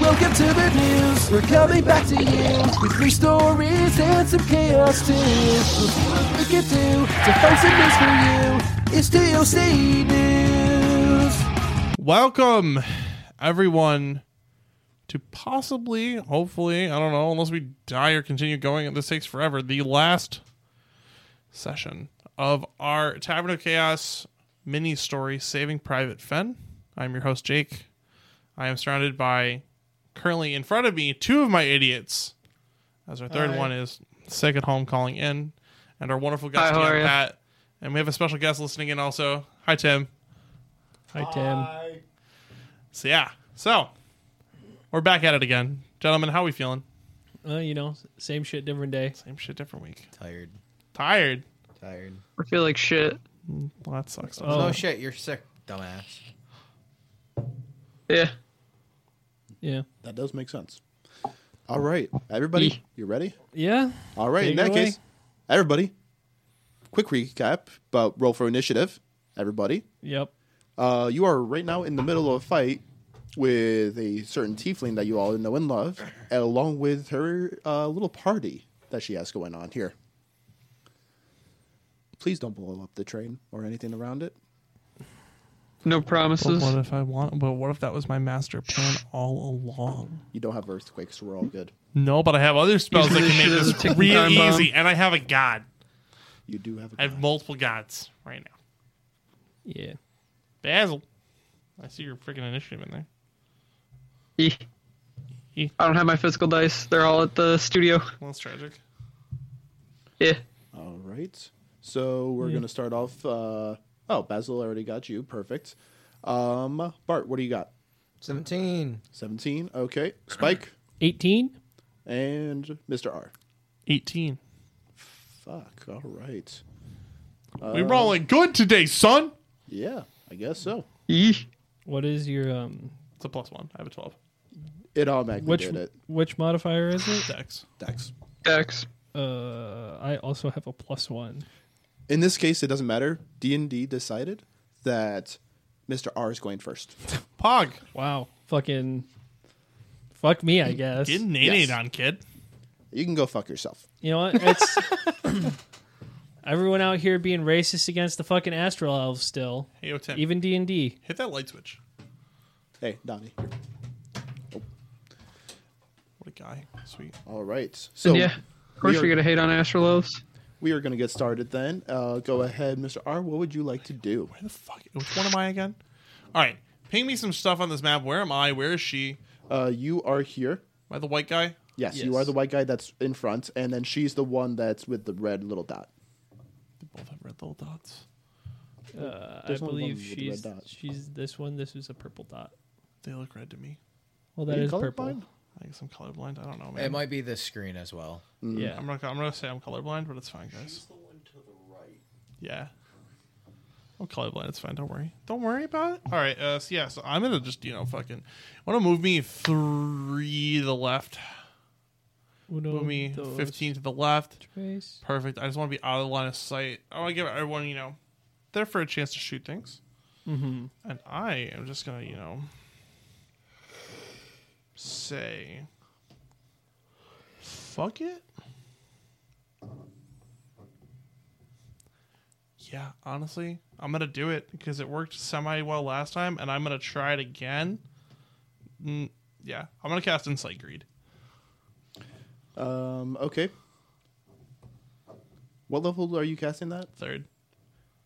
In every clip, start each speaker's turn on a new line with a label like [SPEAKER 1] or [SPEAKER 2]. [SPEAKER 1] Welcome to the news. We're coming back to you with new stories and some chaos too. We can do to find some news for you. It's DOC News.
[SPEAKER 2] Welcome, everyone, to possibly, hopefully, I don't know, unless we die or continue going, this takes forever, the last session of our Tavern of Chaos mini story, Saving Private Fenn. I'm your host, Jake. I am surrounded by, currently in front of me, two of my idiots, as our third one is sick at home calling in, and our wonderful guest,
[SPEAKER 3] Hi, how are
[SPEAKER 2] Tim
[SPEAKER 3] ya?
[SPEAKER 2] Pat. And we have a special guest listening in also. Hi, Tim.
[SPEAKER 4] Hi, Tim.
[SPEAKER 2] So yeah, so we're back at it again, gentlemen. How we feeling?
[SPEAKER 4] Well, Uh, you know, same shit, different day.
[SPEAKER 2] Same shit, different week.
[SPEAKER 5] Tired.
[SPEAKER 2] Tired.
[SPEAKER 5] Tired.
[SPEAKER 3] I feel like shit.
[SPEAKER 2] Well, that sucks.
[SPEAKER 4] Oh.
[SPEAKER 5] Oh, shit, you're sick, dumbass.
[SPEAKER 3] Yeah.
[SPEAKER 4] Yeah.
[SPEAKER 6] That does make sense. All right, everybody,
[SPEAKER 3] Eeh.
[SPEAKER 6] you ready?
[SPEAKER 4] Yeah.
[SPEAKER 6] All right,
[SPEAKER 4] Take
[SPEAKER 6] in
[SPEAKER 4] it
[SPEAKER 6] that
[SPEAKER 4] away.
[SPEAKER 6] case, everybody, quick recap about roll for initiative. Everybody,
[SPEAKER 4] Yep.
[SPEAKER 6] uh, you are right now in the middle of a fight with a certain tiefling that you all know and love, and along with her uh, little party that she has going on here. Please don't blow up the train or anything around it.
[SPEAKER 3] No
[SPEAKER 2] But
[SPEAKER 3] promises.
[SPEAKER 2] what if I want? But what if that was my master plan all along?
[SPEAKER 6] You don't have earthquakes, so we're all good.
[SPEAKER 2] No, but I have other spells that
[SPEAKER 3] Using
[SPEAKER 2] can
[SPEAKER 3] this
[SPEAKER 2] make
[SPEAKER 3] shit as a
[SPEAKER 2] this
[SPEAKER 3] ticking
[SPEAKER 2] real
[SPEAKER 3] time bomb.
[SPEAKER 2] easy, and I have a god.
[SPEAKER 6] You do have. A
[SPEAKER 2] I have multiple gods right now.
[SPEAKER 4] Yeah.
[SPEAKER 2] Basil, I see your freaking initiative in there.
[SPEAKER 3] Eeh.
[SPEAKER 2] Eeh.
[SPEAKER 3] I don't have my physical dice. They're all at the studio.
[SPEAKER 2] Well, that's tragic.
[SPEAKER 3] Yeah.
[SPEAKER 6] All right. So we're going to start off. Uh, oh, Basil already got you. Perfect. Um, Bart, what do you got?
[SPEAKER 5] 17.
[SPEAKER 6] 17. Okay. Spike
[SPEAKER 4] 18?
[SPEAKER 6] and Mr. R.
[SPEAKER 2] Eighteen.
[SPEAKER 6] Fuck. All right.
[SPEAKER 2] we rolling good today, son.
[SPEAKER 6] Yeah, I guess so.
[SPEAKER 3] Eeh.
[SPEAKER 4] What is your um
[SPEAKER 2] It's a plus one. I have a twelve.
[SPEAKER 6] It automatically
[SPEAKER 4] which
[SPEAKER 6] did it.
[SPEAKER 4] which modifier is it?
[SPEAKER 2] Dex.
[SPEAKER 6] Dex.
[SPEAKER 3] Dex.
[SPEAKER 4] Uh I also have a plus 1.
[SPEAKER 6] In this case, it doesn't matter. D&D decided that Mr. R is going first.
[SPEAKER 2] Pog.
[SPEAKER 4] Wow. Fucking fuck me, I guess.
[SPEAKER 2] Get
[SPEAKER 4] You
[SPEAKER 2] nade
[SPEAKER 6] Yes.
[SPEAKER 2] on, kid.
[SPEAKER 6] You can go fuck yourself.
[SPEAKER 4] know what? It's everyone out here being racist against the fucking astral elves still.
[SPEAKER 2] Hey, yo, Tim.
[SPEAKER 4] Even D&D.
[SPEAKER 2] hit that light switch.
[SPEAKER 6] Hey, Donnie.
[SPEAKER 2] What a guy. Sweet.
[SPEAKER 6] All right. So
[SPEAKER 3] yeah. Of course
[SPEAKER 6] we are-
[SPEAKER 3] you're gonna hate on Astrolobes.
[SPEAKER 6] we are going to get started then. Uh, go ahead, Mr. R. What would you like to do?
[SPEAKER 2] Where the fuck? Which one am I again? All right, ping me some stuff on this map. Where am I? Where is she? Am
[SPEAKER 6] Uh, you are here.
[SPEAKER 2] I the white guy?
[SPEAKER 6] Yes, you are
[SPEAKER 4] Yes.
[SPEAKER 6] the white guy that's in front, and then she's the one that's with the red little dot.
[SPEAKER 2] They both have red little dots.
[SPEAKER 4] Uh, I
[SPEAKER 6] There's only one
[SPEAKER 4] believe
[SPEAKER 6] with the red
[SPEAKER 4] she's
[SPEAKER 6] dot.
[SPEAKER 4] she's this one. This is a purple dot.
[SPEAKER 2] They look red to me.
[SPEAKER 4] Well,
[SPEAKER 6] Are
[SPEAKER 4] that
[SPEAKER 6] you
[SPEAKER 4] is purple.
[SPEAKER 6] colorblind?
[SPEAKER 2] I guess I'm colorblind. I don't know, man.
[SPEAKER 5] It might be this screen as well.
[SPEAKER 4] Yeah.
[SPEAKER 2] I'm not. I'm gonna say I'm colorblind, but it's fine, guys. She's the one to the right. Yeah. I'm colorblind. It's fine. Don't worry. Don't worry about it. All right. Uh, so yeah. So I'm gonna just you know fucking. Want to move me three to the left?
[SPEAKER 4] Uno,
[SPEAKER 2] Move me
[SPEAKER 4] dos,
[SPEAKER 2] fifteen to the left.
[SPEAKER 4] tres.
[SPEAKER 2] Perfect. I just want to be out of the line of sight. I want to give everyone, you know, there for a chance to shoot things. Mm-hmm. And I am just gonna, you know, say, fuck it. Yeah, honestly, I'm gonna do it because it worked semi well last time, and I'm gonna try it again. Mm, yeah, I'm gonna cast Insight Greed.
[SPEAKER 6] Um, okay. What level are you casting that?
[SPEAKER 2] Third,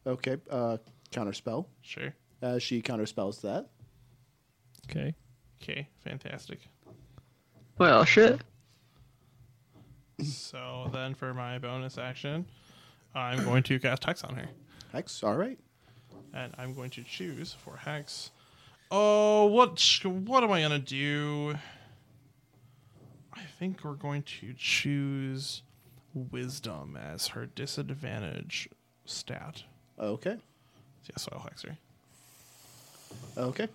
[SPEAKER 6] Okay, uh, counterspell.
[SPEAKER 2] sure.
[SPEAKER 6] Uh, she counterspells that.
[SPEAKER 4] Okay.
[SPEAKER 2] Okay, fantastic.
[SPEAKER 3] Well shit.
[SPEAKER 2] So then for my bonus action, I'm going to cast Hex on her.
[SPEAKER 6] Hex, all right.
[SPEAKER 2] And I'm going to choose for Hex. Oh, what what am I going to do? I think we're going to choose Wisdom as her disadvantage stat.
[SPEAKER 6] Okay,
[SPEAKER 2] Yeah, so I'll Hex her.
[SPEAKER 6] okay.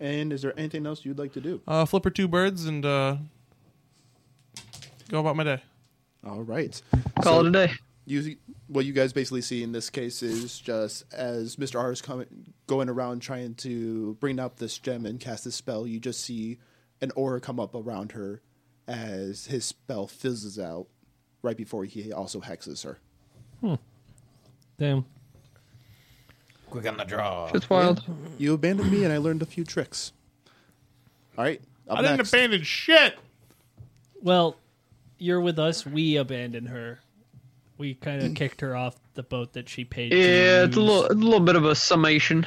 [SPEAKER 6] And is there anything else you'd like to do?
[SPEAKER 2] Uh, flip her two birds and uh, go about my day.
[SPEAKER 6] All right. So-
[SPEAKER 3] Call it a day.
[SPEAKER 6] you what you guys basically see in this case is just as Mr. R is coming going around trying to bring up this gem and cast this spell, you just see an aura come up around her as his spell fizzes out right before he also hexes her.
[SPEAKER 4] Damn.
[SPEAKER 5] Quick on the draw.
[SPEAKER 3] It's wild.
[SPEAKER 6] You abandoned me, and I learned a few tricks. All right, up
[SPEAKER 2] I didn't
[SPEAKER 6] next.
[SPEAKER 2] abandon shit.
[SPEAKER 4] Well, you're with us. We abandoned her. We kind of kicked her off the boat that she paid. to
[SPEAKER 3] Mm. Yeah, it's
[SPEAKER 4] use.
[SPEAKER 3] a little, a little bit of a summation.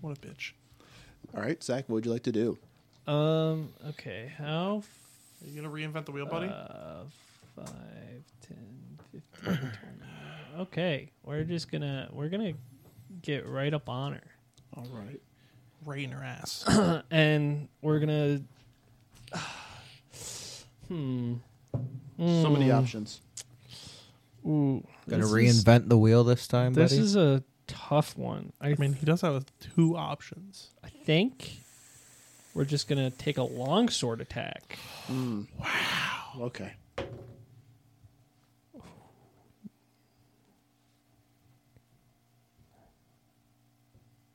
[SPEAKER 2] What a bitch.
[SPEAKER 6] All right, Zach, what would you like to do?
[SPEAKER 4] Um. Okay. How?
[SPEAKER 2] Are you gonna reinvent the wheel, buddy?
[SPEAKER 4] Uh, Five, ten, fifteen, twenty. Okay, we're just gonna we're gonna get right up on her.
[SPEAKER 2] All right. Rain her ass.
[SPEAKER 4] and we're gonna
[SPEAKER 6] So many options.
[SPEAKER 4] ooh
[SPEAKER 5] Gonna
[SPEAKER 4] this is-
[SPEAKER 5] reinvent the wheel this time,
[SPEAKER 4] this
[SPEAKER 5] buddy.
[SPEAKER 4] is a tough one I,
[SPEAKER 2] I mean, he does have two options.
[SPEAKER 4] I think we're just gonna take a longsword attack
[SPEAKER 6] Okay.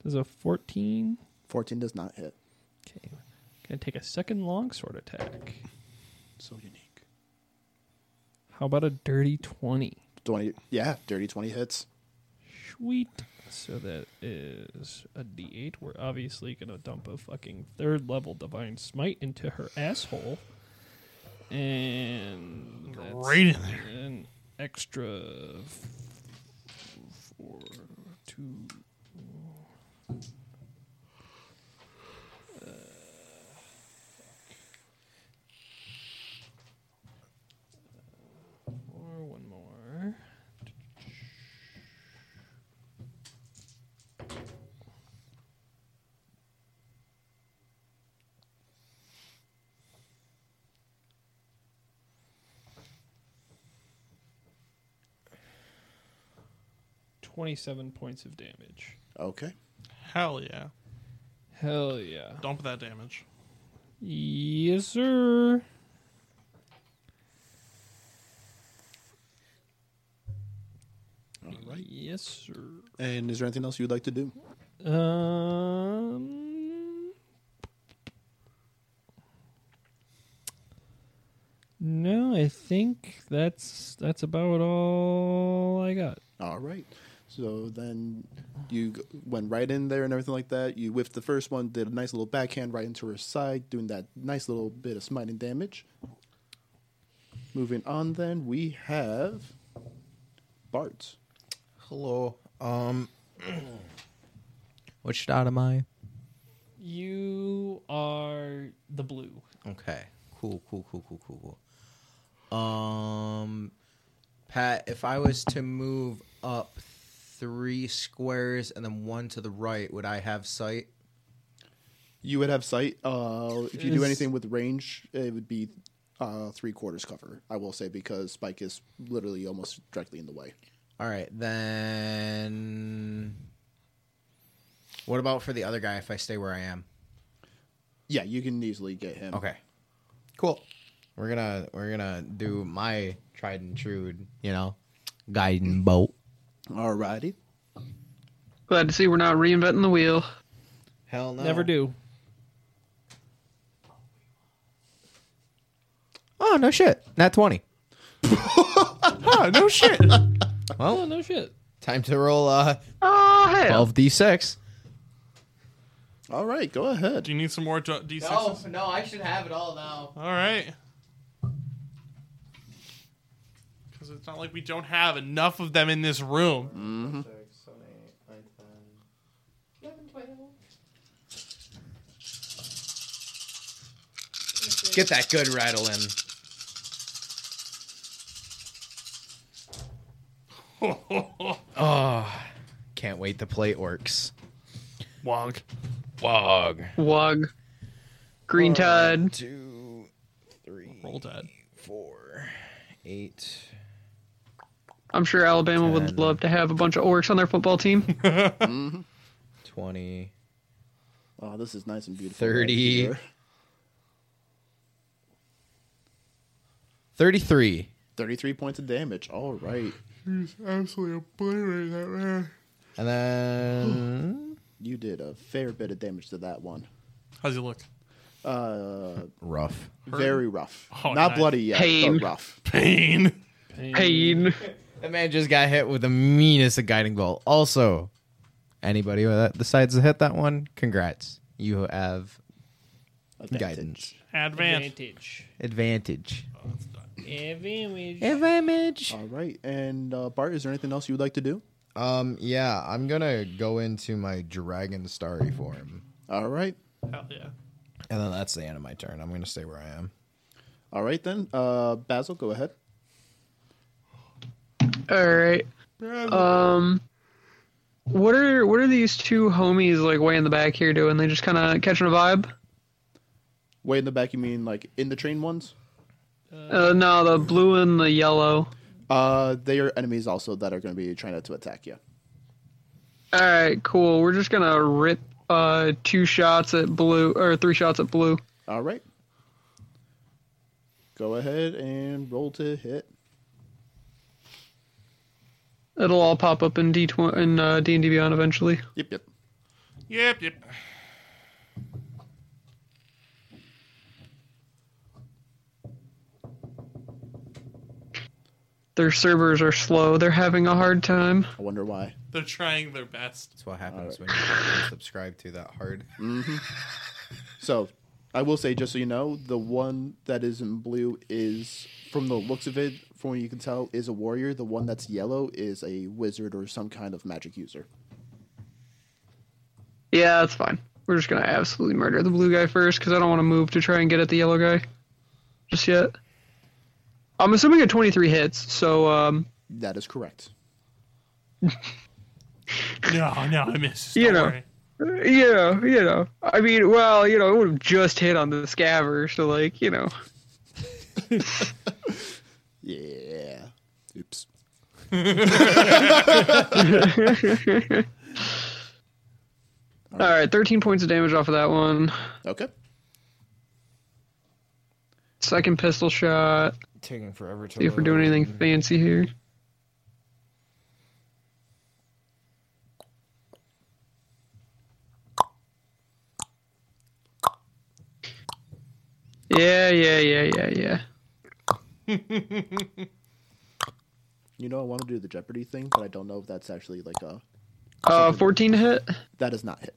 [SPEAKER 4] there's a 14
[SPEAKER 6] 14 does not hit.
[SPEAKER 4] okay gonna take a second longsword attack
[SPEAKER 6] So unique.
[SPEAKER 4] how about a dirty 20
[SPEAKER 6] 20, yeah, dirty 20 hits.
[SPEAKER 4] sweet so that is a d8 we're obviously gonna dump a fucking third level divine smite into her asshole and that's-
[SPEAKER 2] Right in there.
[SPEAKER 4] an extra f- four, two. uh, Or one more. Twenty-seven points of damage.
[SPEAKER 6] Okay.
[SPEAKER 2] Hell yeah.
[SPEAKER 4] Hell yeah.
[SPEAKER 2] Dump that damage.
[SPEAKER 4] Yes, sir.
[SPEAKER 6] All right.
[SPEAKER 4] Yes, sir.
[SPEAKER 6] And is there anything else you would like to do?
[SPEAKER 4] Um. No, I think that's that's about all I got.
[SPEAKER 6] All right. So then you g- went right in there and everything like that. You whiffed the first one, did a nice little backhand right into her side, doing that nice little bit of smiting damage. Moving on, then we have Bart.
[SPEAKER 5] Hello. Um. Which dot am I?
[SPEAKER 4] You are the blue.
[SPEAKER 5] Okay. Cool, cool, cool, cool, cool, cool. Um Pat, if I was to move up three squares and then one to the right, would I have sight?
[SPEAKER 6] You would have sight. Uh, if you do
[SPEAKER 4] Is-
[SPEAKER 6] anything with range, it would be uh, three quarters cover. I will say because Spike is literally almost directly in the way.
[SPEAKER 5] All right, then What about for the other guy if I stay where I am?
[SPEAKER 6] Yeah, you can easily get him.
[SPEAKER 5] Okay. Cool. We're gonna we're gonna do my tried and true, you know, guiding bolt.
[SPEAKER 6] Alrighty.
[SPEAKER 3] Glad to see we're not reinventing the wheel.
[SPEAKER 5] Hell no.
[SPEAKER 4] Never do.
[SPEAKER 5] Oh no shit. Not twenty.
[SPEAKER 2] Oh, no shit.
[SPEAKER 4] Oh no shit.
[SPEAKER 5] Time to roll uh
[SPEAKER 3] Oh hell!
[SPEAKER 5] twelve D six.
[SPEAKER 6] All right, go ahead.
[SPEAKER 2] Do you need some more d- d6s?
[SPEAKER 5] no, I should have it all now.
[SPEAKER 2] All right. Because it's not like we don't have enough of them in this room.
[SPEAKER 5] Get that good rattle in. oh, can't wait to play orcs.
[SPEAKER 2] Wog.
[SPEAKER 5] Wog.
[SPEAKER 3] Wog. Green Tide.
[SPEAKER 5] Two, three,
[SPEAKER 2] Roll dead.
[SPEAKER 5] four, eight.
[SPEAKER 3] I'm sure Alabama would
[SPEAKER 5] Ten.
[SPEAKER 3] love to have a bunch of orcs on their football team.
[SPEAKER 5] 20.
[SPEAKER 6] Oh, this is nice and beautiful.
[SPEAKER 5] 30.
[SPEAKER 6] Right here.
[SPEAKER 5] 33.
[SPEAKER 6] 33 points of damage. All right.
[SPEAKER 2] Absolutely obliterated that man.
[SPEAKER 5] And then
[SPEAKER 6] You did a fair bit of damage to that one.
[SPEAKER 2] How's he look?
[SPEAKER 6] Uh,
[SPEAKER 5] Rough.
[SPEAKER 6] very rough.
[SPEAKER 2] Oh,
[SPEAKER 6] Not
[SPEAKER 2] nice.
[SPEAKER 6] bloody yet,
[SPEAKER 3] Pain.
[SPEAKER 6] but rough.
[SPEAKER 2] Pain.
[SPEAKER 3] Pain.
[SPEAKER 5] That man just got hit with the meanest of guiding bolt. Also, anybody that decides to hit that one, congrats. You have Guidance.
[SPEAKER 2] Advance.
[SPEAKER 4] Advantage.
[SPEAKER 5] advantage.
[SPEAKER 4] Advantage.
[SPEAKER 5] Advantage.
[SPEAKER 6] All right, and uh, Bart, is there anything else you would like to do?
[SPEAKER 5] Um, yeah, I'm gonna go into my dragon starry form,
[SPEAKER 6] All right,
[SPEAKER 4] Hell yeah.
[SPEAKER 5] and then that's the end of my turn. I'm gonna stay where I am.
[SPEAKER 6] all right then. Uh, Basil, go ahead.
[SPEAKER 3] All right. Um, what are what are these two homies like way in the back here doing? They just kind of catching a vibe.
[SPEAKER 6] Way in the back, you mean like in the train ones?
[SPEAKER 3] Uh, no, the blue and the yellow.
[SPEAKER 6] Uh, they are enemies also that are going to be trying to attack you.
[SPEAKER 3] All right, cool. We're just gonna rip uh two shots at blue or three shots at blue.
[SPEAKER 6] All right. Go ahead and roll to hit.
[SPEAKER 3] It'll all pop up in D twenty in uh, D and D Beyond eventually.
[SPEAKER 6] Yep, yep.
[SPEAKER 2] Yep, yep.
[SPEAKER 3] Their servers are slow. They're having a hard time.
[SPEAKER 6] I wonder why.
[SPEAKER 2] They're trying their best.
[SPEAKER 5] That's what happens when you subscribe to that hard.
[SPEAKER 6] So, I will say, just so you know, the one that is in blue is, from the looks of it, from what you can tell, is a warrior. The one that's yellow is a wizard or some kind of magic user.
[SPEAKER 3] Yeah, that's fine. We're just gonna absolutely murder the blue guy first because I don't want to move to try and get at the yellow guy just yet. I'm assuming a 23 hits, so um,
[SPEAKER 6] That is correct.
[SPEAKER 2] No, no, I missed.
[SPEAKER 3] You
[SPEAKER 2] Don't
[SPEAKER 3] know.
[SPEAKER 2] worry.
[SPEAKER 3] you know, you know. I mean, well, you know, it would have just hit on the scaver, so like, you know,
[SPEAKER 6] Yeah. Oops.
[SPEAKER 3] all right, 13 points of damage off of that one.
[SPEAKER 6] Okay.
[SPEAKER 3] Second pistol shot.
[SPEAKER 5] Taking forever to.
[SPEAKER 3] See if we're doing anything fancy here. Yeah, yeah, yeah, yeah, yeah.
[SPEAKER 6] You know, I want to do the Jeopardy thing, but I don't know if that's actually like a.
[SPEAKER 3] Uh, 14 to hit.
[SPEAKER 6] That is not hit.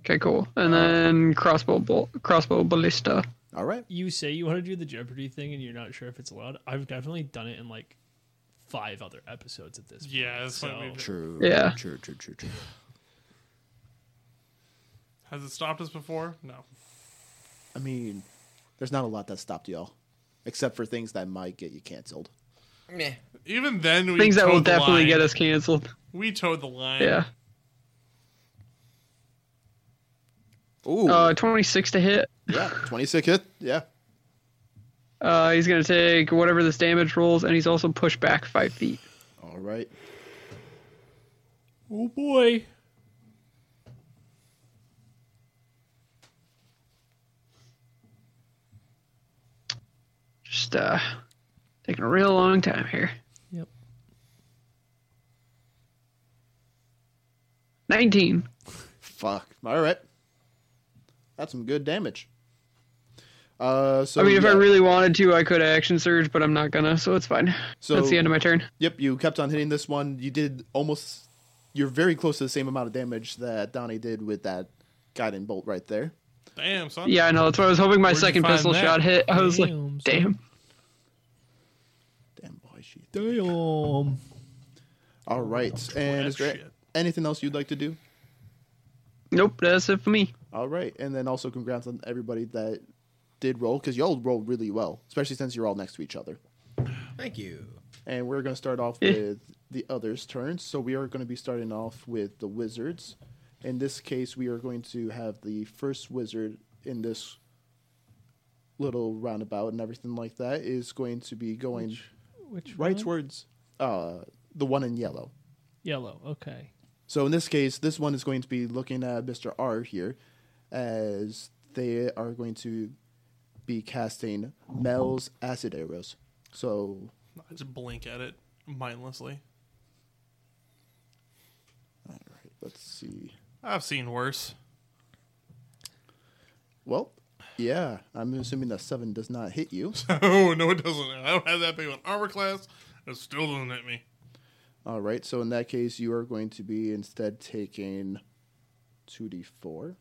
[SPEAKER 3] Okay, cool. And
[SPEAKER 2] Uh-huh.
[SPEAKER 3] then crossbow, ball, crossbow ballista.
[SPEAKER 6] All right.
[SPEAKER 4] You say you want to do the Jeopardy thing and you're not sure if it's allowed. I've definitely done it in like five other episodes at this point.
[SPEAKER 2] Yeah, that's what we
[SPEAKER 4] So-
[SPEAKER 2] did.
[SPEAKER 6] True.
[SPEAKER 3] Yeah.
[SPEAKER 6] True, true, true, true.
[SPEAKER 2] Has it stopped us before? No.
[SPEAKER 6] I mean, there's not a lot that stopped y'all, except for things that might get you canceled.
[SPEAKER 2] Even then, we
[SPEAKER 3] Things that
[SPEAKER 2] towed
[SPEAKER 3] will
[SPEAKER 2] the
[SPEAKER 3] definitely
[SPEAKER 2] line.
[SPEAKER 3] get us canceled.
[SPEAKER 2] We towed the line.
[SPEAKER 3] Yeah.
[SPEAKER 6] Ooh.
[SPEAKER 3] Uh, 26 to hit.
[SPEAKER 6] yeah. 26 hit. Yeah.
[SPEAKER 3] Uh, he's gonna take whatever this damage rolls, and he's also pushed back five feet.
[SPEAKER 6] All right.
[SPEAKER 4] Oh boy.
[SPEAKER 3] Just uh, taking a real long time here.
[SPEAKER 4] Yep.
[SPEAKER 3] 19.
[SPEAKER 6] Fuck. All right. That's some good damage. Uh, so
[SPEAKER 3] I mean, if I
[SPEAKER 6] yeah.
[SPEAKER 3] really wanted to, I could action surge, but I'm not gonna, so it's fine.
[SPEAKER 6] So-
[SPEAKER 3] That's the end of my turn.
[SPEAKER 6] Yep, you kept on hitting this one. You did almost. You're very close to the same amount of damage that Donnie did with that guiding bolt right there.
[SPEAKER 2] Damn, son.
[SPEAKER 3] Yeah, I know. That's why I was hoping my
[SPEAKER 2] Where'd you
[SPEAKER 3] second
[SPEAKER 2] find
[SPEAKER 3] pistol
[SPEAKER 2] that?
[SPEAKER 3] shot hit. I was
[SPEAKER 4] Damn, son.
[SPEAKER 3] like, damn.
[SPEAKER 6] Damn boy, she.
[SPEAKER 4] Damn.
[SPEAKER 6] All right, and is there
[SPEAKER 2] shit.
[SPEAKER 6] anything else you'd like to do?
[SPEAKER 3] Nope, that's it for me.
[SPEAKER 6] All right, and then also congrats on everybody that did roll because y'all rolled really well, especially since you're all next to each other.
[SPEAKER 5] Thank you.
[SPEAKER 6] And we're going to start off
[SPEAKER 4] Eh.
[SPEAKER 3] Yeah.
[SPEAKER 6] with the others' turns. So we are going to be starting off with the wizards. In this case, we are going to have the first wizard in this little roundabout and everything like that is going to be going
[SPEAKER 4] Which
[SPEAKER 6] right
[SPEAKER 4] one?
[SPEAKER 6] towards uh, the one in yellow.
[SPEAKER 4] Yellow. Okay.
[SPEAKER 6] So in this case, this one is going to be looking at Mr. R here, as they are going to be casting Mel's acid arrows. So
[SPEAKER 2] I just blink at it mindlessly.
[SPEAKER 6] all right, let's see.
[SPEAKER 2] I've seen worse.
[SPEAKER 6] Well, yeah, I'm assuming that seven does not hit you.
[SPEAKER 2] oh no, it doesn't. I don't have that big of an armor class. It still doesn't hit me.
[SPEAKER 6] All right, so in that case, you are going to be instead taking 2d4.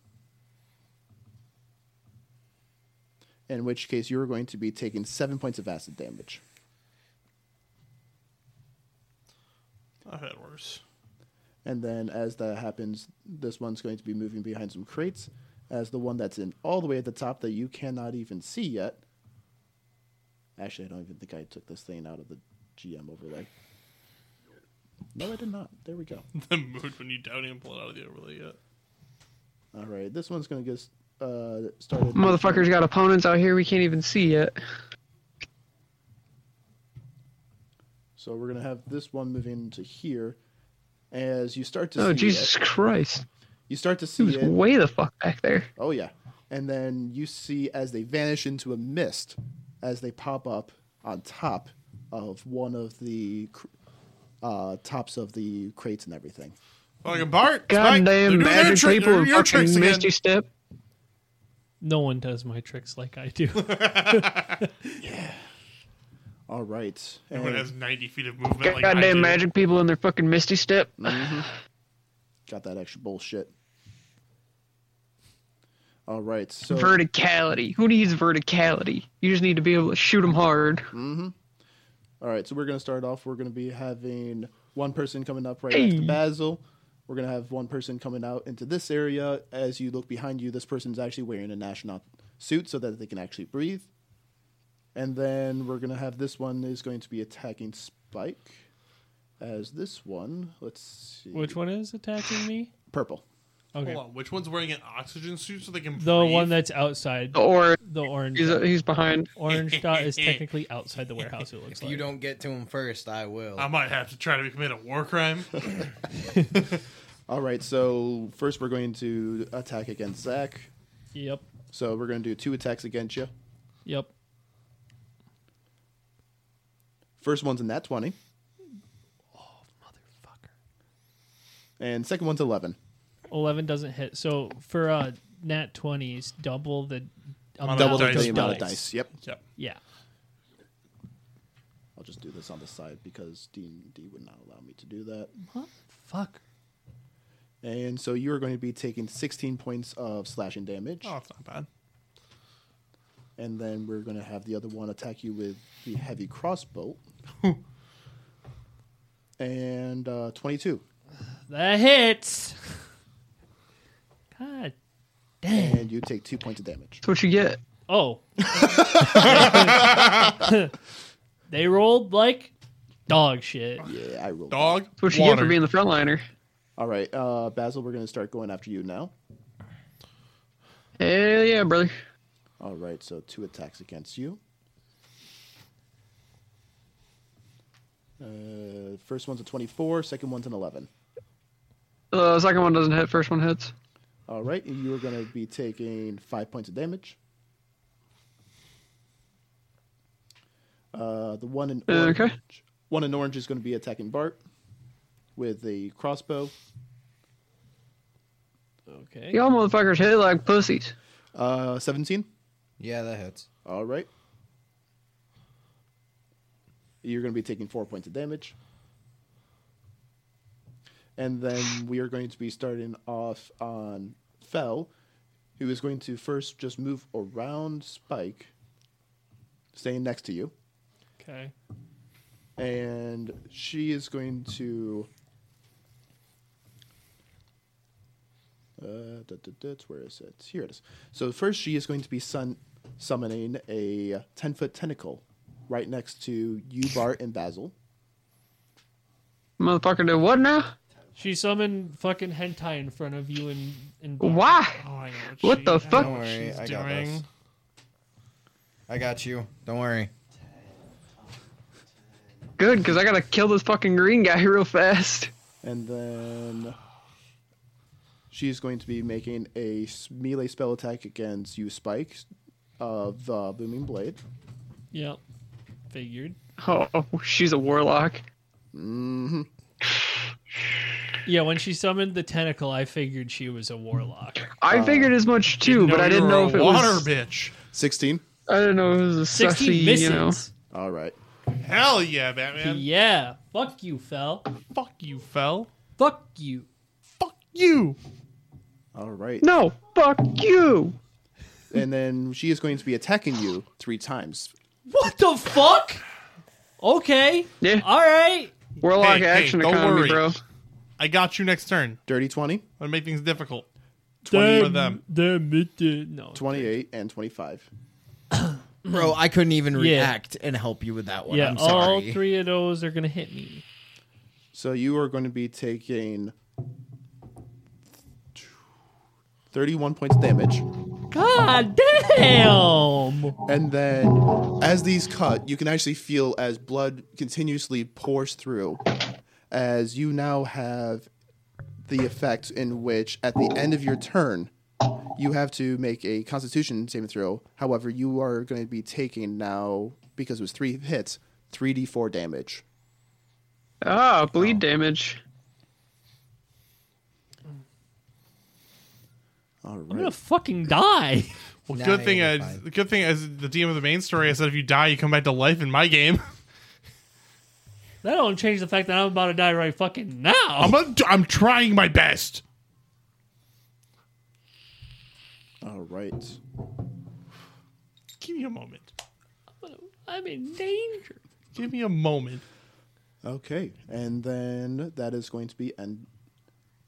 [SPEAKER 6] In which case, you're going to be taking seven points of acid damage.
[SPEAKER 2] I've had worse.
[SPEAKER 6] And then as that happens, this one's going to be moving behind some crates. As the one that's in all the way at the top that you cannot even see yet. Actually, I don't even think I took this thing out of the GM overlay. No, I did not. There we go.
[SPEAKER 2] the mood when you don't even pull it out of the overlay yet.
[SPEAKER 6] All right, this one's going to get uh, started.
[SPEAKER 3] Motherfuckers got opponents out here we can't even see yet.
[SPEAKER 6] So we're going to have this one moving to here. As you start to
[SPEAKER 3] Oh
[SPEAKER 6] see
[SPEAKER 3] Jesus
[SPEAKER 6] it,
[SPEAKER 3] Christ!
[SPEAKER 6] you start to
[SPEAKER 3] He
[SPEAKER 6] see
[SPEAKER 3] was
[SPEAKER 6] it.
[SPEAKER 3] way the fuck back there.
[SPEAKER 6] Oh yeah. And then you see as they vanish into a mist as they pop up on top of one of the cr- uh, tops of the crates and everything.
[SPEAKER 2] Fucking Bart! Spike, they're
[SPEAKER 3] Mm. Goddamn
[SPEAKER 2] doing their
[SPEAKER 3] magic
[SPEAKER 2] trick-
[SPEAKER 3] people
[SPEAKER 2] their-
[SPEAKER 3] and
[SPEAKER 2] your tricks
[SPEAKER 3] fucking
[SPEAKER 2] again.
[SPEAKER 3] misty step.
[SPEAKER 4] No one does my tricks like I do.
[SPEAKER 6] All right.
[SPEAKER 2] Everyone
[SPEAKER 6] And-
[SPEAKER 2] has 90 feet of movement. like I
[SPEAKER 3] Goddamn
[SPEAKER 2] do.
[SPEAKER 3] magic people and their fucking misty step.
[SPEAKER 6] got that extra bullshit. All right. So
[SPEAKER 3] verticality. Who needs verticality? You just need to be able to shoot them hard.
[SPEAKER 2] Mm.
[SPEAKER 6] all right. So we're gonna start off. We're gonna be having one person coming up right next to Basil. We're gonna have one person coming out into this area. As you look behind you, this person's actually wearing an astronaut suit so that they can actually breathe. And then we're gonna have this one is going to be attacking Spike. As this one, let's see,
[SPEAKER 4] Which one is attacking me?
[SPEAKER 6] purple.
[SPEAKER 4] Okay,
[SPEAKER 2] Hold on, which one's wearing an oxygen suit so they can
[SPEAKER 4] the
[SPEAKER 2] breathe?
[SPEAKER 4] one that's outside.
[SPEAKER 3] Or
[SPEAKER 4] The orange.
[SPEAKER 3] Oh. he's uh, he's behind.
[SPEAKER 4] Orange dot is technically outside the warehouse. It looks
[SPEAKER 5] If
[SPEAKER 4] like
[SPEAKER 5] you don't get to him first, I will.
[SPEAKER 2] I might have to try to commit a war crime.
[SPEAKER 6] All right. So first, we're going to attack against Zach.
[SPEAKER 4] Yep,
[SPEAKER 6] So we're going to do two attacks against you.
[SPEAKER 4] yep.
[SPEAKER 6] First one's in that 20,
[SPEAKER 4] Motherfucker.
[SPEAKER 6] and second one's 11.
[SPEAKER 4] Eleven doesn't hit. So for uh, nat twenties, double the amount
[SPEAKER 2] Double
[SPEAKER 4] of
[SPEAKER 2] the dice.
[SPEAKER 6] amount of dice. Yep.
[SPEAKER 2] yep.
[SPEAKER 4] Yeah.
[SPEAKER 6] I'll just do this on the side because D&D would not allow me to do that.
[SPEAKER 4] Fuck.
[SPEAKER 6] And so you are going to be taking 16 points of slashing damage.
[SPEAKER 2] Oh, it's not bad.
[SPEAKER 6] And then we're going to have the other one attack you with the heavy crossbow. and uh, 22.
[SPEAKER 4] That hits. God.
[SPEAKER 6] And you take two points of damage.
[SPEAKER 3] That's what you get.
[SPEAKER 4] Oh. they rolled like dog shit.
[SPEAKER 6] Yeah, I rolled.
[SPEAKER 2] Dog.
[SPEAKER 3] That's what you get
[SPEAKER 2] water.
[SPEAKER 3] for being the frontliner.
[SPEAKER 6] All right, uh, Basil, we're going to start going after you now.
[SPEAKER 3] Hell yeah, brother.
[SPEAKER 6] All right, so two attacks against you. Uh, first one's a 24, second one's an 11.
[SPEAKER 3] Uh, The second one doesn't hit. First one hits.
[SPEAKER 6] All right, and you are going to be taking five points of damage. Uh, the one in
[SPEAKER 3] Uh,
[SPEAKER 6] orange,
[SPEAKER 3] okay.
[SPEAKER 6] one in orange is going to be attacking Bart with the crossbow.
[SPEAKER 4] Okay.
[SPEAKER 3] Y'all motherfuckers hit like pussies.
[SPEAKER 6] Uh, 17.
[SPEAKER 5] yeah, that hits.
[SPEAKER 6] All right. You're going to be taking four points of damage. And then we are going to be starting off on Fell, who is going to first just move around Spike, staying next to you.
[SPEAKER 4] Okay.
[SPEAKER 6] And she is going to. Uh, da, da, da, where is it? Here it is. So first, she is going to be sun- summoning a ten foot tentacle right next to you, Bart, and Basil.
[SPEAKER 3] Motherfucker did what now?
[SPEAKER 4] She summoned fucking hentai in front of you and and
[SPEAKER 3] Why?
[SPEAKER 2] Oh, I know what,
[SPEAKER 3] What
[SPEAKER 2] she-
[SPEAKER 3] the
[SPEAKER 2] I know
[SPEAKER 3] fuck?
[SPEAKER 2] what
[SPEAKER 5] Don't worry,
[SPEAKER 2] she's
[SPEAKER 5] I got
[SPEAKER 2] doing.
[SPEAKER 5] this. I got you. Don't worry.
[SPEAKER 3] Good, because I gotta kill this fucking green guy real fast.
[SPEAKER 6] And then she is going to be making a s- melee spell attack against you, Spike, of uh, Booming Blade.
[SPEAKER 4] Yep. Figured.
[SPEAKER 3] Oh, she's a warlock.
[SPEAKER 4] Yeah, when she summoned the tentacle, I figured she was a warlock.
[SPEAKER 3] I figured as much too, but I didn't
[SPEAKER 2] Oh. you were
[SPEAKER 3] know
[SPEAKER 2] a
[SPEAKER 3] if it
[SPEAKER 2] water
[SPEAKER 3] was.
[SPEAKER 2] bitch.
[SPEAKER 6] Sixteen.
[SPEAKER 3] I didn't know if it was a
[SPEAKER 4] Sixteen
[SPEAKER 3] sussy, you know.
[SPEAKER 4] misses.
[SPEAKER 6] All right.
[SPEAKER 2] Hell yeah, Batman.
[SPEAKER 4] Yeah, fuck you, fell.
[SPEAKER 2] Fuck you, fell.
[SPEAKER 4] Fuck you.
[SPEAKER 2] Fuck you.
[SPEAKER 6] All right.
[SPEAKER 3] No, fuck you.
[SPEAKER 6] And then she is going to be attacking you three times.
[SPEAKER 4] What the fuck? Okay.
[SPEAKER 3] Yeah.
[SPEAKER 4] All right.
[SPEAKER 3] Warlock
[SPEAKER 2] Hey, hey,
[SPEAKER 3] action
[SPEAKER 2] don't
[SPEAKER 3] economy,
[SPEAKER 2] worry.
[SPEAKER 3] bro.
[SPEAKER 2] I got you next turn.
[SPEAKER 6] Dirty 20,
[SPEAKER 2] I'm gonna make things difficult. 20 for them.
[SPEAKER 4] Damn it, damn- No.
[SPEAKER 6] 28, and 25.
[SPEAKER 5] Bro, I couldn't even
[SPEAKER 4] Hmm. Yeah.
[SPEAKER 5] react and help you with that one.
[SPEAKER 4] Yeah,
[SPEAKER 5] I'm sorry.
[SPEAKER 4] all three of those are gonna hit me.
[SPEAKER 6] So you are going to be taking 31 points damage.
[SPEAKER 4] God damn!
[SPEAKER 6] And then as these cut, you can actually feel as blood continuously pours through, as you now have the effect in which at the end of your turn, you have to make a constitution saving throw. However, you are going to be taking now, because it was three hits, 3d4 damage.
[SPEAKER 3] Ah,
[SPEAKER 2] Oh.
[SPEAKER 3] bleed damage.
[SPEAKER 6] All
[SPEAKER 4] I'm gonna
[SPEAKER 6] right.
[SPEAKER 4] fucking die.
[SPEAKER 2] Well,
[SPEAKER 5] Nah,
[SPEAKER 2] good thing
[SPEAKER 5] you'll be
[SPEAKER 2] as
[SPEAKER 5] fine.
[SPEAKER 2] good thing as the DM of the main story. I said if you die, you come back to life. In my game,
[SPEAKER 4] That don't change the fact that I'm about to die right fucking now.
[SPEAKER 2] I'm a, I'm trying my best.
[SPEAKER 6] All right.
[SPEAKER 2] Give me a moment.
[SPEAKER 4] I'm in danger.
[SPEAKER 2] Give me a moment.
[SPEAKER 6] Okay. And then that is going to be end.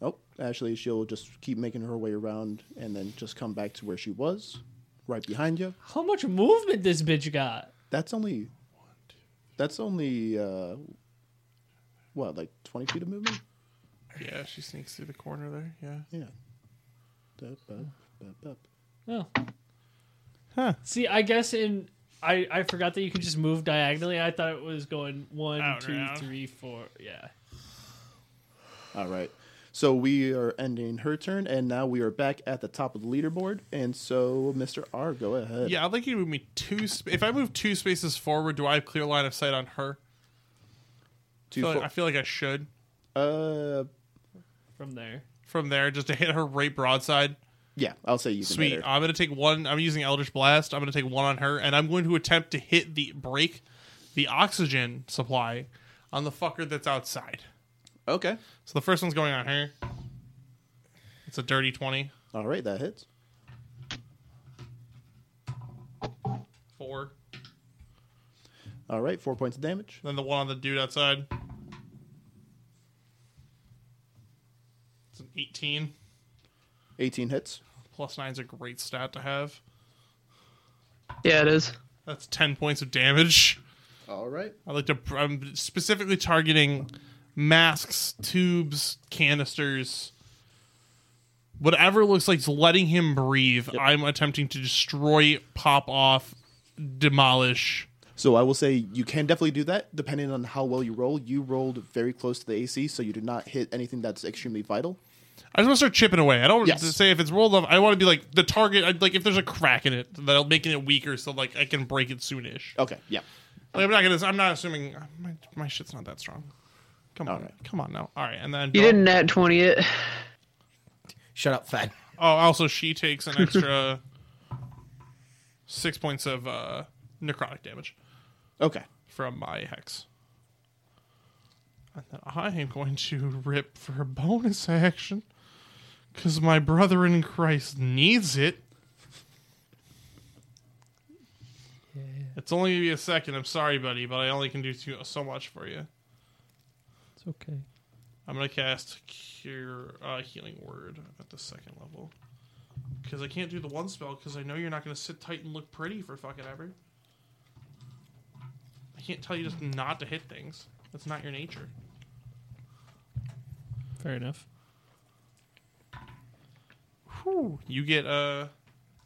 [SPEAKER 6] Oh, actually, she'll just keep making her way around and then just come back to where she was, right behind you.
[SPEAKER 4] How much movement this bitch got?
[SPEAKER 6] That's only. That's only. Uh, what, like 20 feet of movement?
[SPEAKER 2] Yeah, she sneaks through the corner there. Yeah.
[SPEAKER 6] Yeah. Dup, bup, bup, bup.
[SPEAKER 4] Oh.
[SPEAKER 2] Huh.
[SPEAKER 4] See, I guess in I I forgot that you can just move diagonally. I thought it was going one,
[SPEAKER 2] Out
[SPEAKER 4] two, three, four.
[SPEAKER 2] round.
[SPEAKER 4] Yeah.
[SPEAKER 6] All right. So we are ending her turn, and now we are back at the top of the leaderboard. And so, Mr. R, go ahead.
[SPEAKER 2] Yeah, I'd like you to move me two. Sp- if I move two spaces forward, do I have clear line of sight on her? I
[SPEAKER 6] Two
[SPEAKER 2] feel, like,
[SPEAKER 6] fo-
[SPEAKER 2] I feel like I should.
[SPEAKER 6] uh,
[SPEAKER 4] From there.
[SPEAKER 2] From there, just to hit her right broadside.
[SPEAKER 6] yeah, I'll say you can
[SPEAKER 2] Sweet.
[SPEAKER 6] hit her.
[SPEAKER 2] I'm gonna take one. I'm using Eldritch Blast. I'm gonna take one on her, and I'm going to attempt to hit the break the oxygen supply on the fucker that's outside.
[SPEAKER 6] Okay.
[SPEAKER 2] So the first one's going on her. It's a dirty twenty.
[SPEAKER 6] All right, that hits.
[SPEAKER 2] Four.
[SPEAKER 6] All right, four points of damage.
[SPEAKER 2] Then the one on the dude outside. It's an eighteen.
[SPEAKER 6] 18 hits.
[SPEAKER 2] Plus nine's a great stat to have.
[SPEAKER 3] Yeah, it is.
[SPEAKER 2] That's ten points of damage.
[SPEAKER 6] All right.
[SPEAKER 2] I like to. I'm specifically targeting masks, tubes, canisters, whatever looks like it's letting him breathe. I'm attempting to destroy, pop off, demolish.
[SPEAKER 6] So I will say you can definitely do that depending on how well you roll. You rolled very close to the AC, so you did not hit anything that's extremely vital.
[SPEAKER 2] I just want to start chipping away. I don't
[SPEAKER 6] Yes.
[SPEAKER 2] say if it's rolled up. I want to be like the target. I'd, like if there's a crack in it, that'll making it weaker, so like I can break it soonish.
[SPEAKER 6] Okay, yeah.
[SPEAKER 2] Like, I'm not gonna. I'm not assuming my, my shit's not that strong. Come on,
[SPEAKER 6] Alright.
[SPEAKER 2] come on now. All right, and then
[SPEAKER 3] You didn't nat 20 it.
[SPEAKER 5] Shut up, Fed.
[SPEAKER 2] Oh, also she takes an extra six points of uh, necrotic damage
[SPEAKER 6] Okay.
[SPEAKER 2] from my hex. And then I am going to rip for a bonus action because my brother in Christ needs it. It's only gonna be a second. I'm sorry, buddy, but I only can do two, so much for you.
[SPEAKER 4] It's okay.
[SPEAKER 2] I'm gonna cast cure uh, healing word at the second level because I can't do the one spell because I know you're not gonna sit tight and look pretty for fucking ever. I can't tell you just not to hit things. That's not your nature.
[SPEAKER 4] Fair enough.
[SPEAKER 2] Whew. You get uh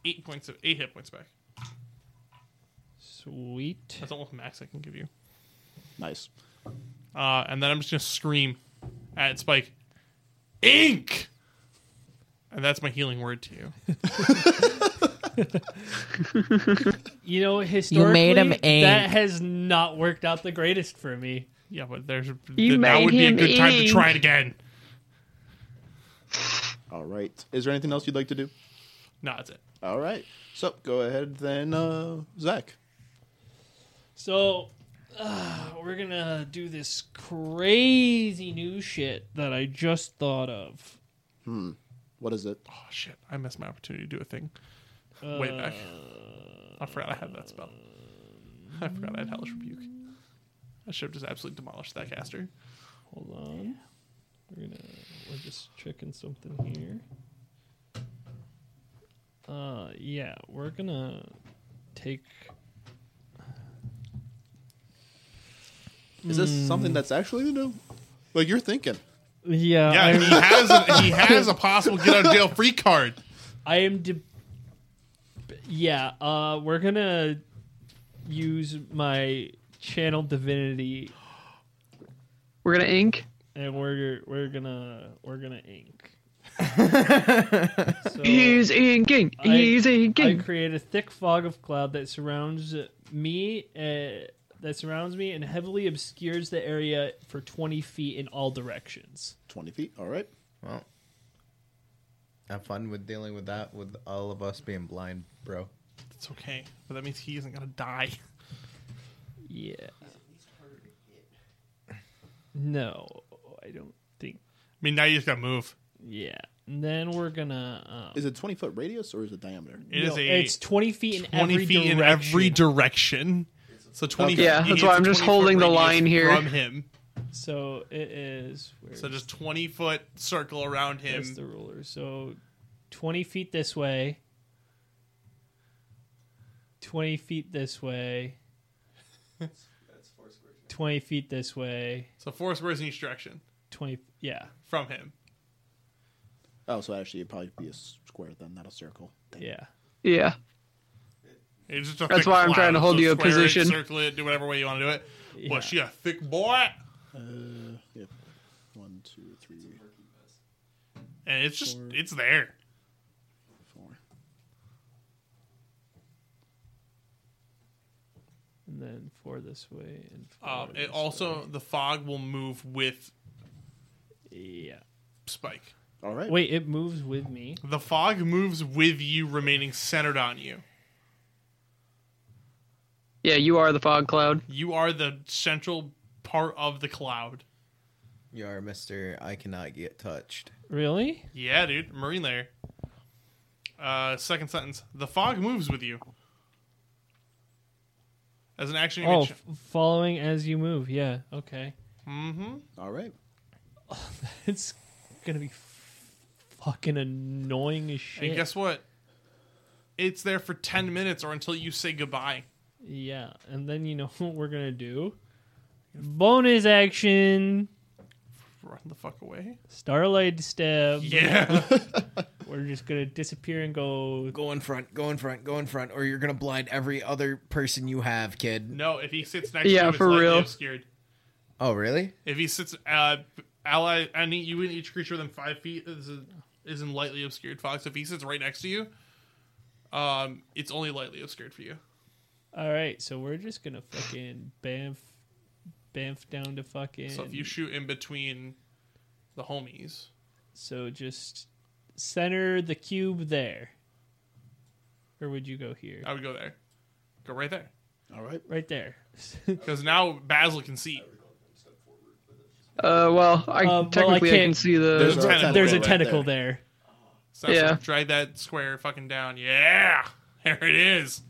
[SPEAKER 2] eight points of eight hit points back.
[SPEAKER 4] Sweet.
[SPEAKER 2] That's almost max I can give you.
[SPEAKER 6] Nice.
[SPEAKER 2] Uh, and then I'm just gonna scream at Spike, ink, and that's my healing word to you.
[SPEAKER 4] You know, historically,
[SPEAKER 5] him aim.
[SPEAKER 4] that has not worked out the greatest for me.
[SPEAKER 2] Yeah, but there's
[SPEAKER 3] You
[SPEAKER 2] that
[SPEAKER 3] made
[SPEAKER 2] would be a
[SPEAKER 3] him
[SPEAKER 2] good time to
[SPEAKER 3] ink.
[SPEAKER 2] try it again.
[SPEAKER 6] All right. Is there anything else you'd like to do?
[SPEAKER 2] No, that's it.
[SPEAKER 6] All right. So go ahead then, uh, Zach.
[SPEAKER 4] So uh, we're gonna do this crazy new shit that I just thought of.
[SPEAKER 6] What is it?
[SPEAKER 2] Oh shit! I missed my opportunity to do a thing. Way back, I forgot I had that spell. I forgot I had Hellish Rebuke. I should have just absolutely demolished that caster.
[SPEAKER 4] Hold on. We're gonna we're just checking something here. Uh yeah, we're gonna take
[SPEAKER 6] Is this something that's actually new? Like you're thinking.
[SPEAKER 4] yeah,
[SPEAKER 2] Yeah, he has a, he has a possible get out of jail free card.
[SPEAKER 4] I am. De- yeah, uh, we're gonna use my channel divinity,
[SPEAKER 3] We're gonna ink.
[SPEAKER 4] and we're we're gonna we're gonna ink. so
[SPEAKER 3] He's inking. He's
[SPEAKER 4] I
[SPEAKER 3] inking.
[SPEAKER 4] create a thick fog of cloud that surrounds me. Uh, that surrounds me and heavily obscures the area for 20 feet in all directions.
[SPEAKER 6] Twenty feet. All right.
[SPEAKER 5] Well, have fun with dealing with that with all of us being blind, bro.
[SPEAKER 2] It's okay, but that means he isn't gonna die.
[SPEAKER 4] Yeah. No, I don't think
[SPEAKER 2] I mean, now you just gotta move.
[SPEAKER 4] Yeah. And then we're gonna. Um,
[SPEAKER 6] Is it twenty foot radius or is it diameter?
[SPEAKER 2] It is
[SPEAKER 4] no,
[SPEAKER 2] a
[SPEAKER 4] it's twenty feet in
[SPEAKER 2] twenty
[SPEAKER 4] every
[SPEAKER 2] feet
[SPEAKER 4] direction.
[SPEAKER 2] in every direction. So twenty.
[SPEAKER 6] Okay.
[SPEAKER 2] feet-
[SPEAKER 3] Yeah, that's
[SPEAKER 2] it's
[SPEAKER 3] why
[SPEAKER 2] a
[SPEAKER 3] I'm just
[SPEAKER 2] 20 foot
[SPEAKER 3] holding the
[SPEAKER 2] radius
[SPEAKER 3] line here.
[SPEAKER 2] from him.
[SPEAKER 4] so it is. Where
[SPEAKER 2] So just twenty foot circle around him.
[SPEAKER 4] is the ruler? So twenty feet this way. Twenty feet this way. Twenty feet this way.
[SPEAKER 2] So four squares in each direction
[SPEAKER 4] Twenty. Yeah.
[SPEAKER 2] from him.
[SPEAKER 6] Oh, so actually it'd probably be a square then, not a circle.
[SPEAKER 4] Yeah.
[SPEAKER 3] Yeah.
[SPEAKER 2] It's just a
[SPEAKER 3] That's
[SPEAKER 2] thick
[SPEAKER 3] why I'm
[SPEAKER 2] cloud,
[SPEAKER 3] trying to hold
[SPEAKER 2] so
[SPEAKER 3] you in
[SPEAKER 2] square it,
[SPEAKER 3] position.
[SPEAKER 2] circle it, do whatever way you want to do it.
[SPEAKER 4] Yeah.
[SPEAKER 2] But she a thick boy,
[SPEAKER 6] Yeah. One, two, three,
[SPEAKER 2] and it's just it's there.
[SPEAKER 6] four.
[SPEAKER 4] And then four this way and four.
[SPEAKER 2] Um,
[SPEAKER 4] this
[SPEAKER 2] it also the fog will move with
[SPEAKER 4] Yeah.
[SPEAKER 2] Spike.
[SPEAKER 6] All right.
[SPEAKER 4] Wait, it moves with me.
[SPEAKER 2] The fog moves with you, remaining centered on you.
[SPEAKER 3] Yeah, you are the fog cloud.
[SPEAKER 2] You are the central part of the cloud.
[SPEAKER 5] You are Mister. I cannot get touched.
[SPEAKER 4] Really?
[SPEAKER 2] Yeah, dude, marine layer. Uh, second sentence: The fog moves with you. As an action, you
[SPEAKER 4] Oh,
[SPEAKER 2] may ch-
[SPEAKER 4] f- following as you move. Yeah. Okay.
[SPEAKER 6] All right.
[SPEAKER 4] It's gonna be f- fucking annoying as
[SPEAKER 2] And
[SPEAKER 4] shit.
[SPEAKER 2] guess what? It's there for 10 minutes or until you say goodbye.
[SPEAKER 4] yeah, and then you know what we're gonna do? Bonus action,
[SPEAKER 2] Run the fuck away.
[SPEAKER 4] starlight step.
[SPEAKER 2] Yeah.
[SPEAKER 4] We're just gonna disappear and go.
[SPEAKER 5] Go in front. Go in front. Go in front, or you're gonna blind every other person you have, kid.
[SPEAKER 2] no, if he sits next to
[SPEAKER 3] Yeah,
[SPEAKER 2] you, it's
[SPEAKER 3] for
[SPEAKER 2] lightly
[SPEAKER 3] real.
[SPEAKER 2] obscured.
[SPEAKER 5] Oh, really?
[SPEAKER 2] If he sits, uh, ally, any, you and each creature within five feet is, is in lightly obscured fog. So if he sits right next to you, um, it's only lightly obscured for you.
[SPEAKER 4] All right, so we're just gonna fucking bamf, bamf down to fucking.
[SPEAKER 2] So if you shoot in between the homies,
[SPEAKER 4] so just center the cube there. Or would you go here?
[SPEAKER 2] I would go there. Go right there.
[SPEAKER 6] All right.
[SPEAKER 4] Right there.
[SPEAKER 2] Because now Basil can see.
[SPEAKER 3] Uh, well, I
[SPEAKER 4] Uh, well, I
[SPEAKER 3] technically I, can
[SPEAKER 4] can't-
[SPEAKER 3] see
[SPEAKER 6] There's
[SPEAKER 3] the.
[SPEAKER 6] a tentacle.
[SPEAKER 4] There's a
[SPEAKER 6] right
[SPEAKER 4] tentacle
[SPEAKER 6] there.
[SPEAKER 4] there.
[SPEAKER 2] So that's-
[SPEAKER 3] Yeah.
[SPEAKER 2] Drag that square fucking down. Yeah. There it is.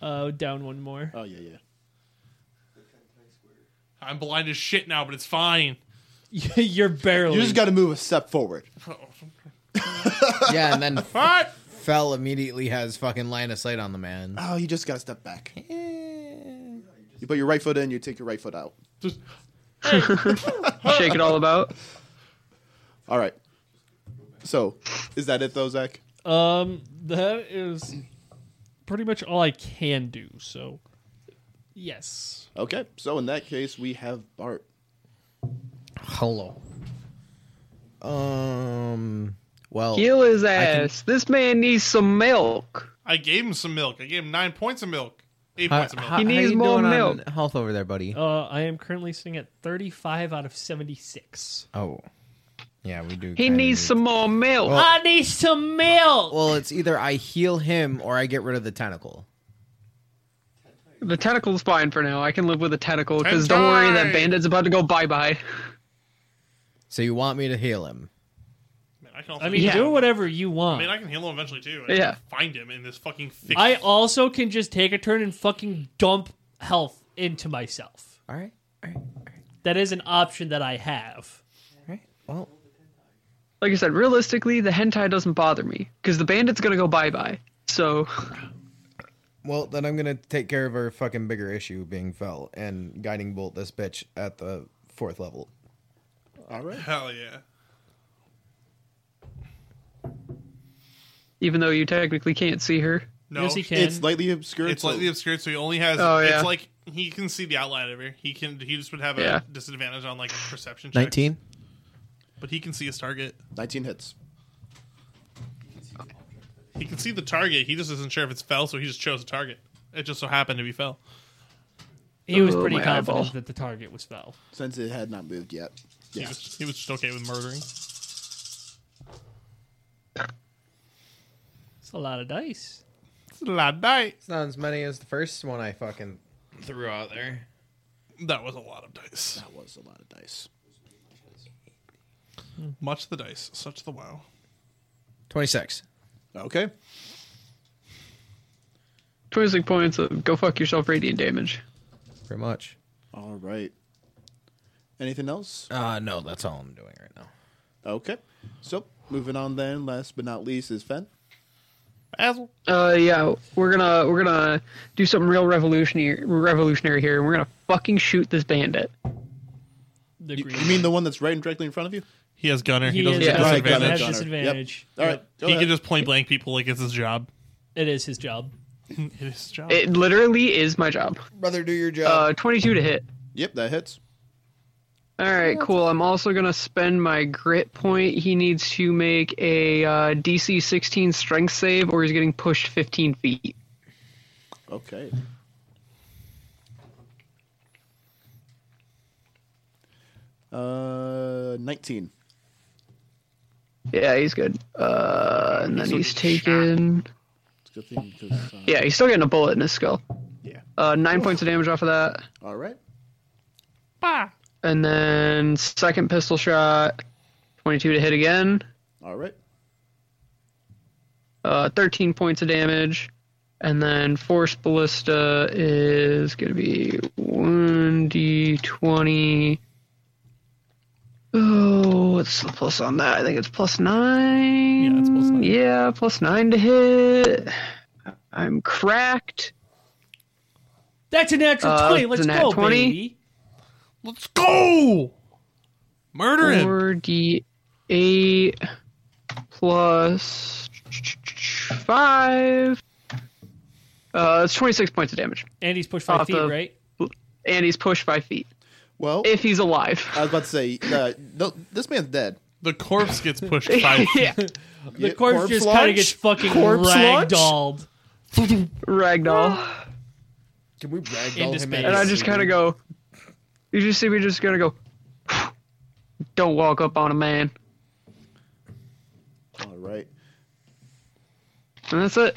[SPEAKER 4] Uh, down one more.
[SPEAKER 6] Oh yeah, yeah.
[SPEAKER 2] I'm blind as shit now, but it's fine.
[SPEAKER 4] You're barely.
[SPEAKER 6] You just got to move a step forward.
[SPEAKER 5] Yeah, and then
[SPEAKER 2] What?
[SPEAKER 5] Fell immediately has fucking line of sight on the man.
[SPEAKER 6] Oh, you just got to step back. You put your right foot in, you take your right foot out.
[SPEAKER 2] Just
[SPEAKER 3] Shake it all about.
[SPEAKER 6] All right. So, is that it though, Zach?
[SPEAKER 4] Um, that is pretty much all I can do. So, yes.
[SPEAKER 6] Okay. So in that case, we have Bart.
[SPEAKER 5] Hello. Um. Well,
[SPEAKER 3] Heal his
[SPEAKER 5] can-
[SPEAKER 3] ass. This man needs some milk.
[SPEAKER 2] I gave him some milk. I gave him nine points of milk. Eight
[SPEAKER 5] how,
[SPEAKER 2] points of milk.
[SPEAKER 5] how-
[SPEAKER 3] He
[SPEAKER 5] how
[SPEAKER 3] needs
[SPEAKER 5] you
[SPEAKER 3] more
[SPEAKER 5] doing on
[SPEAKER 3] milk.
[SPEAKER 5] health Oh. over there, buddy.
[SPEAKER 4] Uh, I am currently sitting at 35 out of 76.
[SPEAKER 5] Oh, Yeah, we do.
[SPEAKER 3] He
[SPEAKER 5] kinda
[SPEAKER 3] needs
[SPEAKER 5] need-
[SPEAKER 3] some more milk.
[SPEAKER 5] Well-
[SPEAKER 4] I need some milk.
[SPEAKER 5] Well, it's either I heal him or I get rid of the tentacle.
[SPEAKER 3] The tentacle's fine for now. I can live with a tentacle because don't worry,
[SPEAKER 2] Hentai!
[SPEAKER 3] that bandit's about to go bye bye.
[SPEAKER 5] So you want me to heal him?
[SPEAKER 2] Man, I, can also
[SPEAKER 4] I mean,
[SPEAKER 3] Yeah.
[SPEAKER 4] do whatever you
[SPEAKER 2] I
[SPEAKER 4] want.
[SPEAKER 2] mean, I can heal him eventually too. I just
[SPEAKER 3] Yeah.
[SPEAKER 2] can't find him in this fucking. Thick
[SPEAKER 4] I also can just take a turn and fucking dump health into myself.
[SPEAKER 5] All right, all right, all
[SPEAKER 4] That is an option that I have.
[SPEAKER 5] right. Well,
[SPEAKER 3] Like I said, realistically, the hentai doesn't bother me because the bandit's gonna go bye bye. So
[SPEAKER 5] well, then I'm gonna take care of our fucking bigger issue being fell and guiding bolt this bitch at the fourth level.
[SPEAKER 6] All right.
[SPEAKER 2] Hell yeah.
[SPEAKER 3] even though you technically can't see her,
[SPEAKER 2] No,
[SPEAKER 4] Yes, he can.
[SPEAKER 6] It's lightly obscured.
[SPEAKER 2] It's lightly obscured, so he only has.
[SPEAKER 3] Oh, yeah.
[SPEAKER 2] It's like he can see the outline of her. He can. He just would have a
[SPEAKER 3] Yeah.
[SPEAKER 2] disadvantage on like perception. checks.
[SPEAKER 5] Nineteen.
[SPEAKER 2] but he can see his target.
[SPEAKER 6] 19 hits.
[SPEAKER 2] He can see the target. He just isn't sure if it's fell, so he just chose a target. It just so happened to be fell.
[SPEAKER 4] He was
[SPEAKER 3] Ooh,
[SPEAKER 4] pretty
[SPEAKER 3] my
[SPEAKER 4] confident
[SPEAKER 3] eyeball.
[SPEAKER 4] that the target was fell.
[SPEAKER 6] Since it had not moved yet.
[SPEAKER 2] He
[SPEAKER 6] Yeah.
[SPEAKER 2] was he was just okay with murdering.
[SPEAKER 4] It's a lot of dice.
[SPEAKER 2] It's a lot of dice.
[SPEAKER 5] It's not as many as the first one I fucking threw out there.
[SPEAKER 2] That was a lot of dice.
[SPEAKER 6] That was a lot of dice.
[SPEAKER 2] Much the dice, such the wow.
[SPEAKER 5] Twenty-six.
[SPEAKER 6] Okay.
[SPEAKER 3] twenty six points of go fuck yourself radiant damage.
[SPEAKER 5] Pretty much.
[SPEAKER 6] All right. Anything else?
[SPEAKER 5] Uh no, that's all I'm doing right now.
[SPEAKER 6] Okay. So, moving on then, last but not least is Fen.
[SPEAKER 2] Basil.
[SPEAKER 3] Uh, yeah, we're gonna we're gonna do something real revolutionary revolutionary here, and we're gonna fucking shoot this bandit.
[SPEAKER 4] The
[SPEAKER 6] You,
[SPEAKER 4] green-
[SPEAKER 6] you mean the one that's right and directly in front of you?
[SPEAKER 2] He has gunner. He,
[SPEAKER 4] He
[SPEAKER 2] doesn't
[SPEAKER 4] is-
[SPEAKER 2] get
[SPEAKER 3] Yeah.
[SPEAKER 4] has
[SPEAKER 3] Right,
[SPEAKER 2] disadvantage.
[SPEAKER 6] gunner. Gunner.
[SPEAKER 4] disadvantage.
[SPEAKER 6] Yep. All right. go
[SPEAKER 2] He
[SPEAKER 6] ahead.
[SPEAKER 2] can just point blank people like it's his job.
[SPEAKER 4] It is his job.
[SPEAKER 2] It is his job.
[SPEAKER 3] It literally is my job.
[SPEAKER 5] Brother, do your job.
[SPEAKER 3] Uh, twenty two to hit.
[SPEAKER 6] Yep, that hits.
[SPEAKER 3] All right, cool. I'm also gonna spend my grit point. He needs to make a uh, DC 16 strength save, or he's getting pushed 15 feet.
[SPEAKER 6] Okay. Uh, 19.
[SPEAKER 3] Yeah, he's good. Uh, and then
[SPEAKER 2] So
[SPEAKER 3] he's
[SPEAKER 2] he's
[SPEAKER 3] taken.
[SPEAKER 6] It's a good thing because. Uh,
[SPEAKER 3] Yeah, he's still getting a bullet in his skull.
[SPEAKER 6] yeah.
[SPEAKER 3] Uh, nine points of damage off of that,
[SPEAKER 6] All right.
[SPEAKER 3] and then second pistol shot, 22 to hit again.
[SPEAKER 6] All right.
[SPEAKER 3] uh, 13 points of damage. And then Force Ballista is going to be 1d20. Oh, what's the plus on that? I think it's plus 9.
[SPEAKER 2] Yeah, it's plus nine.
[SPEAKER 3] Yeah, plus 9 to hit. I'm cracked.
[SPEAKER 4] That's a natural
[SPEAKER 3] Uh,
[SPEAKER 4] 20.
[SPEAKER 3] it's
[SPEAKER 4] Let's
[SPEAKER 3] a nat
[SPEAKER 4] go,
[SPEAKER 3] 20.
[SPEAKER 4] baby.
[SPEAKER 2] Let's go. Murder him.
[SPEAKER 3] 4d8 plus 5. Uh, it's 26 points of damage.
[SPEAKER 4] And he's pushed five
[SPEAKER 3] Off
[SPEAKER 4] feet,
[SPEAKER 3] the-
[SPEAKER 4] right?
[SPEAKER 3] And he's pushed 5 feet.
[SPEAKER 6] Well,
[SPEAKER 3] If he's alive.
[SPEAKER 6] I was about to say, uh, no, this man's dead.
[SPEAKER 2] The corpse gets pushed five feet.
[SPEAKER 3] yeah,
[SPEAKER 4] The
[SPEAKER 6] Yeah,
[SPEAKER 4] corpse,
[SPEAKER 6] corpse
[SPEAKER 4] just kind of
[SPEAKER 6] launch?
[SPEAKER 4] gets fucking
[SPEAKER 6] Corpse launch?
[SPEAKER 4] ragdolled.
[SPEAKER 3] ragdoll.
[SPEAKER 5] Can we ragdoll
[SPEAKER 4] Into
[SPEAKER 5] him?
[SPEAKER 4] space.
[SPEAKER 3] And I just kind of go, you just see me just gonna go, don't walk up on a man.
[SPEAKER 6] All right.
[SPEAKER 3] And that's it.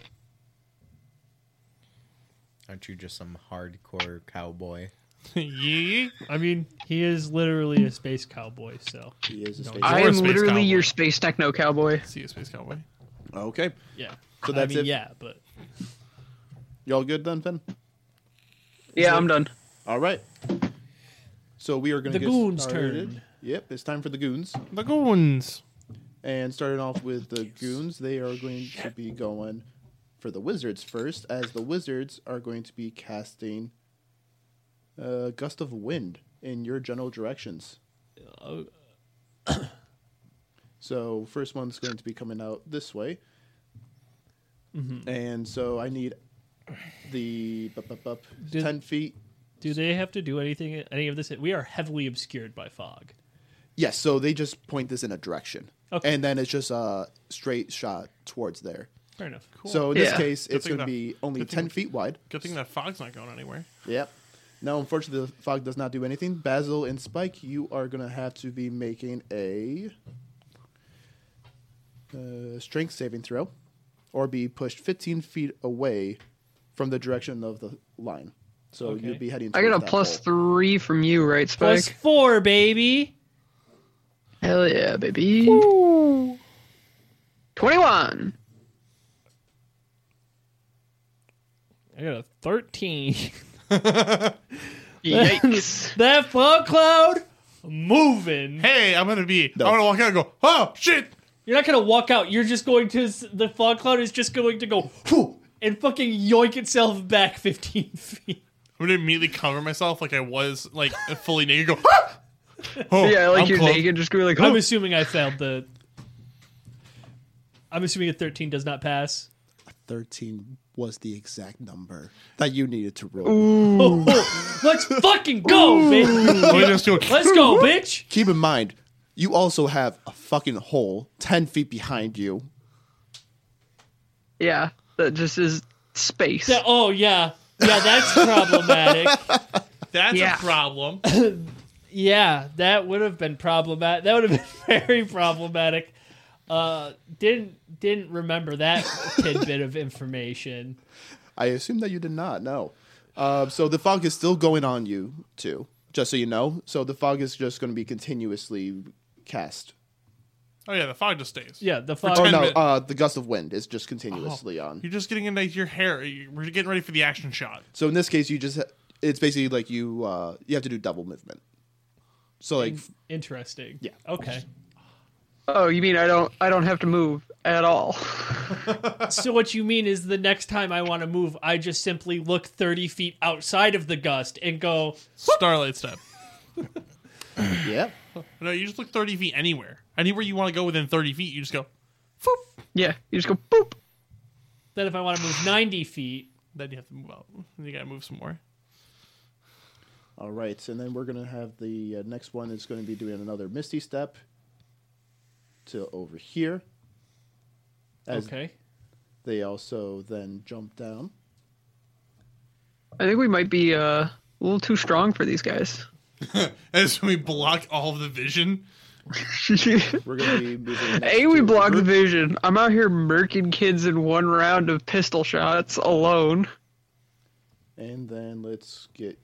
[SPEAKER 5] Aren't you just some hardcore cowboy?
[SPEAKER 2] yeah.
[SPEAKER 4] I mean, he is literally a space cowboy, so.
[SPEAKER 6] He is a space.
[SPEAKER 3] I
[SPEAKER 2] You're a
[SPEAKER 3] am
[SPEAKER 2] space
[SPEAKER 3] literally your
[SPEAKER 2] cowboy.
[SPEAKER 3] space techno cowboy.
[SPEAKER 2] See you, space cowboy.
[SPEAKER 6] Okay.
[SPEAKER 4] Yeah.
[SPEAKER 6] So that's
[SPEAKER 4] I
[SPEAKER 6] it?
[SPEAKER 4] mean, yeah, but.
[SPEAKER 6] Y'all good then, Fen?
[SPEAKER 3] Yeah, I'm done.
[SPEAKER 6] All right. So we are going to
[SPEAKER 4] The
[SPEAKER 6] get
[SPEAKER 4] goons'
[SPEAKER 6] started.
[SPEAKER 4] turn.
[SPEAKER 6] Yep, it's time for the goons.
[SPEAKER 2] The goons.
[SPEAKER 6] And starting off with the goons, they are going to be going for the wizards first, as the wizards are going to be casting a gust of wind in your general directions. so first one's going to be coming out this way, and so I need the up, up, up,
[SPEAKER 4] Did-
[SPEAKER 6] ten feet.
[SPEAKER 4] Do they have to do anything, any of this? We are heavily obscured by fog.
[SPEAKER 6] Yes, so they just point this in a direction,
[SPEAKER 4] Okay.
[SPEAKER 6] and then it's just a straight shot towards there.
[SPEAKER 4] Fair enough. Cool.
[SPEAKER 6] So in this
[SPEAKER 3] Yeah.
[SPEAKER 6] case, it's
[SPEAKER 2] thing
[SPEAKER 6] going to
[SPEAKER 2] that-
[SPEAKER 6] be only
[SPEAKER 2] good thing
[SPEAKER 6] ten
[SPEAKER 2] that-
[SPEAKER 6] feet wide.
[SPEAKER 2] Good thing that fog's not going anywhere.
[SPEAKER 6] Yep. Now, unfortunately, the fog does not do anything. Basil and Spike, you are going to have to be making a uh, strength saving throw, or be pushed 15 feet away from the direction of the line. So
[SPEAKER 4] Okay.
[SPEAKER 6] you'd be heading.
[SPEAKER 3] I got a
[SPEAKER 6] towards that
[SPEAKER 3] plus
[SPEAKER 6] hole.
[SPEAKER 3] three from you, right, Spike?
[SPEAKER 4] Plus four, baby.
[SPEAKER 3] Hell yeah, baby. 21.
[SPEAKER 4] I got a 13.
[SPEAKER 3] Yikes.
[SPEAKER 4] that fog cloud moving.
[SPEAKER 2] Hey, I'm gonna be.
[SPEAKER 6] No.
[SPEAKER 2] I'm gonna walk out and go. Oh shit!
[SPEAKER 4] You're not going to walk out. You're just going to. s- The fog cloud is just going to go whew, and fucking yoink itself back 15 feet.
[SPEAKER 2] I'm gonna immediately cover myself like I was like fully naked. Go. "Ah!" Oh,
[SPEAKER 3] yeah, like
[SPEAKER 2] I'm
[SPEAKER 3] you're
[SPEAKER 2] close.
[SPEAKER 3] naked, just go like,
[SPEAKER 4] I'm
[SPEAKER 3] oh,
[SPEAKER 4] assuming I failed the. I'm assuming a 13 does not pass.
[SPEAKER 6] 13 was the exact number that you needed to roll.
[SPEAKER 4] Oh, Let's fucking go, bitch.
[SPEAKER 2] Oh, you just go,
[SPEAKER 4] Let's go, bitch.
[SPEAKER 6] Keep in mind, you also have a fucking hole 10 feet behind you.
[SPEAKER 3] yeah, that just is space.
[SPEAKER 4] That- oh yeah, yeah, that's problematic.
[SPEAKER 2] That's
[SPEAKER 3] Yeah.
[SPEAKER 2] a problem.
[SPEAKER 4] Yeah, that would have been problematic. That would have been very problematic. Uh, didn't didn't remember that tidbit of information.
[SPEAKER 6] I assume that you did not know. Uh, so the fog is still going on you, too, just so you know. So the fog is just going to be continuously cast.
[SPEAKER 2] Oh yeah, the fog just stays.
[SPEAKER 4] Yeah, the fog.
[SPEAKER 6] Oh, no,
[SPEAKER 2] minute-
[SPEAKER 6] uh, the gust of wind is just continuously on.
[SPEAKER 2] You're just getting into your hair. You- We're getting ready for the action shot.
[SPEAKER 6] So in this case, you just, ha- it's basically like you, uh, you have to do double movement. So like,
[SPEAKER 4] Interesting.
[SPEAKER 6] Yeah.
[SPEAKER 4] Okay.
[SPEAKER 3] Oh, you mean I don't I don't have to move at all?
[SPEAKER 4] So what you mean is the next time I want to move, I just simply look thirty feet outside of the gust and go.
[SPEAKER 2] Starlight step.
[SPEAKER 6] yeah.
[SPEAKER 2] No, you just look 30 feet anywhere. Anywhere you want to go within 30 feet, you just go.
[SPEAKER 3] Yeah, you just go boop.
[SPEAKER 4] Then if I want to move ninety feet,
[SPEAKER 2] Then you have to move out. You gotta move some more.
[SPEAKER 6] All right, and then we're gonna have the uh, next one is going to be doing another Misty step to over here. As
[SPEAKER 4] okay.
[SPEAKER 6] They also then jump down.
[SPEAKER 3] I think we might be uh, a little too strong for these guys.
[SPEAKER 2] As we block all of the vision.
[SPEAKER 6] We're gonna be moving. next
[SPEAKER 3] A, we
[SPEAKER 6] to
[SPEAKER 3] block the
[SPEAKER 6] Ru-
[SPEAKER 3] vision. I'm out here murking kids in one round of pistol shots alone.
[SPEAKER 6] and then let's get.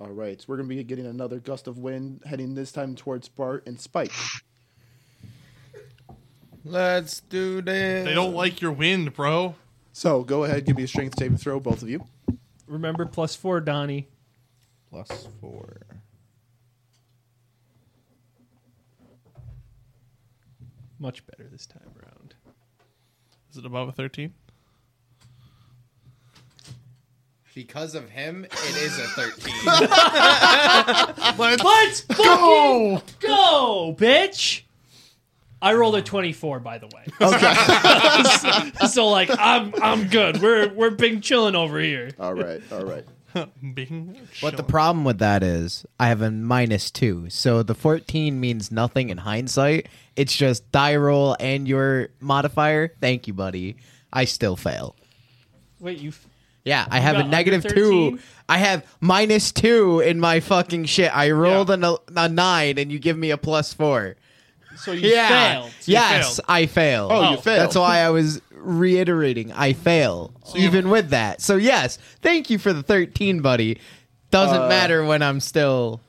[SPEAKER 6] All right, so we're gonna be getting another gust of wind heading this time towards Bart and Spike.
[SPEAKER 5] Let's do this.
[SPEAKER 2] They don't like your wind, bro.
[SPEAKER 6] So go ahead, give me a strength saving throw, both of you.
[SPEAKER 4] Remember plus four, Donnie.
[SPEAKER 5] Plus four.
[SPEAKER 4] Much better this time around.
[SPEAKER 2] Is it above a 13?
[SPEAKER 5] Because of him, it is a 13.
[SPEAKER 4] Let's go! go, bitch! I rolled a 24, by the way. Okay. so, like, I'm I'm good. We're we're big chilling over here.
[SPEAKER 6] All right, all right.
[SPEAKER 2] Bing.
[SPEAKER 5] but the
[SPEAKER 2] Chilling.
[SPEAKER 5] problem with that is, I have a minus two. So the 14 means nothing in hindsight. It's just die roll and your modifier. Thank you, buddy. I still fail.
[SPEAKER 4] Wait, you? f-
[SPEAKER 5] Yeah, I have
[SPEAKER 4] got
[SPEAKER 5] a
[SPEAKER 4] under
[SPEAKER 5] negative
[SPEAKER 4] 13?
[SPEAKER 5] two. I have minus two in my fucking shit. I rolled a no- a, nine and you give me a plus four.
[SPEAKER 4] So you
[SPEAKER 5] Yeah.
[SPEAKER 4] failed.
[SPEAKER 5] yes,
[SPEAKER 2] failed.
[SPEAKER 5] I fail.
[SPEAKER 6] Oh, you
[SPEAKER 4] Oh,
[SPEAKER 6] failed.
[SPEAKER 5] That's why I was reiterating I fail,
[SPEAKER 4] Oh.
[SPEAKER 5] even with that. So, yes, thank you for the 13, buddy. Doesn't
[SPEAKER 3] Uh,
[SPEAKER 5] matter when I'm still.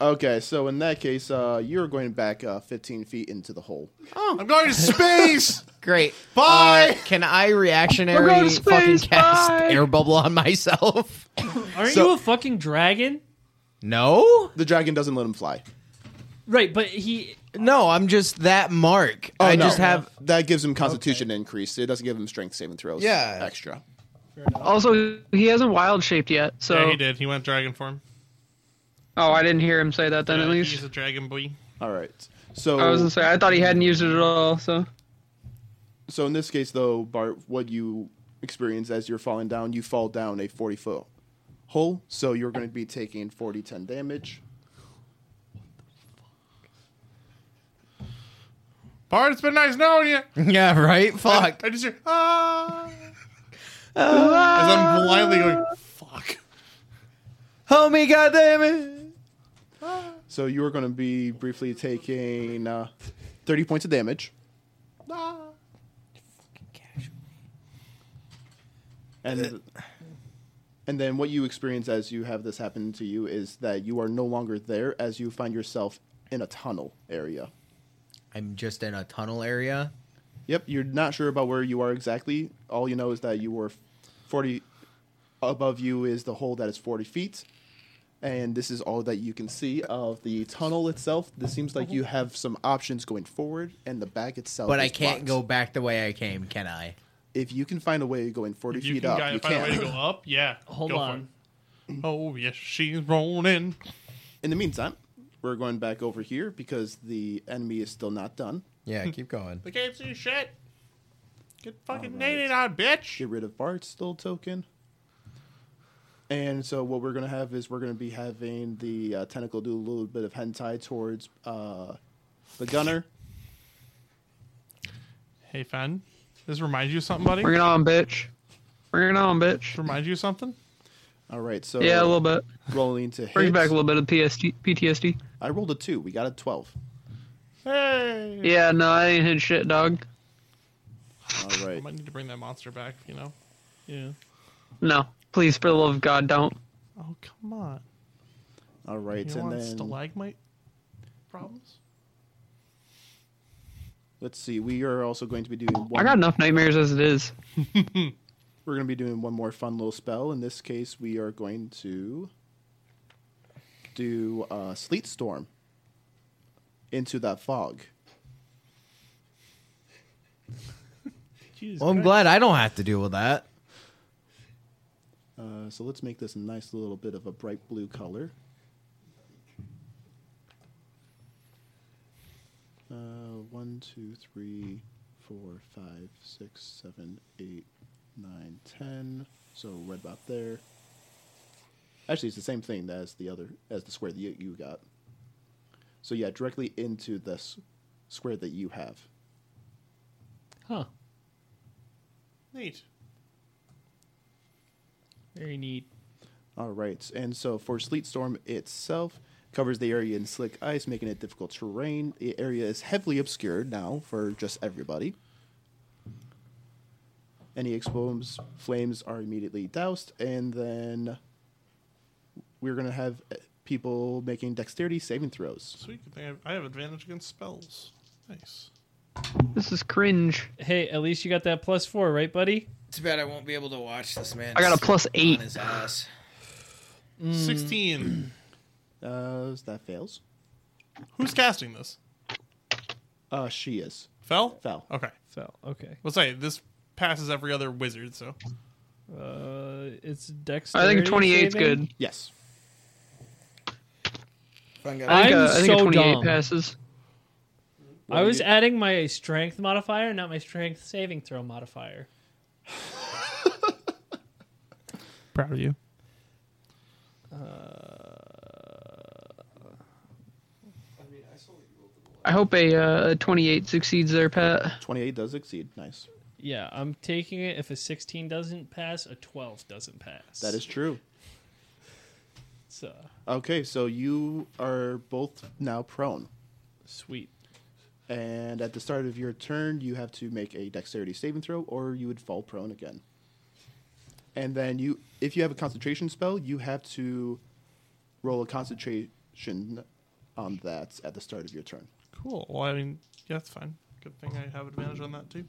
[SPEAKER 6] Okay, so in that case, uh, you're going back uh, 15 feet into the hole.
[SPEAKER 2] I'm going to space!
[SPEAKER 5] Great.
[SPEAKER 2] Bye!
[SPEAKER 5] Uh, Can I reactionary
[SPEAKER 3] We're going to
[SPEAKER 5] fucking
[SPEAKER 3] space,
[SPEAKER 5] cast
[SPEAKER 3] bye!
[SPEAKER 5] air bubble on myself?
[SPEAKER 4] Aren't
[SPEAKER 6] So-
[SPEAKER 4] you a fucking dragon?
[SPEAKER 5] no?
[SPEAKER 6] The dragon doesn't let him fly.
[SPEAKER 4] Right, but he.
[SPEAKER 5] No, I'm just that mark.
[SPEAKER 3] Oh,
[SPEAKER 5] I
[SPEAKER 6] no.
[SPEAKER 5] just have.
[SPEAKER 6] That gives him constitution increase. It doesn't give him strength saving throws.
[SPEAKER 5] Yeah.
[SPEAKER 6] Extra.
[SPEAKER 3] Also, he hasn't wild shaped yet, so.
[SPEAKER 2] yeah, he did. He went dragon form.
[SPEAKER 3] Oh, I didn't hear him say that then,
[SPEAKER 2] Yeah,
[SPEAKER 3] at
[SPEAKER 2] He's
[SPEAKER 3] least.
[SPEAKER 2] a dragon boy.
[SPEAKER 6] All right. So
[SPEAKER 3] I was gonna say, I thought he hadn't used it at all, so.
[SPEAKER 6] so in this case though, Bart, what you experience as you're falling down, you fall down a 40 foot hole. So you're going to be taking 40 10 damage.
[SPEAKER 2] Bart, it's been nice knowing you.
[SPEAKER 5] Yeah, right? Fuck.
[SPEAKER 2] I just hear, ah. As I'm blindly going, fuck.
[SPEAKER 5] Homie, goddammit.
[SPEAKER 6] So you are going to be briefly taking uh, 30 points of damage. And and then what you experience as you have this happen to you is that you are no longer there as you find yourself in a tunnel area.
[SPEAKER 5] I'm just in a tunnel area.
[SPEAKER 6] Yep, you're not sure about where you are exactly. All you know is that you were 40 above you is the hole that is 40 feet. And this is all that you can see of the tunnel itself. This seems like you have some options going forward, and the back itself.
[SPEAKER 5] But I
[SPEAKER 6] is
[SPEAKER 5] can't
[SPEAKER 6] blocked.
[SPEAKER 5] go back the way I came, can I?
[SPEAKER 6] If you can find a way going 40
[SPEAKER 2] If you
[SPEAKER 6] feet
[SPEAKER 2] can
[SPEAKER 6] up,
[SPEAKER 2] guy-
[SPEAKER 6] you
[SPEAKER 2] find a way to
[SPEAKER 6] can.
[SPEAKER 2] go up, yeah.
[SPEAKER 4] Hold
[SPEAKER 2] go for
[SPEAKER 4] on.
[SPEAKER 2] it. Oh yes, she's rolling.
[SPEAKER 6] In the meantime, we're going back over here because the enemy is still not done.
[SPEAKER 5] Yeah, keep going.
[SPEAKER 2] They can't see shit. Get fucking nated on, bitch.
[SPEAKER 6] get rid of Bart's still token. And so what we're gonna have is we're gonna be having the uh, tentacle do a little bit of hentai towards uh, the gunner.
[SPEAKER 2] Hey, Fen. This reminds you of something, buddy.
[SPEAKER 3] Bring it on, bitch. Bring it on,
[SPEAKER 2] This
[SPEAKER 3] bitch.
[SPEAKER 2] reminds you of something.
[SPEAKER 6] All right, so
[SPEAKER 3] Yeah, a little bit.
[SPEAKER 6] rolling to hit.
[SPEAKER 3] Brings back a little bit of PSD, PTSD.
[SPEAKER 6] I rolled a two. We got a twelve.
[SPEAKER 2] Hey.
[SPEAKER 3] Yeah, no, I ain't hit shit, dog.
[SPEAKER 6] All
[SPEAKER 2] I
[SPEAKER 6] right,
[SPEAKER 2] might need to bring that monster back. You know. Yeah.
[SPEAKER 3] No, please, for the love of God, don't.
[SPEAKER 2] Oh come on.
[SPEAKER 6] all right,
[SPEAKER 2] You
[SPEAKER 6] and
[SPEAKER 2] want
[SPEAKER 6] then
[SPEAKER 2] stalagmite problems?
[SPEAKER 6] let's see. We are also going to be doing. One,
[SPEAKER 3] I got enough nightmares as it is.
[SPEAKER 6] We're going to be doing one more fun little spell. In this case, we are going to do uh, sleet storm into that fog.
[SPEAKER 4] Jesus
[SPEAKER 5] Well, I'm
[SPEAKER 4] Christ.
[SPEAKER 5] glad I don't have to deal with that.
[SPEAKER 6] Uh, so let's make this a nice little bit of a bright blue color. Uh, one, two, three, four, five, six, seven, eight, nine, ten. So right about there. Actually, it's the same thing as the other as the square that you, you got. So yeah, directly into this square that you have.
[SPEAKER 4] Huh.
[SPEAKER 2] Neat.
[SPEAKER 4] Very neat.
[SPEAKER 6] All right. And so for Sleet Storm itself, covers the area in slick ice, making it difficult terrain. The area is heavily obscured now for just everybody. Any exposed flames are immediately doused, and then we're going to have uh, people making dexterity saving throws.
[SPEAKER 2] Sweet. Good thing I have, I have advantage against spells. Nice.
[SPEAKER 3] This is cringe.
[SPEAKER 4] Hey, at least you got that plus four, right, buddy?
[SPEAKER 5] Too bad I won't be able to watch this man.
[SPEAKER 3] I got a plus eight.
[SPEAKER 5] his ass.
[SPEAKER 3] Hmm.
[SPEAKER 2] Sixteen.
[SPEAKER 6] Uh, that fails.
[SPEAKER 2] Who's casting this?
[SPEAKER 6] Uh, she is.
[SPEAKER 2] Fell.
[SPEAKER 6] Fell.
[SPEAKER 2] Okay.
[SPEAKER 4] So okay.
[SPEAKER 2] Let's say this passes every other wizard. So.
[SPEAKER 4] Uh, it's Dex.
[SPEAKER 3] I think 28's good.
[SPEAKER 6] Yes.
[SPEAKER 3] I think,
[SPEAKER 4] I'm
[SPEAKER 3] uh, I think a
[SPEAKER 4] so
[SPEAKER 3] 28
[SPEAKER 4] dumb.
[SPEAKER 3] passes.
[SPEAKER 4] I was adding my strength modifier, not my strength saving throw modifier.
[SPEAKER 2] Proud of you.
[SPEAKER 3] I hope a uh, 28 succeeds there, Pat.
[SPEAKER 6] 28 does exceed. Nice.
[SPEAKER 4] Yeah, I'm taking it. If a 16 doesn't pass, a 12 doesn't pass.
[SPEAKER 6] That is true.
[SPEAKER 4] so,
[SPEAKER 6] Okay, so you are both now prone.
[SPEAKER 4] sweet.
[SPEAKER 6] And at the start of your turn, you have to make a dexterity saving throw, or you would fall prone again. And then you, if you have a concentration spell, you have to roll a concentration on that at the start of your turn.
[SPEAKER 2] Cool. Well, I mean, yeah, that's fine. Good thing I have advantage on that too.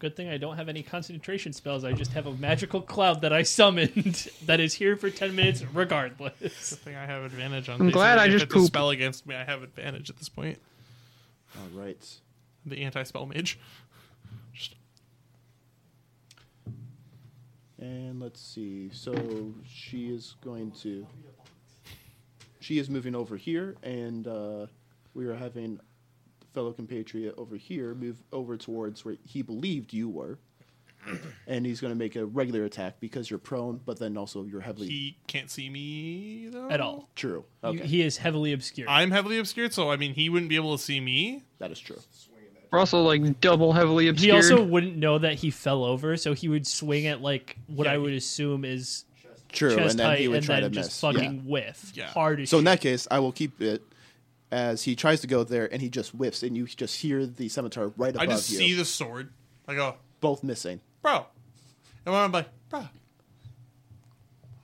[SPEAKER 4] Good thing I don't have any concentration spells. I just have a magical cloud that I summoned that is here for 10 minutes regardless.
[SPEAKER 2] Good thing I have advantage on.
[SPEAKER 3] I'm
[SPEAKER 2] basically
[SPEAKER 3] glad I
[SPEAKER 2] if
[SPEAKER 3] just
[SPEAKER 2] it's a
[SPEAKER 3] pooped.
[SPEAKER 2] spell against me. I have advantage at this point.
[SPEAKER 6] All right.
[SPEAKER 2] The anti-spell mage.
[SPEAKER 6] And let's see. So she is going to. She is moving over here, and uh, we are having fellow compatriot over here move over towards where he believed you were. And he's going to make a regular attack because you're prone, but then also you're heavily.
[SPEAKER 2] He can't see me though
[SPEAKER 4] At all.
[SPEAKER 6] True.
[SPEAKER 4] You-
[SPEAKER 6] Okay.
[SPEAKER 4] he is heavily obscured.
[SPEAKER 2] I'm heavily obscured, so I mean, he wouldn't be able to see me.
[SPEAKER 6] that is true.
[SPEAKER 3] We're also like double heavily
[SPEAKER 4] he
[SPEAKER 3] obscured.
[SPEAKER 4] also wouldn't know that he fell over, so he would swing at like what
[SPEAKER 2] Yeah,
[SPEAKER 4] I
[SPEAKER 2] he-
[SPEAKER 4] would assume is
[SPEAKER 6] True.
[SPEAKER 4] chest
[SPEAKER 6] and then
[SPEAKER 4] height
[SPEAKER 6] he would
[SPEAKER 4] and
[SPEAKER 6] try to
[SPEAKER 4] then just
[SPEAKER 6] miss.
[SPEAKER 4] fucking
[SPEAKER 6] Yeah.
[SPEAKER 4] whiff
[SPEAKER 2] Yeah.
[SPEAKER 4] hard as
[SPEAKER 6] So in
[SPEAKER 4] shit.
[SPEAKER 6] that case, I will keep it as he tries to go there and he just whiffs and you just hear the scimitar right
[SPEAKER 2] I
[SPEAKER 6] above
[SPEAKER 2] just
[SPEAKER 6] you.
[SPEAKER 2] see the sword. I go,
[SPEAKER 6] both missing.
[SPEAKER 2] bro. And I'm like, bro.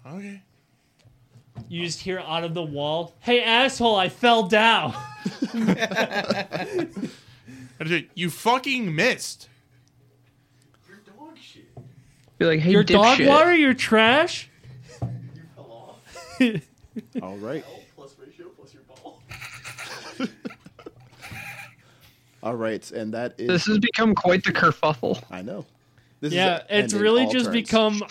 [SPEAKER 2] Okay.
[SPEAKER 4] You just hear out of the wall, "Hey asshole, I fell down."
[SPEAKER 2] I just, you fucking missed.
[SPEAKER 3] You're like, hey,
[SPEAKER 4] Your dog
[SPEAKER 3] dipshit.
[SPEAKER 4] water, your trash.
[SPEAKER 6] All right. All right, and that is
[SPEAKER 3] This has become quite the kerfuffle.
[SPEAKER 6] I know. This is
[SPEAKER 4] Yeah, it's
[SPEAKER 6] ending
[SPEAKER 4] really
[SPEAKER 6] all
[SPEAKER 4] just
[SPEAKER 6] turns.
[SPEAKER 4] become.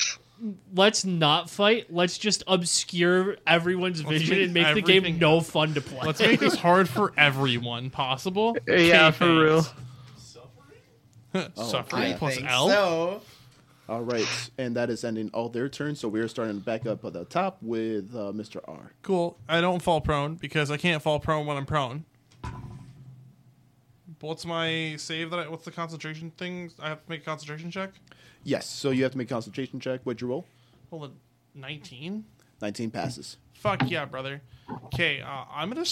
[SPEAKER 4] Let's not fight. Let's just obscure everyone's vision
[SPEAKER 2] make
[SPEAKER 4] and make the
[SPEAKER 2] everything-
[SPEAKER 4] game no fun to play.
[SPEAKER 2] Let's make this hard for everyone possible. K
[SPEAKER 3] Yeah, for real.
[SPEAKER 2] things. Suffering
[SPEAKER 5] I
[SPEAKER 2] plus
[SPEAKER 5] think
[SPEAKER 2] L.
[SPEAKER 5] so.
[SPEAKER 6] All right, and that is ending all their turns. So we are starting back up at the top with uh, Mr. R.
[SPEAKER 2] Cool. I don't fall prone because I can't fall prone when I'm prone. What's my save that I, what's the concentration thing? I have to make a concentration check?
[SPEAKER 6] Yes, so you have to make a concentration check. What'd you roll?
[SPEAKER 2] Hold on. 19?
[SPEAKER 6] Nineteen passes.
[SPEAKER 2] Fuck yeah, brother. Okay, uh, I'm going to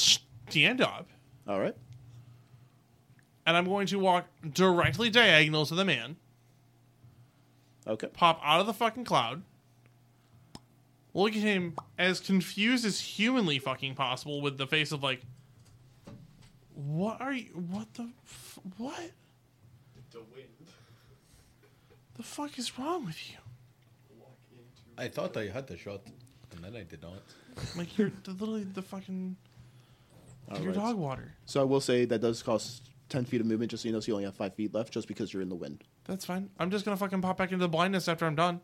[SPEAKER 2] stand up
[SPEAKER 6] All right.
[SPEAKER 2] and I'm going to walk directly diagonal to the man,
[SPEAKER 6] Okay.
[SPEAKER 2] pop out of the fucking cloud, look at him as confused as humanly fucking possible with the face of like, what are you, what the, f- what? The wind. The fuck is wrong with you?
[SPEAKER 7] I thought I had the shot, and then I did not.
[SPEAKER 2] Like, you're literally the fucking,
[SPEAKER 6] All
[SPEAKER 2] your
[SPEAKER 6] right.
[SPEAKER 2] dog water.
[SPEAKER 6] So I will say that does cost ten feet of movement. Just so you know, so you only have five feet left, just because you're in the wind.
[SPEAKER 2] That's fine. I'm just gonna fucking pop back into the blindness after I'm done.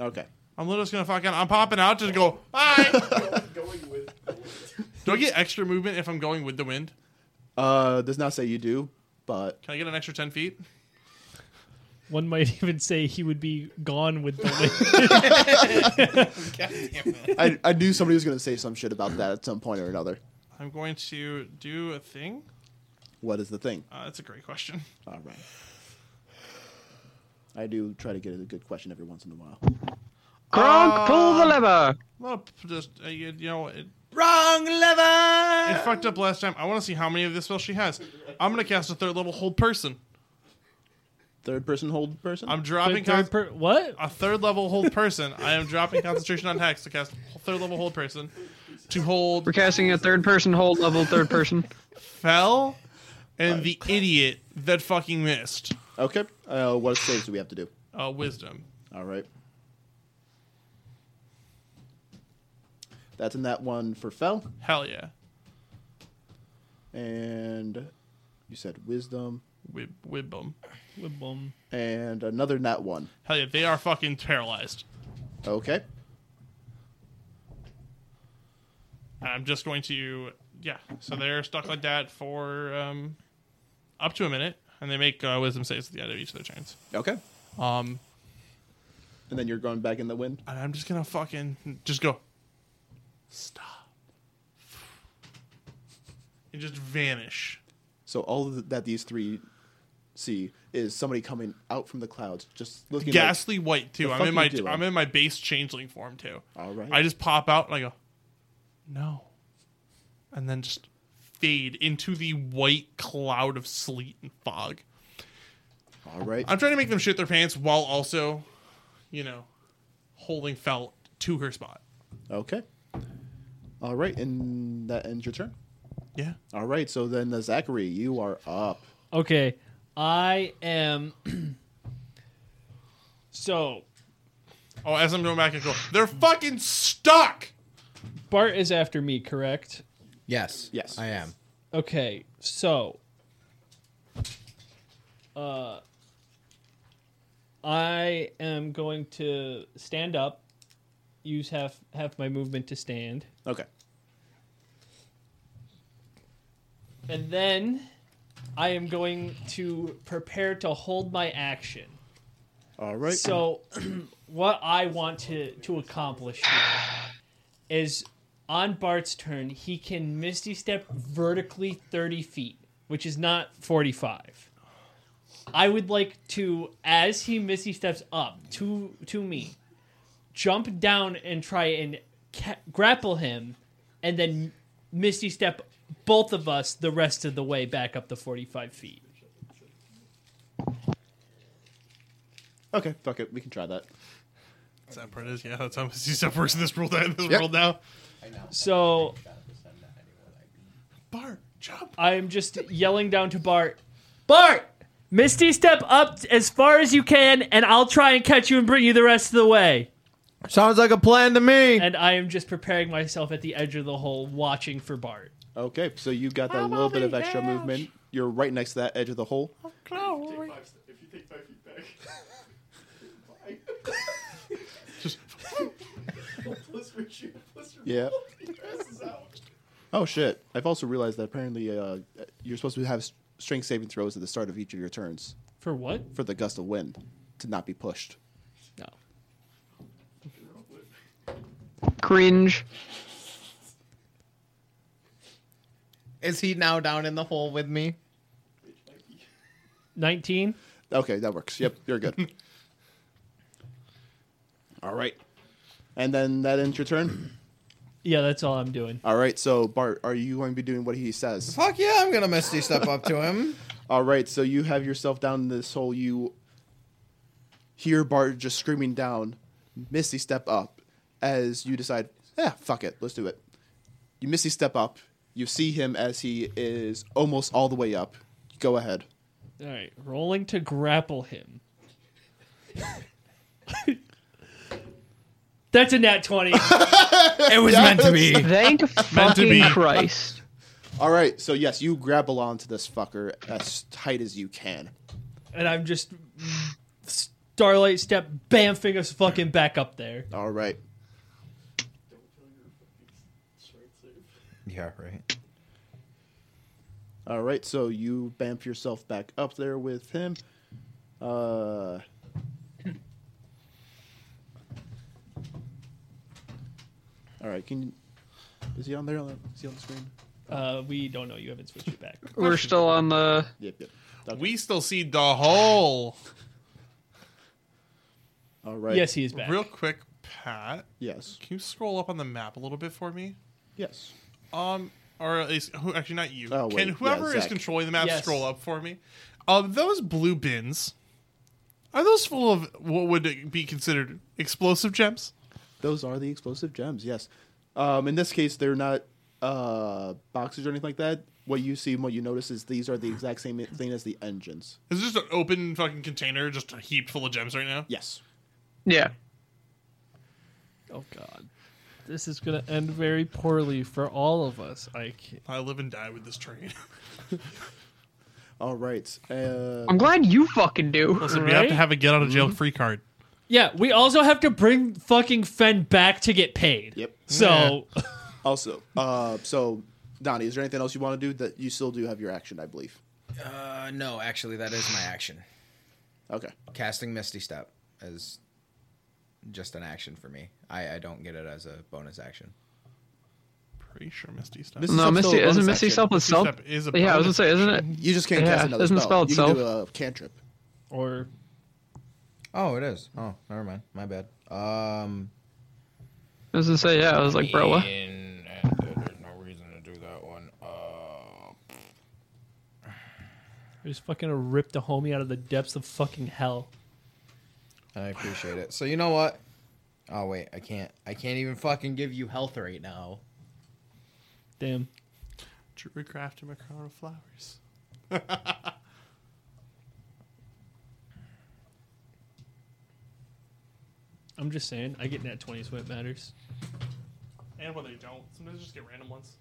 [SPEAKER 6] Okay.
[SPEAKER 2] I'm literally just gonna fucking. I'm popping out to go. Bye. Do I get extra movement if I'm going with the wind?
[SPEAKER 6] Uh, does not say you do, but
[SPEAKER 2] Can I get an extra ten feet?
[SPEAKER 4] One might even say he would be gone with the wind.
[SPEAKER 6] I, I knew somebody was going to say some shit about that at some point or another.
[SPEAKER 2] I'm going to do a thing.
[SPEAKER 6] What is the thing?
[SPEAKER 2] Uh, that's a great question.
[SPEAKER 6] All right. I do try to get a good question every once in a while.
[SPEAKER 3] Gronk, pull the lever.
[SPEAKER 2] I'm gonna p- just uh, you, you know it,
[SPEAKER 5] Wrong
[SPEAKER 2] it
[SPEAKER 5] lever.
[SPEAKER 2] fucked up last time. I want to see how many of this spell she has. I'm gonna cast a third level hold person.
[SPEAKER 6] Third person hold person?
[SPEAKER 2] I'm dropping
[SPEAKER 4] Third
[SPEAKER 2] con-
[SPEAKER 4] per- what?
[SPEAKER 2] a third level hold person. I am dropping concentration on hex to cast third level hold person to hold
[SPEAKER 3] We're casting a third person hold level, third person.
[SPEAKER 2] fell and the idiot that fucking missed.
[SPEAKER 6] okay. Uh, what saves do we have to do?
[SPEAKER 2] Uh, wisdom.
[SPEAKER 6] All right. That's in that one for Fell.
[SPEAKER 2] Hell yeah.
[SPEAKER 6] And you said wisdom.
[SPEAKER 2] Wib wibbum.
[SPEAKER 4] Boom.
[SPEAKER 6] And another nat one.
[SPEAKER 2] Hell yeah, they are fucking paralyzed.
[SPEAKER 6] Okay.
[SPEAKER 2] And I'm just going to yeah. So they're stuck like that for um, up to a minute, and they make uh, wisdom saves at the end of each of their turns.
[SPEAKER 6] Okay.
[SPEAKER 2] Um,
[SPEAKER 6] And then you're going back in the wind.
[SPEAKER 2] and I'm just gonna fucking just go stop and just vanish.
[SPEAKER 6] So all of that these three see is somebody coming out from the clouds, just looking. like-
[SPEAKER 2] Ghastly white too.
[SPEAKER 6] The
[SPEAKER 2] I'm
[SPEAKER 6] fuck
[SPEAKER 2] in my
[SPEAKER 6] you doing?
[SPEAKER 2] I'm in my base changeling form too.
[SPEAKER 6] all right.
[SPEAKER 2] I just pop out and I go, no. And then just fade into the white cloud of sleet and fog.
[SPEAKER 6] all right.
[SPEAKER 2] I'm trying to make them shit their pants while also, you know, holding Felt to her spot.
[SPEAKER 6] Okay. All right, and that ends your turn.
[SPEAKER 2] Yeah.
[SPEAKER 6] All right, so then uh, Zachary, you are up.
[SPEAKER 4] Okay, I am. so
[SPEAKER 2] Oh, as I'm going back, I go, they're fucking stuck!
[SPEAKER 4] Bart is after me, correct?
[SPEAKER 5] Yes.
[SPEAKER 6] Yes.
[SPEAKER 5] I am.
[SPEAKER 4] Okay, so uh I am going to stand up, use half half my movement to stand,
[SPEAKER 6] Okay.
[SPEAKER 4] and then I am going to prepare to hold my action.
[SPEAKER 6] All right.
[SPEAKER 4] So, what I want to to accomplish here is on Bart's turn, he can Misty Step vertically thirty feet, which is not forty five. I would like to, as he Misty steps up to to me, jump down and try and ca- grapple him, and then Misty Step both of us the rest of the way back up the 45 feet.
[SPEAKER 6] Okay, fuck it. We can try that.
[SPEAKER 2] That's how print is. Yeah, that's how Misty Step works in this world, in this
[SPEAKER 6] Yep.
[SPEAKER 2] world now.
[SPEAKER 4] So
[SPEAKER 2] Bart, jump.
[SPEAKER 4] I'm just yelling down to Bart Bart! Misty Step up as far as you can, and I'll try and catch you and bring you the rest of the way.
[SPEAKER 5] Sounds like a plan to me.
[SPEAKER 4] And I am just preparing myself at the edge of the hole, watching for Bart.
[SPEAKER 6] Okay, so you got that little bit of extra movement. You're right next to that edge of the hole. Yeah. Oh shit! I've also realized that apparently uh, you're supposed to have s- strength saving throws at the start of each of your turns
[SPEAKER 4] For what?
[SPEAKER 6] for the gust of wind to not be pushed.
[SPEAKER 4] No.
[SPEAKER 3] Cringe.
[SPEAKER 5] Is he now down in the hole with me?
[SPEAKER 4] 19?
[SPEAKER 6] Okay, that works. Yep, you're good. All right, and then that ends your turn.
[SPEAKER 4] Yeah, that's all I'm doing.
[SPEAKER 6] All right, so Bart, are you going to be doing what he says?
[SPEAKER 5] Fuck yeah, I'm gonna misty step up to him.
[SPEAKER 6] All right, so you have yourself down in this hole. You hear Bart just screaming down, Misty step up, as you decide, yeah, fuck it, let's do it. You Misty step up. You see him as he is almost all the way up. Go ahead.
[SPEAKER 4] All right, rolling to grapple him. That's a nat 20.
[SPEAKER 5] It was meant to be.
[SPEAKER 3] Thank
[SPEAKER 2] be.
[SPEAKER 3] fucking Christ.
[SPEAKER 6] All right, so yes, you grapple onto this fucker as tight as you can.
[SPEAKER 4] and I'm just Starlight Step bamfing us fucking back up there.
[SPEAKER 6] All right.
[SPEAKER 5] Yeah, right.
[SPEAKER 6] All right, so you bamf yourself back up there with him. Uh, all right, can you, is he on there? Is he on the screen?
[SPEAKER 4] Uh, we don't know. You haven't switched it back.
[SPEAKER 3] We're still on the.
[SPEAKER 6] Yep, yep. Okay.
[SPEAKER 2] We still see the hole.
[SPEAKER 6] all right.
[SPEAKER 4] Yes, he is back.
[SPEAKER 2] Real quick, Pat,
[SPEAKER 6] Yes.
[SPEAKER 2] can you scroll up on the map a little bit for me?
[SPEAKER 6] Yes.
[SPEAKER 2] Um, or at least who, actually not you.
[SPEAKER 6] Oh, wait.
[SPEAKER 2] Can
[SPEAKER 6] Yeah,
[SPEAKER 2] whoever is
[SPEAKER 6] Zach.
[SPEAKER 2] controlling the map
[SPEAKER 4] Yes.
[SPEAKER 2] scroll up for me? Um, those blue bins are those full of what would be considered explosive gems?
[SPEAKER 6] Those are the explosive gems. Yes. Um, in this case, they're not uh, boxes or anything like that. What you see and what you notice is these are the exact same thing as the engines.
[SPEAKER 2] Is this just an open fucking container just heaped full of gems right now?
[SPEAKER 6] Yes.
[SPEAKER 3] Yeah.
[SPEAKER 4] Oh God, this is gonna end very poorly for all of us. I can't.
[SPEAKER 2] I live and die with this train.
[SPEAKER 6] All right. Uh,
[SPEAKER 3] I'm glad you fucking do.
[SPEAKER 2] Listen, we
[SPEAKER 4] Right?
[SPEAKER 2] have to have a get out of jail
[SPEAKER 6] Mm-hmm.
[SPEAKER 2] free card.
[SPEAKER 4] Yeah, we also have to bring fucking Fen back to get paid.
[SPEAKER 6] yep.
[SPEAKER 4] So
[SPEAKER 6] Also, uh, so Donnie, is there anything else you want to do that you still do have your action? I believe.
[SPEAKER 5] Uh, no, actually, that is my action.
[SPEAKER 6] Okay.
[SPEAKER 5] Casting misty step is just an action for me. I, I don't get it as a bonus action.
[SPEAKER 2] Pretty sure Misty stuff.
[SPEAKER 6] Misty-
[SPEAKER 3] No,
[SPEAKER 4] Mm.
[SPEAKER 6] It's
[SPEAKER 3] Misty
[SPEAKER 6] still a
[SPEAKER 3] isn't
[SPEAKER 6] bonus
[SPEAKER 3] Misty
[SPEAKER 6] action.
[SPEAKER 3] self
[SPEAKER 2] Misty
[SPEAKER 3] itself?
[SPEAKER 2] Step is a
[SPEAKER 3] Yeah, I was gonna
[SPEAKER 2] bonus
[SPEAKER 3] say, isn't it?
[SPEAKER 6] You just can't cast
[SPEAKER 3] Yeah,
[SPEAKER 6] another
[SPEAKER 3] doesn't
[SPEAKER 6] spell.
[SPEAKER 3] spell
[SPEAKER 6] you can do a cantrip.
[SPEAKER 4] or
[SPEAKER 5] Oh, it is. Oh, never mind. My bad. Um,
[SPEAKER 3] I was gonna say, yeah. I was like, bro, what?
[SPEAKER 5] in- uh, there's no reason to do that one. Uh,
[SPEAKER 4] I just fucking ripped a homie out of the depths of fucking hell.
[SPEAKER 5] I appreciate it. So you know what? Oh wait, I can't. I can't even fucking give you health right now.
[SPEAKER 4] Damn.
[SPEAKER 2] Druid crafted my crown of flowers.
[SPEAKER 4] I'm just saying, I get net 20s when it matters.
[SPEAKER 2] And when they don't, sometimes just get random ones.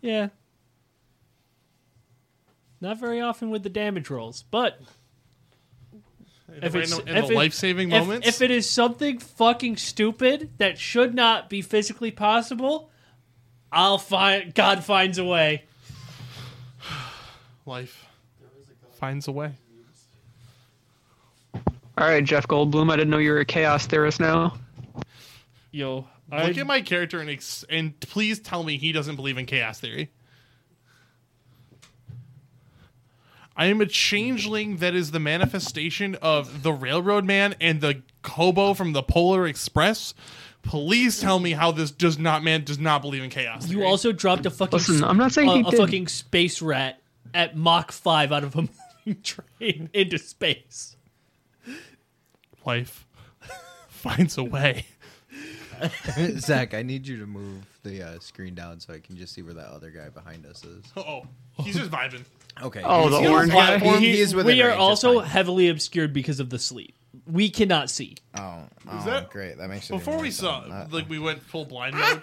[SPEAKER 4] Yeah. Not very often with the damage rolls, but If
[SPEAKER 2] the
[SPEAKER 4] it's-
[SPEAKER 2] random,
[SPEAKER 4] if
[SPEAKER 2] and the
[SPEAKER 4] it-
[SPEAKER 2] life saving
[SPEAKER 4] if-
[SPEAKER 2] moments.
[SPEAKER 4] If, it is something fucking stupid that should not be physically possible, I'll find God finds a way.
[SPEAKER 2] life finds a way.
[SPEAKER 3] All right, Jeff Goldblum. I didn't know you were a chaos theorist. Now
[SPEAKER 4] Yo,
[SPEAKER 2] Look
[SPEAKER 4] I,
[SPEAKER 2] at my character and ex- and please tell me he doesn't believe in chaos theory. I am a changeling that is the manifestation of the railroad man and the hobo from the Polar Express. Please tell me how this does not man does not believe in chaos.
[SPEAKER 4] You
[SPEAKER 2] theory.
[SPEAKER 4] also dropped a fucking
[SPEAKER 3] Listen,
[SPEAKER 4] s-
[SPEAKER 3] I'm not saying
[SPEAKER 4] a,
[SPEAKER 3] he
[SPEAKER 4] a
[SPEAKER 3] did.
[SPEAKER 4] fucking space rat at Mach five out of a moving train into space.
[SPEAKER 2] life finds a way.
[SPEAKER 5] Zach, I need you to move the uh, screen down so I can just see where that other guy behind us is.
[SPEAKER 2] Oh, he's just vibing.
[SPEAKER 5] Okay.
[SPEAKER 3] Oh, the
[SPEAKER 5] he's-
[SPEAKER 3] orange guy.
[SPEAKER 5] He- he is within
[SPEAKER 4] we are
[SPEAKER 5] range, it's
[SPEAKER 4] also
[SPEAKER 5] fine.
[SPEAKER 4] heavily obscured because of the sleep. We cannot see.
[SPEAKER 5] Oh, oh,
[SPEAKER 2] that-
[SPEAKER 5] great. That makes it
[SPEAKER 2] Before
[SPEAKER 5] even
[SPEAKER 2] we
[SPEAKER 5] worse.
[SPEAKER 2] saw,
[SPEAKER 5] Uh,
[SPEAKER 2] like, we went full blind mode.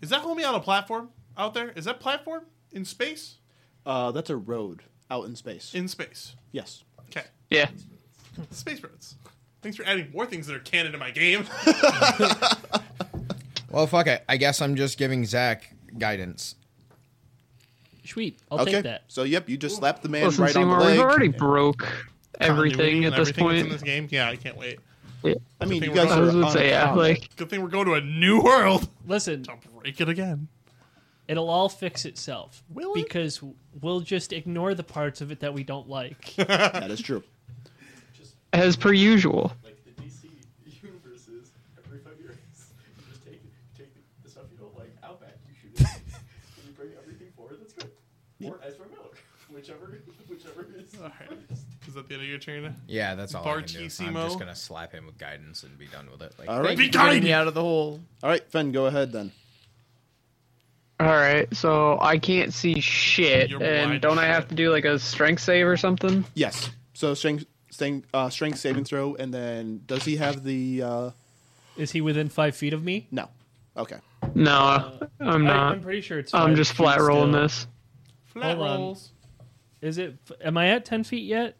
[SPEAKER 2] Is that homie on a platform out there? Is that platform in space?
[SPEAKER 6] Uh, that's a road out in space.
[SPEAKER 2] In space.
[SPEAKER 6] yes.
[SPEAKER 2] Okay.
[SPEAKER 3] Yeah.
[SPEAKER 2] Space roads. Thanks for adding more things that are canon to my game.
[SPEAKER 5] Well, fuck it. I guess I'm just giving Zach guidance.
[SPEAKER 4] Sweet, I'll
[SPEAKER 6] Okay.
[SPEAKER 4] take that.
[SPEAKER 6] So yep, you just slapped the man
[SPEAKER 3] Listen,
[SPEAKER 6] right on the
[SPEAKER 3] Seymour,
[SPEAKER 6] leg.
[SPEAKER 3] we've already broke everything
[SPEAKER 2] Continuity
[SPEAKER 3] at
[SPEAKER 2] and
[SPEAKER 3] this
[SPEAKER 2] everything that's
[SPEAKER 3] point.
[SPEAKER 2] in this game. Yeah, I can't wait.
[SPEAKER 6] I mean, you
[SPEAKER 2] Good thing we're
[SPEAKER 6] guys
[SPEAKER 3] I
[SPEAKER 6] are
[SPEAKER 3] was
[SPEAKER 6] on
[SPEAKER 3] gonna
[SPEAKER 6] a
[SPEAKER 3] say, yeah,
[SPEAKER 6] comet.
[SPEAKER 3] like
[SPEAKER 2] Good thing we're going to a new world.
[SPEAKER 4] Listen,
[SPEAKER 2] I'll break it again.
[SPEAKER 4] it'll all fix itself.
[SPEAKER 2] Will it?
[SPEAKER 4] because we'll just ignore the parts of it that we don't like.
[SPEAKER 6] that is true.
[SPEAKER 3] as per usual.
[SPEAKER 8] like the DC universes every five years. You just take take the stuff you don't like out back, you shoot it, and you bring everything forward that's good. Or Ezra Miller, whichever whichever is.
[SPEAKER 2] All right. Is that the end of your turn?
[SPEAKER 5] Yeah, that's all I can do. I'm
[SPEAKER 2] Bartissimo.
[SPEAKER 5] just gonna slap him with guidance and be done with it. Like,
[SPEAKER 6] All right.
[SPEAKER 5] thank you for getting me out of the hole.
[SPEAKER 6] All right, Fen, go ahead then.
[SPEAKER 3] All right, so I can't see shit,
[SPEAKER 2] You're blind
[SPEAKER 3] and don't I
[SPEAKER 2] as
[SPEAKER 3] have
[SPEAKER 2] shit.
[SPEAKER 3] to do like a strength save or something?
[SPEAKER 6] Yes. So strength, strength, uh, strength saving throw, and then does he have the? Uh,
[SPEAKER 4] Is he within five feet of me?
[SPEAKER 6] no. Okay.
[SPEAKER 3] No, I'm
[SPEAKER 4] Uh, I,
[SPEAKER 3] not.
[SPEAKER 4] am pretty sure it's.
[SPEAKER 3] I'm
[SPEAKER 4] five
[SPEAKER 3] just
[SPEAKER 4] feet
[SPEAKER 3] flat rolling
[SPEAKER 4] still.
[SPEAKER 3] this.
[SPEAKER 2] Flat
[SPEAKER 4] Hold on.
[SPEAKER 2] rolls.
[SPEAKER 4] Is it? Am I at ten feet yet?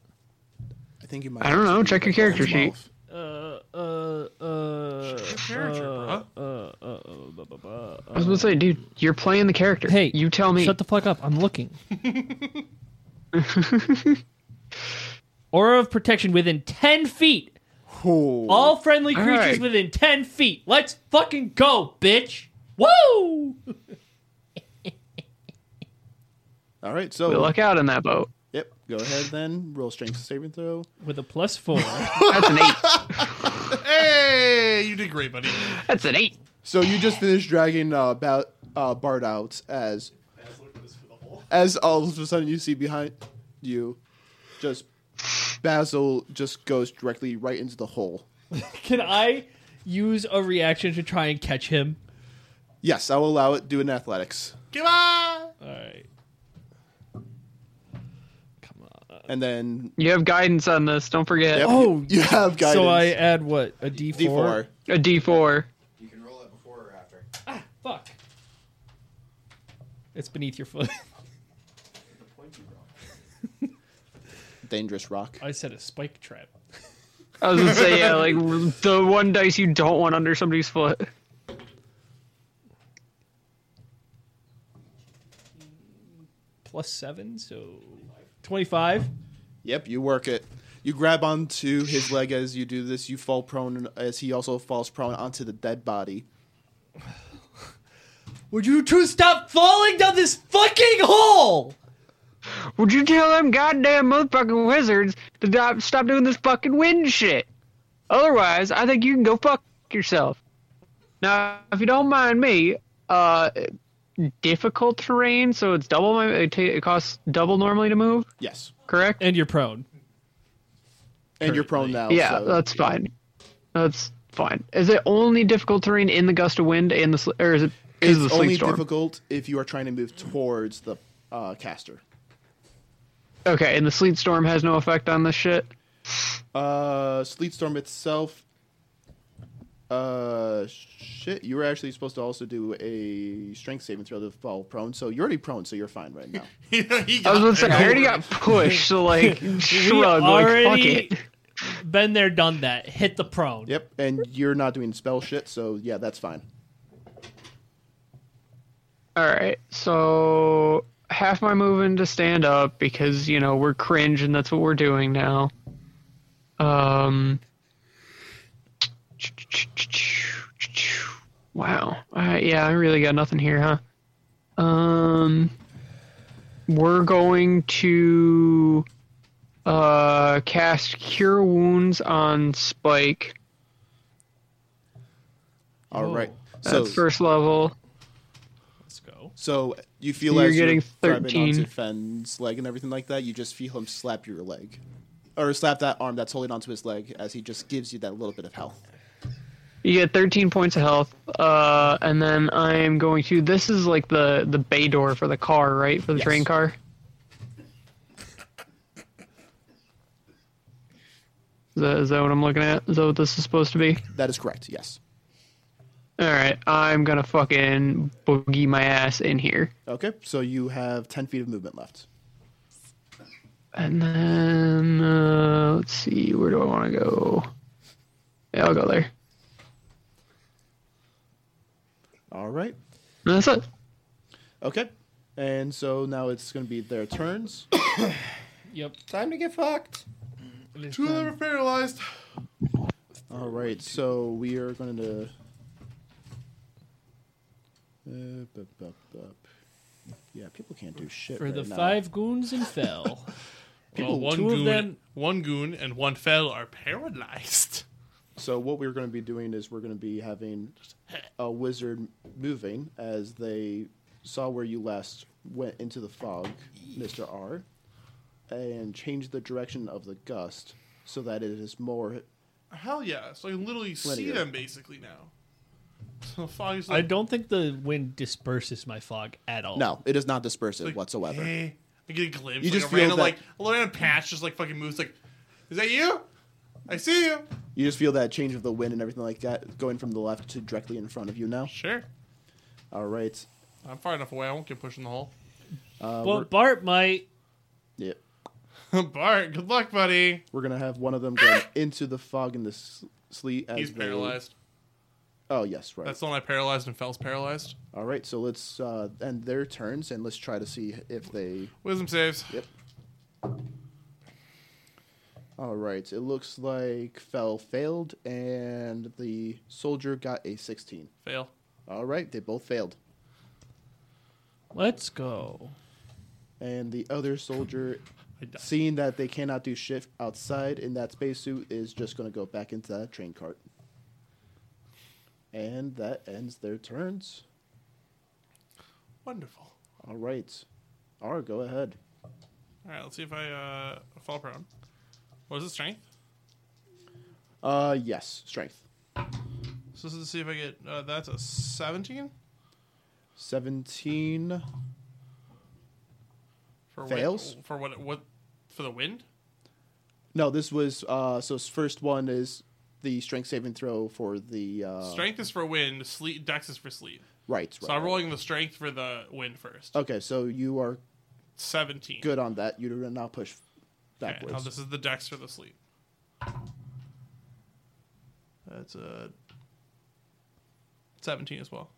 [SPEAKER 6] I think you might.
[SPEAKER 3] I don't know, check your character sheet.
[SPEAKER 4] Uh, uh, uh.
[SPEAKER 2] Character, bruh.
[SPEAKER 3] I was gonna say, dude, you're playing the character.
[SPEAKER 4] Hey,
[SPEAKER 3] you tell me.
[SPEAKER 4] Shut the fuck up. I'm looking. Aura of protection within 10 feet. All friendly
[SPEAKER 3] All
[SPEAKER 4] creatures
[SPEAKER 3] right.
[SPEAKER 4] within 10 feet. Let's fucking go, bitch. Woo!
[SPEAKER 6] All right. So
[SPEAKER 3] we luck out in that boat.
[SPEAKER 6] yep. Go ahead then. Roll strength saving throw.
[SPEAKER 4] With a plus four.
[SPEAKER 3] That's an eight.
[SPEAKER 2] Hey, you did great, buddy.
[SPEAKER 3] That's an eight.
[SPEAKER 6] So you just finished dragging uh, ba- uh, Bard out as
[SPEAKER 8] As look at this for the whole.
[SPEAKER 6] as all of a sudden you see behind you, just Basil just goes directly right into the hole.
[SPEAKER 4] Can I use a reaction to try and catch him?
[SPEAKER 6] Yes, I will allow it. Do an athletics,
[SPEAKER 2] Goodbye.
[SPEAKER 4] Alright. Come on.
[SPEAKER 6] and then
[SPEAKER 3] You have guidance on this. Don't forget
[SPEAKER 6] yep,
[SPEAKER 4] Oh,
[SPEAKER 6] you have guidance.
[SPEAKER 4] So I add what? A D4?
[SPEAKER 6] D four.
[SPEAKER 3] a D4.
[SPEAKER 5] You can roll it before or after.
[SPEAKER 4] Fuck. It's beneath your foot.
[SPEAKER 6] Dangerous rock.
[SPEAKER 4] I said a spike trap.
[SPEAKER 3] I was gonna say, yeah, like the one dice you don't want under somebody's foot.
[SPEAKER 4] plus seven, so twenty-five.
[SPEAKER 6] Yep, you work it. You grab onto his leg as you do this. You fall prone as he also falls prone onto the dead body.
[SPEAKER 4] Would you two stop falling down this fucking hole?
[SPEAKER 3] Would you tell them goddamn motherfucking wizards to stop, stop doing this fucking wind shit? Otherwise, I think you can go fuck yourself. Now, if you don't mind me, uh, difficult terrain, so it's double my it, ta- it costs double normally to move,
[SPEAKER 6] Yes,
[SPEAKER 3] correct?
[SPEAKER 4] And you're prone.
[SPEAKER 6] and you're prone now.
[SPEAKER 3] yeah,
[SPEAKER 6] so-
[SPEAKER 3] that's fine. That's fine. Is it only difficult terrain in the gust of wind and the sl- or is it is
[SPEAKER 6] it's
[SPEAKER 3] the
[SPEAKER 6] only
[SPEAKER 3] sleet storm?
[SPEAKER 6] difficult if you are trying to move towards the uh, caster.
[SPEAKER 3] okay, and the sleet storm has no effect on this shit.
[SPEAKER 6] Uh, sleet storm itself. Uh, shit. You were actually supposed to also do a strength saving throw to fall prone, so you're already prone, so you're fine right now.
[SPEAKER 2] he got
[SPEAKER 3] I was gonna say
[SPEAKER 2] there.
[SPEAKER 3] I already got pushed, so like shrug, like fuck
[SPEAKER 4] already-
[SPEAKER 3] it.
[SPEAKER 4] Been there, done that. Hit the prone.
[SPEAKER 6] yep, and you're not doing spell shit, so yeah, that's fine.
[SPEAKER 3] All right, so half my moving to stand up because you know we're cringe and that's what we're doing now. Um. Wow. Uh, yeah, I really got nothing here, huh? Um. We're going to uh cast cure wounds on Spike.
[SPEAKER 6] All right.
[SPEAKER 3] That's Oh. first level.
[SPEAKER 4] Let's go.
[SPEAKER 6] So you feel
[SPEAKER 3] You're
[SPEAKER 6] as
[SPEAKER 3] getting
[SPEAKER 6] you're grabbing
[SPEAKER 3] 13.
[SPEAKER 6] onto Fenn's leg and everything like that, you just feel him slap your leg, or slap that arm that's holding onto his leg as he just gives you that little bit of health.
[SPEAKER 3] You get 13 points of health, uh, and then I am going to. This is like the the bay door for the car, right? For the train car. Is that, is that what I'm looking at? Is that what this is supposed to be?
[SPEAKER 6] That is correct. Yes.
[SPEAKER 3] All right, I'm gonna fucking boogie my ass in here,
[SPEAKER 6] Okay. So you have ten feet of movement left.
[SPEAKER 3] and then uh, let's see, where do I want to go? Yeah, I'll go there.
[SPEAKER 6] All right.
[SPEAKER 3] And that's it.
[SPEAKER 6] Okay. And so now it's going to be their turns.
[SPEAKER 4] Yep.
[SPEAKER 5] Time to get fucked.
[SPEAKER 2] Two of them are paralyzed.
[SPEAKER 6] All right. So we are going to. Uh, bup, bup, bup. Yeah, people can't do shit
[SPEAKER 4] For
[SPEAKER 6] right
[SPEAKER 4] the
[SPEAKER 6] now.
[SPEAKER 4] five goons and fell.
[SPEAKER 2] People,
[SPEAKER 4] well,
[SPEAKER 2] one
[SPEAKER 4] two
[SPEAKER 2] goon,
[SPEAKER 4] of them.
[SPEAKER 2] one goon, and one fell are paralyzed.
[SPEAKER 6] So what we're going to be doing is we're going to be having a wizard moving as they saw where you last went into the fog, Mister R, and change the direction of the gust so that it is more.
[SPEAKER 2] Hell yeah! So I can literally see
[SPEAKER 6] Linear.
[SPEAKER 2] them basically now. So fog is
[SPEAKER 4] I
[SPEAKER 2] like,
[SPEAKER 4] don't think the wind disperses my fog at all.
[SPEAKER 6] No, it is not dispersive
[SPEAKER 2] like,
[SPEAKER 6] whatsoever.
[SPEAKER 2] Hey, I get a glimpse.
[SPEAKER 6] You
[SPEAKER 2] like
[SPEAKER 6] just
[SPEAKER 2] a
[SPEAKER 6] feel
[SPEAKER 2] random,
[SPEAKER 6] that-
[SPEAKER 2] like a little random patch just like fucking moves. Like, is that you? I see you.
[SPEAKER 6] You just feel that change of the wind and everything like that going from the left to directly in front of you now.
[SPEAKER 2] Sure.
[SPEAKER 6] All right.
[SPEAKER 2] I'm far enough away. I won't get pushed in the hole.
[SPEAKER 4] But Bart might.
[SPEAKER 6] Yeah.
[SPEAKER 2] Bart, good luck, buddy.
[SPEAKER 6] We're going to have one of them going into the fog and the s- sleet as
[SPEAKER 2] He's
[SPEAKER 6] they-
[SPEAKER 2] paralyzed.
[SPEAKER 6] Oh, yes, right.
[SPEAKER 2] That's the one I paralyzed and fell's paralyzed.
[SPEAKER 6] All right, so let's uh, end their turns and let's try to see if they.
[SPEAKER 2] Wisdom saves.
[SPEAKER 6] Yep. All right, it looks like Fell failed and the soldier got a 16.
[SPEAKER 2] Fail.
[SPEAKER 6] All right, they both failed.
[SPEAKER 4] Let's go.
[SPEAKER 6] And the other soldier,
[SPEAKER 2] I die.
[SPEAKER 6] seeing that they cannot do shit outside in that spacesuit, is just going to go back into that train cart. And that ends their turns.
[SPEAKER 2] Wonderful.
[SPEAKER 6] All right. R, go ahead.
[SPEAKER 2] All right, let's see if I uh, fall prone. What is it, strength?
[SPEAKER 6] Uh, yes, strength.
[SPEAKER 2] So let's see if I get. Uh, that's a 17
[SPEAKER 6] 17.
[SPEAKER 2] for
[SPEAKER 6] Fails?
[SPEAKER 2] What, for what? What? For the wind?
[SPEAKER 6] No, this was uh so s- first one is the strength saving throw for the uh
[SPEAKER 2] strength is for wind. Sleep. Dex is for sleep.
[SPEAKER 6] right, right.
[SPEAKER 2] So I'm rolling the strength for the wind first.
[SPEAKER 6] Okay, so you are
[SPEAKER 2] 17.
[SPEAKER 6] good on that. You do not push
[SPEAKER 2] Okay, now
[SPEAKER 6] backwards.
[SPEAKER 2] this is the dex for the sleep. That's a 17 as well.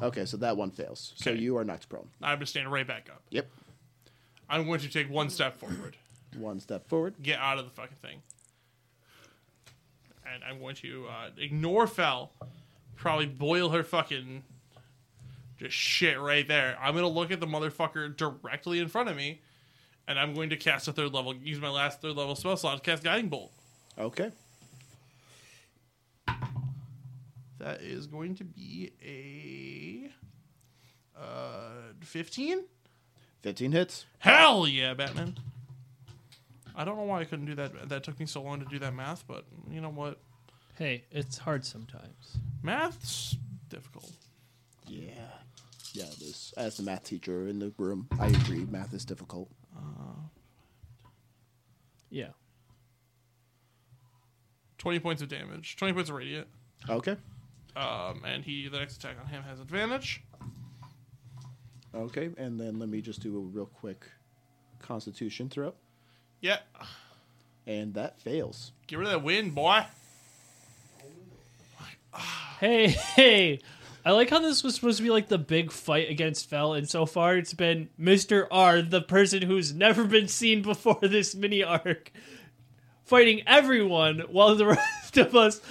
[SPEAKER 6] okay, so that one fails. So
[SPEAKER 2] Okay.
[SPEAKER 6] you are knocked prone.
[SPEAKER 2] I'm just standing right back up.
[SPEAKER 6] Yep.
[SPEAKER 2] I'm going to take one step forward.
[SPEAKER 6] One step forward.
[SPEAKER 2] get out of the fucking thing. And I'm going to uh, ignore Fel, probably boil her fucking just shit right there. I'm gonna look at the motherfucker directly in front of me, and I'm going to cast a third level. Use my last third level spell slot to cast Guiding Bolt.
[SPEAKER 6] Okay.
[SPEAKER 2] That is going to be a uh, 15.
[SPEAKER 6] 15 hits.
[SPEAKER 2] Hell yeah, Batman! I don't know why I couldn't do that. That took me so long to do that math, but you know what?
[SPEAKER 4] Hey, it's hard sometimes.
[SPEAKER 2] Math's difficult.
[SPEAKER 6] Yeah. Yeah, this as the math teacher in the room, I agree math is difficult.
[SPEAKER 4] Yeah.
[SPEAKER 2] 20 points of damage, 20 points of radiant.
[SPEAKER 6] Okay.
[SPEAKER 2] Um, and he the next attack on him has advantage.
[SPEAKER 6] Okay, and then let me just do a real quick constitution throw
[SPEAKER 2] Yeah,
[SPEAKER 6] and that fails.
[SPEAKER 2] get rid of that wind, boy.
[SPEAKER 4] Hey, hey. I like how this was supposed to be like the big fight against Fell, and so far it's been Mr. R, the person who's never been seen before this mini arc, fighting everyone while the rest of us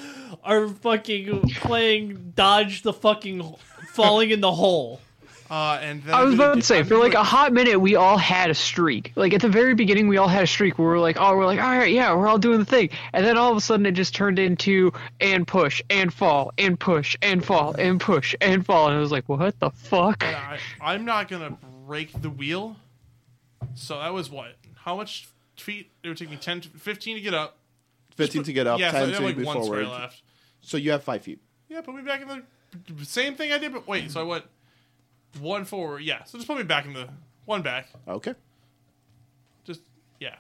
[SPEAKER 4] are fucking playing dodge the fucking falling in the hole.
[SPEAKER 2] Uh, and then
[SPEAKER 3] I was
[SPEAKER 2] I'm gonna
[SPEAKER 3] about to
[SPEAKER 2] do-
[SPEAKER 3] say,
[SPEAKER 2] I'm
[SPEAKER 3] for like
[SPEAKER 2] gonna-
[SPEAKER 3] a hot minute, we all had a streak. Like at the very beginning, we all had a streak where we're like, oh, we're like, all right, yeah, we're all doing the thing. And then all of a sudden, it just turned into and push and fall and push and fall and push and fall. And it was like, what the fuck?
[SPEAKER 2] I, I'm not gonna break the wheel. So that was what? How much feet? It would take me 10, to 15 to get up.
[SPEAKER 6] 15 to get up,
[SPEAKER 2] yeah,
[SPEAKER 6] 10
[SPEAKER 2] so I
[SPEAKER 6] to
[SPEAKER 2] have like
[SPEAKER 6] move
[SPEAKER 2] one
[SPEAKER 6] forward.
[SPEAKER 2] square left.
[SPEAKER 6] So you have five feet.
[SPEAKER 2] Yeah, put me back in the same thing I did, but wait. So I went one forward. Yeah, so just put me back in the one back.
[SPEAKER 6] Okay.
[SPEAKER 2] Just yeah.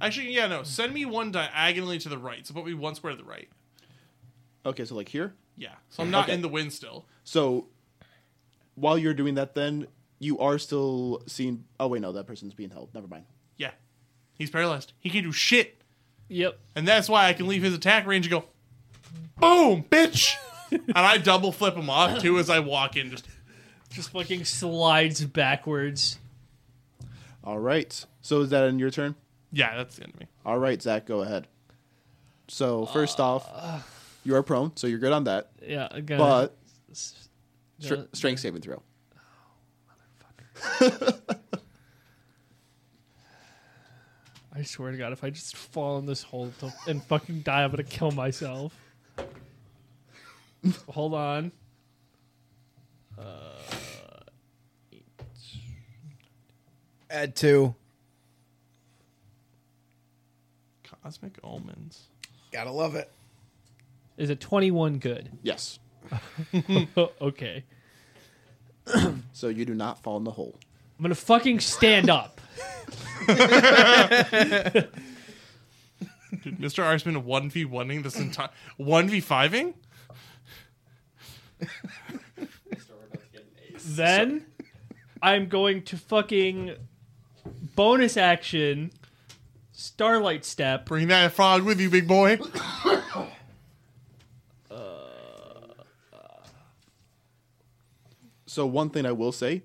[SPEAKER 2] Actually, yeah, no. Send me one diagonally to the right. So put me one square to the right.
[SPEAKER 6] Okay, so like here.
[SPEAKER 2] Yeah. So I'm not
[SPEAKER 6] Okay.
[SPEAKER 2] in the wind still.
[SPEAKER 6] So while you're doing that, then you are still seeing. Oh wait, no, that person's being held. Never mind.
[SPEAKER 2] Yeah. He's paralyzed. He can't do shit.
[SPEAKER 4] Yep.
[SPEAKER 2] And that's why I can leave his attack range and go, boom, bitch. and I double flip him off too as I walk in. Just
[SPEAKER 4] Just fucking slides backwards.
[SPEAKER 6] All right. So is that in your turn?
[SPEAKER 2] yeah, that's the end of me.
[SPEAKER 6] All right, Zach, go ahead. So first off, you are prone, so you're good on that.
[SPEAKER 4] Yeah. I got
[SPEAKER 6] But
[SPEAKER 4] S-
[SPEAKER 6] str-
[SPEAKER 4] got-
[SPEAKER 6] strength saving throw.
[SPEAKER 4] I swear to God, if I just fall in this hole to- and fucking die, I'm gonna kill myself. Hold on.
[SPEAKER 5] Add two.
[SPEAKER 2] Cosmic omens.
[SPEAKER 5] Gotta love it.
[SPEAKER 4] Is it 21 good? Oh,
[SPEAKER 6] Yes.
[SPEAKER 4] okay.
[SPEAKER 6] So you do not fall in the hole.
[SPEAKER 4] I'm gonna fucking stand up.
[SPEAKER 2] Dude, Mr. Arsman 1v1ing this entire 1v5ing?
[SPEAKER 4] Then I'm going to fucking bonus action starlight step.
[SPEAKER 2] Bring that frog with you, big boy.
[SPEAKER 6] So one thing I will say,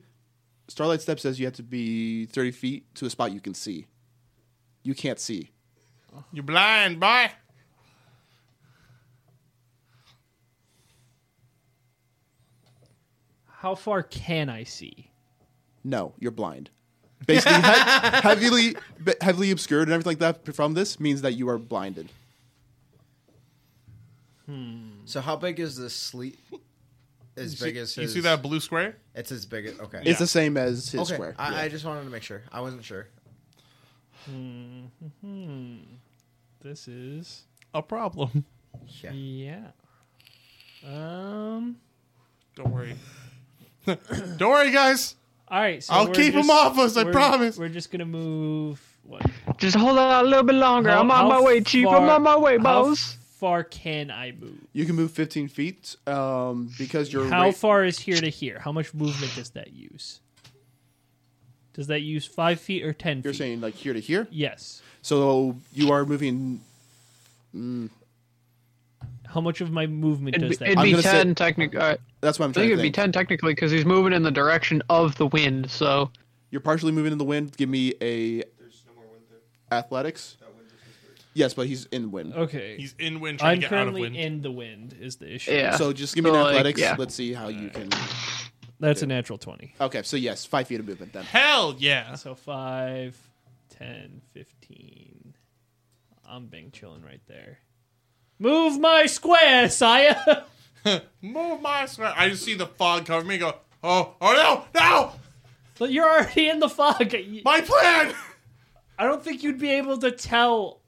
[SPEAKER 6] Starlight Step says you have to be 30 feet to a spot you can see. You can't see.
[SPEAKER 2] You blind, boy.
[SPEAKER 4] How far can I see?
[SPEAKER 6] No, you're blind. Basically, he- heavily be- heavily obscured and everything like that from this means that you are blinded.
[SPEAKER 5] So how big is this sleep? As big as
[SPEAKER 2] You
[SPEAKER 5] his,
[SPEAKER 2] see that blue square?
[SPEAKER 5] It's as big as okay.
[SPEAKER 6] It's the same as his
[SPEAKER 5] okay.
[SPEAKER 6] square.
[SPEAKER 5] I,
[SPEAKER 6] Yeah.
[SPEAKER 5] I just wanted to make sure. I wasn't sure.
[SPEAKER 4] This is
[SPEAKER 2] A problem.
[SPEAKER 5] Yeah.
[SPEAKER 4] yeah. Um.
[SPEAKER 2] Don't worry. Don't worry, guys.
[SPEAKER 4] All right. So
[SPEAKER 2] I'll
[SPEAKER 4] we're
[SPEAKER 2] keep 'em
[SPEAKER 4] just-
[SPEAKER 2] off us, I
[SPEAKER 4] we're-
[SPEAKER 2] promise.
[SPEAKER 4] We're just gonna move. What?
[SPEAKER 3] Just hold on a little bit longer.
[SPEAKER 4] How-
[SPEAKER 3] I'm on
[SPEAKER 4] how
[SPEAKER 3] my way, Chief. I'm
[SPEAKER 4] far-
[SPEAKER 3] on my way,
[SPEAKER 4] How
[SPEAKER 3] boss.
[SPEAKER 4] far can I move?
[SPEAKER 6] You can move 15 feet um, because you're.
[SPEAKER 4] How
[SPEAKER 6] ra-
[SPEAKER 4] far is here to here? How much movement does that use? Does that use five feet or 10
[SPEAKER 6] You're
[SPEAKER 4] feet?
[SPEAKER 6] saying like here to here,
[SPEAKER 4] yes.
[SPEAKER 6] so you are moving.
[SPEAKER 4] How much of my movement
[SPEAKER 3] It'd
[SPEAKER 4] does
[SPEAKER 3] be,
[SPEAKER 4] that
[SPEAKER 3] it'd
[SPEAKER 6] I'm
[SPEAKER 3] be
[SPEAKER 6] gonna
[SPEAKER 3] 10
[SPEAKER 6] say-
[SPEAKER 3] technically. I
[SPEAKER 6] That's what I'm trying
[SPEAKER 3] think
[SPEAKER 6] to
[SPEAKER 3] it'd be
[SPEAKER 6] think.
[SPEAKER 3] 10 technically because he's moving in the direction of the wind. So
[SPEAKER 6] You're partially moving in the wind. Give me a
[SPEAKER 8] There's no more wind there.
[SPEAKER 6] athletics.
[SPEAKER 8] That wind just dispersed.
[SPEAKER 6] Yes, but he's in
[SPEAKER 3] Oh,
[SPEAKER 6] wind.
[SPEAKER 4] Okay.
[SPEAKER 2] He's in wind trying
[SPEAKER 4] I'm
[SPEAKER 2] to get out of
[SPEAKER 4] currently
[SPEAKER 2] wind.
[SPEAKER 4] in the wind is the issue.
[SPEAKER 3] yeah.
[SPEAKER 6] So just give me
[SPEAKER 3] So,
[SPEAKER 6] an
[SPEAKER 3] like,
[SPEAKER 6] athletics.
[SPEAKER 3] yeah.
[SPEAKER 6] Let's see how you can.
[SPEAKER 4] That's a natural 20.
[SPEAKER 6] Okay, so yes, five feet of movement then.
[SPEAKER 2] Hell yeah.
[SPEAKER 4] So 5, 10, 15. I'm being chilling right there. Move my square, Saya!
[SPEAKER 2] Move my square. I just see the fog cover me and go, oh, oh no, no!
[SPEAKER 4] But You're already in the fog. You-
[SPEAKER 2] My plan!
[SPEAKER 4] I don't think you'd be able to tell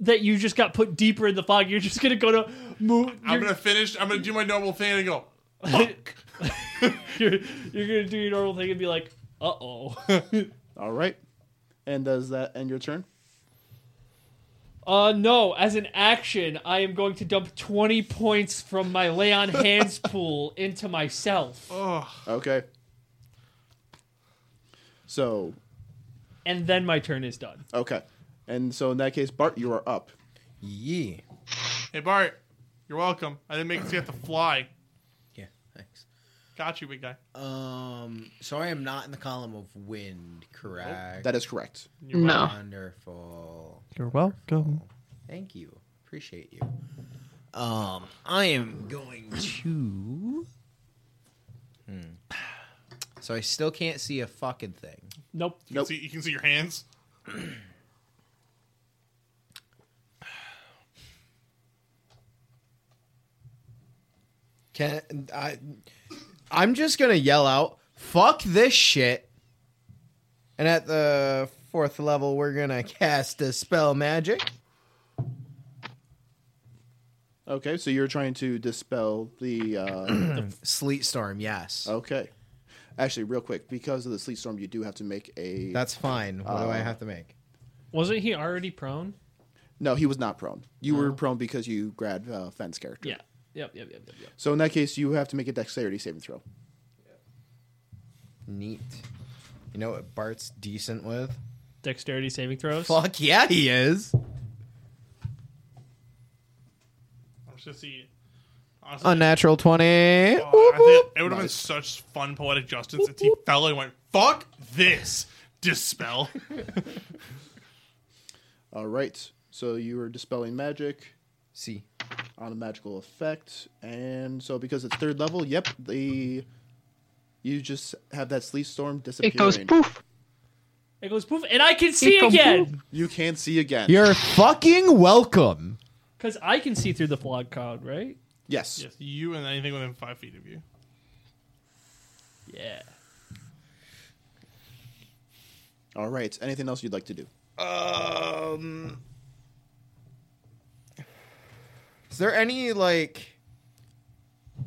[SPEAKER 4] that you just got put deeper in the fog. You're just gonna go to move.
[SPEAKER 2] I'm
[SPEAKER 4] You're,
[SPEAKER 2] gonna finish. I'm gonna do my normal thing and go.
[SPEAKER 4] you're, you're gonna do your normal thing and be like, "Uh oh."
[SPEAKER 6] All right. And does that end your turn?
[SPEAKER 4] uh no. As an action, I am going to dump 20 points from my lay on hands pool into myself,
[SPEAKER 2] "Oh,
[SPEAKER 6] Okay. So
[SPEAKER 4] and then my turn is done.
[SPEAKER 6] okay, and so in that case, Bart, you are up.
[SPEAKER 5] Yeah.
[SPEAKER 2] Hey Bart, you're welcome. I didn't make it so you have to fly.
[SPEAKER 5] Yeah. Thanks.
[SPEAKER 2] Got you, big guy.
[SPEAKER 5] Um. So I am not in the column of wind, correct?
[SPEAKER 6] That is correct.
[SPEAKER 3] no.
[SPEAKER 5] wonderful.
[SPEAKER 2] You're welcome.
[SPEAKER 5] Thank you. Appreciate you. Um, I am going to So I still can't see a fucking thing.
[SPEAKER 4] Nope.
[SPEAKER 2] You, can see, you can see your hands.
[SPEAKER 5] Can I? I'm just gonna yell out, "Fuck this shit!" And at the fourth level, we're gonna cast a spell magic.
[SPEAKER 6] Okay, so you're trying to dispel the. Uh,
[SPEAKER 5] Sleet storm, yes.
[SPEAKER 6] okay. Actually, real quick, because of the sleet storm, you do have to make a.
[SPEAKER 5] That's fine. What do I have to make?
[SPEAKER 4] Wasn't he already prone?
[SPEAKER 6] No, he was not prone. You were prone because you grabbed uh, Fenn's character.
[SPEAKER 4] Yeah. Yep, yep, yep, yep, yep.
[SPEAKER 6] So in that case, you have to make a dexterity saving throw.
[SPEAKER 5] Neat. You know what Bart's decent with?
[SPEAKER 4] Dexterity saving throws.
[SPEAKER 5] Fuck yeah, he is.
[SPEAKER 2] I'm just gonna see. Honestly,
[SPEAKER 5] Unnatural twenty.
[SPEAKER 2] I think it would have been such fun poetic justice if he fell and went, "Fuck this, dispel."
[SPEAKER 6] All right. So you are dispelling magic
[SPEAKER 5] See,
[SPEAKER 6] on a magical effect, and so because it's third level, yep, the you just have that sleet storm
[SPEAKER 3] It goes
[SPEAKER 6] disappearing.
[SPEAKER 3] poof.
[SPEAKER 4] It goes poof, and I can see
[SPEAKER 3] It go
[SPEAKER 4] again
[SPEAKER 6] You can't see again.
[SPEAKER 5] you're fucking welcome.
[SPEAKER 4] because I can see through the fog cloud, right?
[SPEAKER 6] yes.
[SPEAKER 2] yes, you and anything within five feet of you.
[SPEAKER 4] Yeah.
[SPEAKER 6] All right. Anything else you'd like to do?
[SPEAKER 5] Is there any like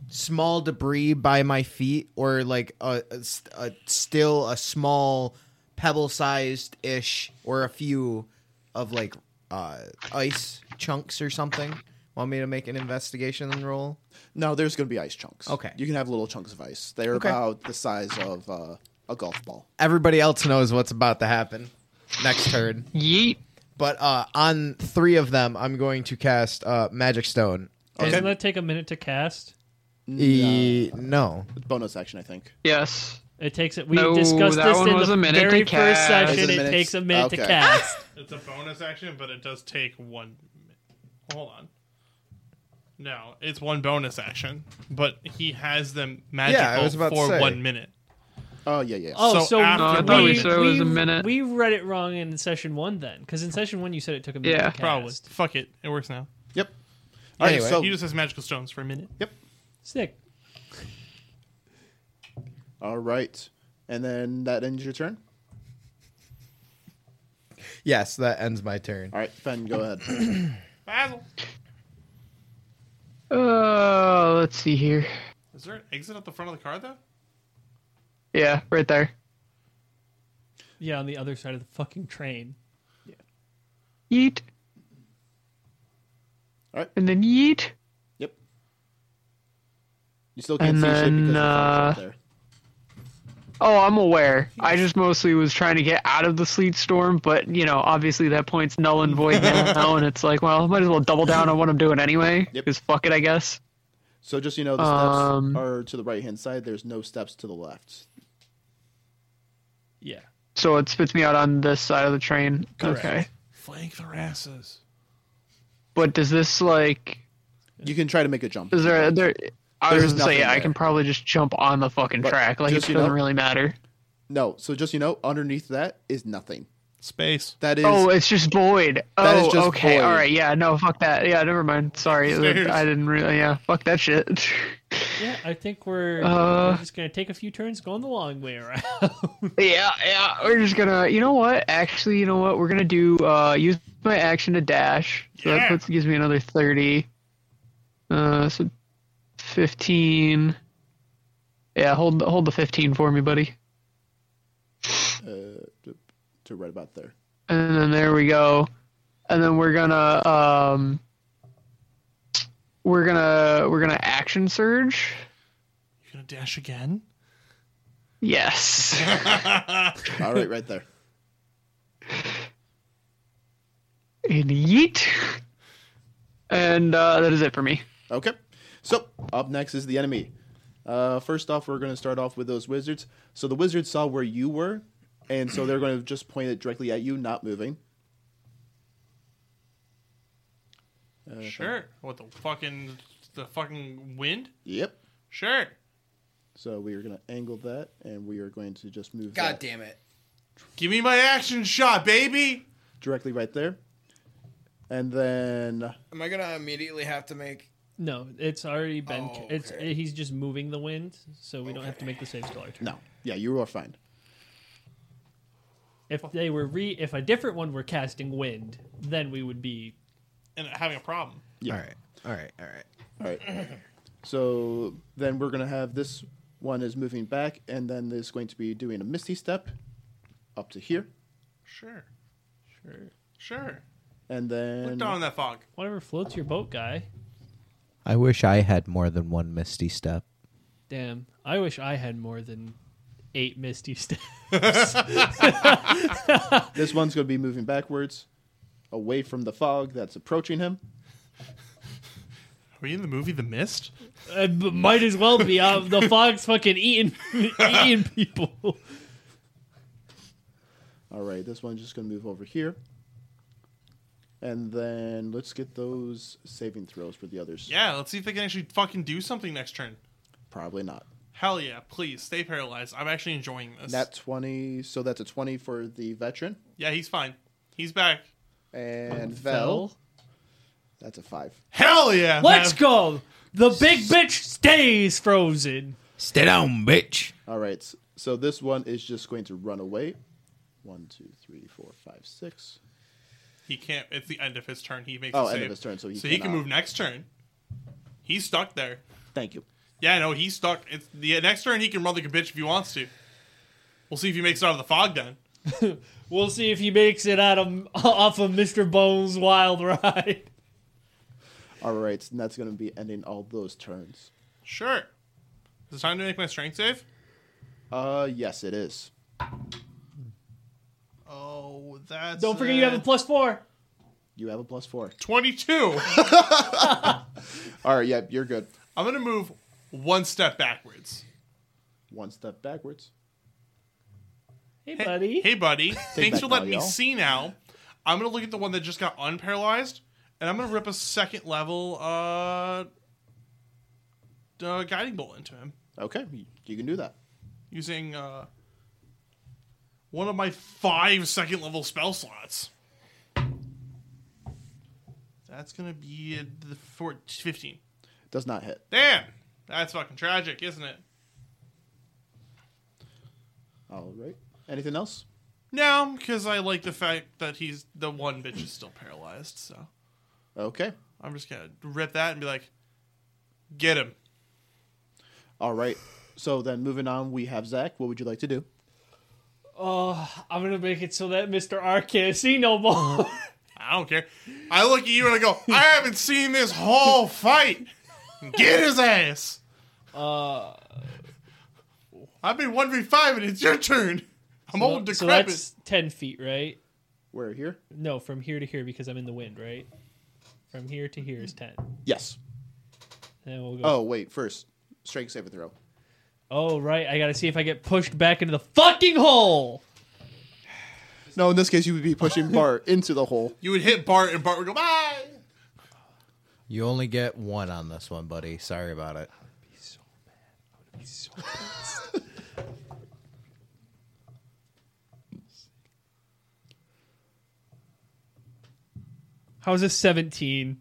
[SPEAKER 5] small debris by my feet, or like a, a s- a- still a small pebble-sized ish, or a few of like uh, ice chunks or something? Want me to make an investigation roll?
[SPEAKER 6] No, there's going to be ice chunks.
[SPEAKER 5] Okay.
[SPEAKER 6] You can have little chunks of ice. They're
[SPEAKER 5] Okay.
[SPEAKER 6] about the size of uh, a golf ball.
[SPEAKER 5] Everybody else knows what's about to happen next turn.
[SPEAKER 3] Yeet.
[SPEAKER 5] But uh, on three of them, I'm going to cast uh, Magic Stone.
[SPEAKER 4] Doesn't that take a minute to cast?
[SPEAKER 5] E- no.
[SPEAKER 6] It's bonus action, I think.
[SPEAKER 3] Yes.
[SPEAKER 4] It takes it. We
[SPEAKER 3] No,
[SPEAKER 4] discussed
[SPEAKER 3] that
[SPEAKER 4] this
[SPEAKER 3] one
[SPEAKER 4] in
[SPEAKER 3] was
[SPEAKER 4] the
[SPEAKER 3] a minute to
[SPEAKER 4] very first
[SPEAKER 3] cast.
[SPEAKER 4] session.
[SPEAKER 6] Is it
[SPEAKER 4] It
[SPEAKER 6] minutes?
[SPEAKER 4] takes a minute to
[SPEAKER 6] Okay.
[SPEAKER 4] cast.
[SPEAKER 2] It's a bonus action, but it does take one. mi- Hold on. No, it's one bonus action, but he has them magical
[SPEAKER 5] I was about to
[SPEAKER 2] for
[SPEAKER 5] say.
[SPEAKER 2] one minute.
[SPEAKER 6] Oh, yeah, yeah.
[SPEAKER 4] Oh,
[SPEAKER 2] So
[SPEAKER 4] so,
[SPEAKER 2] after No,
[SPEAKER 4] we,
[SPEAKER 2] I thought we
[SPEAKER 3] said it was a minute.
[SPEAKER 4] We read it wrong in session one then, because in session one you said it took a minute
[SPEAKER 3] Yeah.
[SPEAKER 4] to
[SPEAKER 2] Probably.
[SPEAKER 4] cast.
[SPEAKER 2] Fuck it. It works now.
[SPEAKER 6] yep. All right,
[SPEAKER 5] Anyway.
[SPEAKER 6] so
[SPEAKER 2] He just has magical stones for a minute.
[SPEAKER 6] yep.
[SPEAKER 4] Sick.
[SPEAKER 6] All right, and then that ends your turn.
[SPEAKER 5] Yes, that ends my turn.
[SPEAKER 6] All right, Fen, go ahead.
[SPEAKER 2] Basil,
[SPEAKER 3] Uh, let's see here.
[SPEAKER 2] is there an exit at the front of the car though?
[SPEAKER 3] Yeah, right there.
[SPEAKER 4] Yeah, on the other side of the fucking train.
[SPEAKER 3] Yeet.
[SPEAKER 6] Alright.
[SPEAKER 3] And then yeet.
[SPEAKER 6] yep. You still can't
[SPEAKER 3] And
[SPEAKER 6] see shit because
[SPEAKER 3] then,
[SPEAKER 6] the fire's up
[SPEAKER 3] uh,
[SPEAKER 6] there.
[SPEAKER 3] Oh, I'm aware. I just mostly was trying to get out of the sleet storm, but you know, obviously that point's null and void now, and it's like, well, I might as well double down on what I'm doing anyway.
[SPEAKER 6] Yep.
[SPEAKER 3] Because fuck it, I guess.
[SPEAKER 6] So just so you know, the steps
[SPEAKER 3] um,
[SPEAKER 6] are to the right hand side. There's no steps to the left.
[SPEAKER 4] Yeah.
[SPEAKER 3] So it spits me out on this side of the train. Okay.
[SPEAKER 2] Flank their asses.
[SPEAKER 3] But does this like?
[SPEAKER 6] You can try to make a jump.
[SPEAKER 3] Is there there? I was
[SPEAKER 6] There's
[SPEAKER 3] gonna say
[SPEAKER 6] nothing
[SPEAKER 3] yeah, I
[SPEAKER 6] there.
[SPEAKER 3] can probably just jump on the fucking
[SPEAKER 6] But
[SPEAKER 3] track. Like it
[SPEAKER 6] just, you
[SPEAKER 3] doesn't
[SPEAKER 6] know-
[SPEAKER 3] really matter.
[SPEAKER 6] No, so just so you know, underneath that is nothing.
[SPEAKER 2] Space.
[SPEAKER 6] That is
[SPEAKER 3] Oh, it's just void.
[SPEAKER 6] That is
[SPEAKER 3] oh,
[SPEAKER 6] just
[SPEAKER 3] okay.
[SPEAKER 6] void.
[SPEAKER 3] All right. Yeah. No. Fuck that. Yeah. Never mind. Sorry.
[SPEAKER 2] Stairs.
[SPEAKER 3] I didn't really. Yeah. Fuck that shit.
[SPEAKER 4] Yeah, I think we're,
[SPEAKER 3] Uh,
[SPEAKER 4] we're just gonna take a few turns going the long way around.
[SPEAKER 3] Yeah, yeah. We're just gonna. You know what? Actually, you know what? We're gonna do. Uh, use my action to dash. So
[SPEAKER 2] Yeah.
[SPEAKER 3] that puts gives me another thirty. Uh, so fifteen. Yeah, hold the- hold the fifteen for me, buddy.
[SPEAKER 6] to right about there.
[SPEAKER 3] And then there we go. And then we're gonna um. We're gonna we're gonna action surge.
[SPEAKER 2] You gonna dash again?
[SPEAKER 3] Yes.
[SPEAKER 6] All right, right there.
[SPEAKER 3] and yeet. And uh, that is it for me.
[SPEAKER 6] Okay. So up next is the enemy. Uh, first off, we're going to start off with those wizards. So the wizards saw where you were, and so they're going to just point it directly at you, not moving.
[SPEAKER 2] sure. What the fucking the fucking wind?
[SPEAKER 6] Yep.
[SPEAKER 2] Sure.
[SPEAKER 6] So we are going to angle that, and we are going to just move
[SPEAKER 7] God
[SPEAKER 6] that
[SPEAKER 7] damn it.
[SPEAKER 2] Give me my action shot, baby.
[SPEAKER 6] directly right there. And then
[SPEAKER 7] Am I gonna immediately have to make?
[SPEAKER 4] No, it's already been.
[SPEAKER 7] Oh,
[SPEAKER 4] It's
[SPEAKER 7] okay.
[SPEAKER 4] he's just moving the wind, so we don't have to make the same dollar turn.
[SPEAKER 6] no, yeah, you are fine.
[SPEAKER 4] If they were re, if a different one were casting wind, then we would be.
[SPEAKER 2] And having a problem.
[SPEAKER 5] All right. All right. All right.
[SPEAKER 6] All right. So then we're going to have this one is moving back, and then there's going to be doing a misty step up to here,
[SPEAKER 2] Sure. Sure. Sure.
[SPEAKER 6] and then
[SPEAKER 2] Look down in that fog.
[SPEAKER 4] Whatever floats your boat, guy.
[SPEAKER 5] I wish I had more than one misty step.
[SPEAKER 4] Damn, I wish I had more than eight misty steps.
[SPEAKER 6] this one's going to be moving backwards, away from the fog that's approaching him.
[SPEAKER 2] Are we in the movie The Mist?
[SPEAKER 4] Uh, b- might as well be. Uh, the fog's fucking eating, eating people.
[SPEAKER 6] All right, this one's just going to move over here. And then let's get those saving throws for the others.
[SPEAKER 2] Yeah, let's see if they can actually fucking do something next turn.
[SPEAKER 6] Probably not.
[SPEAKER 2] Hell yeah, please stay paralyzed. I'm actually enjoying this.
[SPEAKER 6] Nat 20, so that's a 20 for the veteran.
[SPEAKER 2] yeah, he's fine. He's back.
[SPEAKER 6] And Vel,
[SPEAKER 4] Fell.
[SPEAKER 6] that's a 5.
[SPEAKER 2] Hell yeah.
[SPEAKER 4] Let's
[SPEAKER 2] man.
[SPEAKER 4] go. The big bitch stays frozen.
[SPEAKER 5] Stay down, bitch.
[SPEAKER 6] All right, s- so this one is just going to run away. One, two, three, four, five, six.
[SPEAKER 2] He can't. It's the end of his turn. He makes
[SPEAKER 6] Oh,
[SPEAKER 2] a
[SPEAKER 6] end of
[SPEAKER 2] save.
[SPEAKER 6] his turn, so he
[SPEAKER 2] he can
[SPEAKER 6] cannot.
[SPEAKER 2] move next turn. He's stuck there.
[SPEAKER 6] Thank you.
[SPEAKER 2] Yeah, no, he's stuck. It's the next turn. He can run like a bitch if he wants to. We'll see if he makes it out of the fog then.
[SPEAKER 4] We'll see if he makes it out of off of Mr. Bones' wild ride.
[SPEAKER 6] All right, and that's going to be ending all those turns.
[SPEAKER 2] Sure. Is it time to make my strength save?
[SPEAKER 6] Uh, yes, it is.
[SPEAKER 2] Oh, that's.
[SPEAKER 4] Don't forget you have a plus four.
[SPEAKER 6] You have a plus four.
[SPEAKER 2] 22.
[SPEAKER 6] All right, yep, you're good.
[SPEAKER 2] I'm going to move one step backwards.
[SPEAKER 6] One step backwards.
[SPEAKER 4] Hey, buddy.
[SPEAKER 2] Hey, buddy. Thanks
[SPEAKER 6] that
[SPEAKER 2] for letting
[SPEAKER 6] now,
[SPEAKER 2] me
[SPEAKER 6] y'all.
[SPEAKER 2] see now. I'm going to look at the one that just got unparalyzed, and I'm going to rip a second level uh, uh, guiding bolt into him
[SPEAKER 6] Okay, y- you can do that.
[SPEAKER 2] using uh, one of my five second level spell slots. That's going to be uh, the four, 15.
[SPEAKER 6] Does not hit.
[SPEAKER 2] Damn. That's fucking tragic, isn't it?
[SPEAKER 6] All right. Anything else?
[SPEAKER 2] No, because I like the fact that he's the one bitch is still paralyzed. So
[SPEAKER 6] Okay.
[SPEAKER 2] I'm just gonna rip that and be like, get him.
[SPEAKER 6] All right. So then moving on, we have Zach. What would you like to do?
[SPEAKER 4] I'm gonna make it so that Mr. R can't see no more.
[SPEAKER 2] I don't care. I look at you and I go, I haven't seen this whole fight. Get his ass. Uh, I've been one v five and it's your turn. I'm old and
[SPEAKER 4] so
[SPEAKER 2] decrepit.
[SPEAKER 4] that's ten feet, right?
[SPEAKER 6] We're here?
[SPEAKER 4] No, from here to here because I'm in the wind, right? From here to here is ten.
[SPEAKER 6] Yes.
[SPEAKER 4] Then we'll go.
[SPEAKER 6] Oh, wait. First, strength saving throw.
[SPEAKER 4] Oh, right. I gotta see if I get pushed back into the fucking hole.
[SPEAKER 6] No, in this case, you would be pushing Bart into the hole.
[SPEAKER 2] you would hit Bart and Bart would go bye.
[SPEAKER 5] You only get one on this one, buddy. Sorry about it.
[SPEAKER 4] How's a seventeen?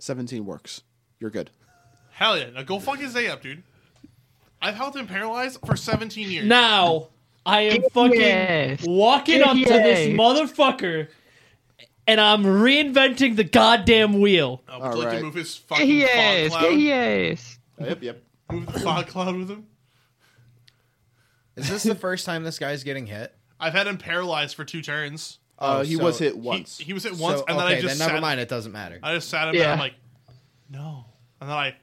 [SPEAKER 6] 17 works. You're good.
[SPEAKER 2] Hell yeah! Now go fuck his day up, dude. I've held him paralyzed for 17 years.
[SPEAKER 4] Now I am fucking
[SPEAKER 3] Yes.
[SPEAKER 4] walking up to this
[SPEAKER 3] Yay.
[SPEAKER 4] motherfucker, and I'm reinventing the goddamn wheel.
[SPEAKER 2] Uh, would you like
[SPEAKER 6] Alright.
[SPEAKER 2] to move his fucking
[SPEAKER 3] Yes,
[SPEAKER 2] fog cloud?
[SPEAKER 3] yes.
[SPEAKER 6] yep, yep.
[SPEAKER 2] Move the fog cloud with him.
[SPEAKER 5] Is this the first time this guy's getting hit?
[SPEAKER 2] I've had him paralyzed for two turns.
[SPEAKER 6] Uh,
[SPEAKER 5] Oh,
[SPEAKER 6] he
[SPEAKER 5] so
[SPEAKER 6] was hit
[SPEAKER 2] He-
[SPEAKER 6] once.
[SPEAKER 2] He, was at once,
[SPEAKER 5] So,
[SPEAKER 2] and then
[SPEAKER 5] okay,
[SPEAKER 2] I just
[SPEAKER 5] never
[SPEAKER 2] sat,
[SPEAKER 5] mind. It doesn't matter. I,
[SPEAKER 2] I just sat him,
[SPEAKER 3] Yeah.
[SPEAKER 2] and I'm like, no. And then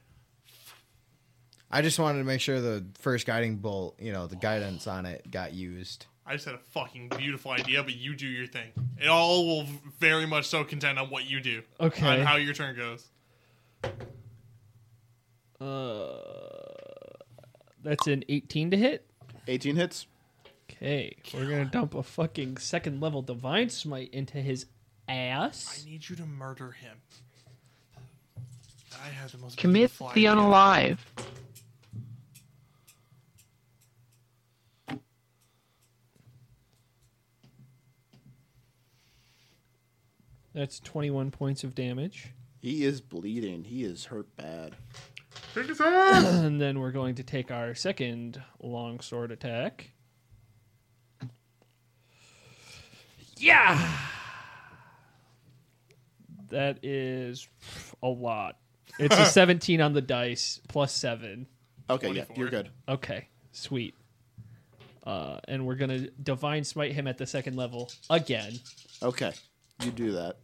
[SPEAKER 2] I,
[SPEAKER 5] just wanted to make sure the first guiding bolt, you know, the guidance on it got used.
[SPEAKER 2] I just had a fucking beautiful idea, but you do your thing. It all will very much so contend on what you do,
[SPEAKER 4] Okay.
[SPEAKER 2] on how your turn goes.
[SPEAKER 4] That's an 18 to hit.
[SPEAKER 6] 18 hits.
[SPEAKER 4] Okay, we're gonna dump a fucking second level divine smite into his
[SPEAKER 2] I
[SPEAKER 4] ass.
[SPEAKER 2] need you to murder him. I have the most
[SPEAKER 3] Commit
[SPEAKER 2] beautiful
[SPEAKER 3] the
[SPEAKER 2] idea.
[SPEAKER 3] unalive.
[SPEAKER 4] That's 21 points of damage.
[SPEAKER 6] He is bleeding. He is hurt bad.
[SPEAKER 4] And then we're going to take our second longsword attack. Yeah! That is a lot. It's a 17 on the dice, plus 7.
[SPEAKER 6] Okay, yeah,
[SPEAKER 2] 24.
[SPEAKER 6] you're good.
[SPEAKER 4] Okay, sweet. Uh, and we're going to divine smite him at the second level again.
[SPEAKER 6] Okay, you do that.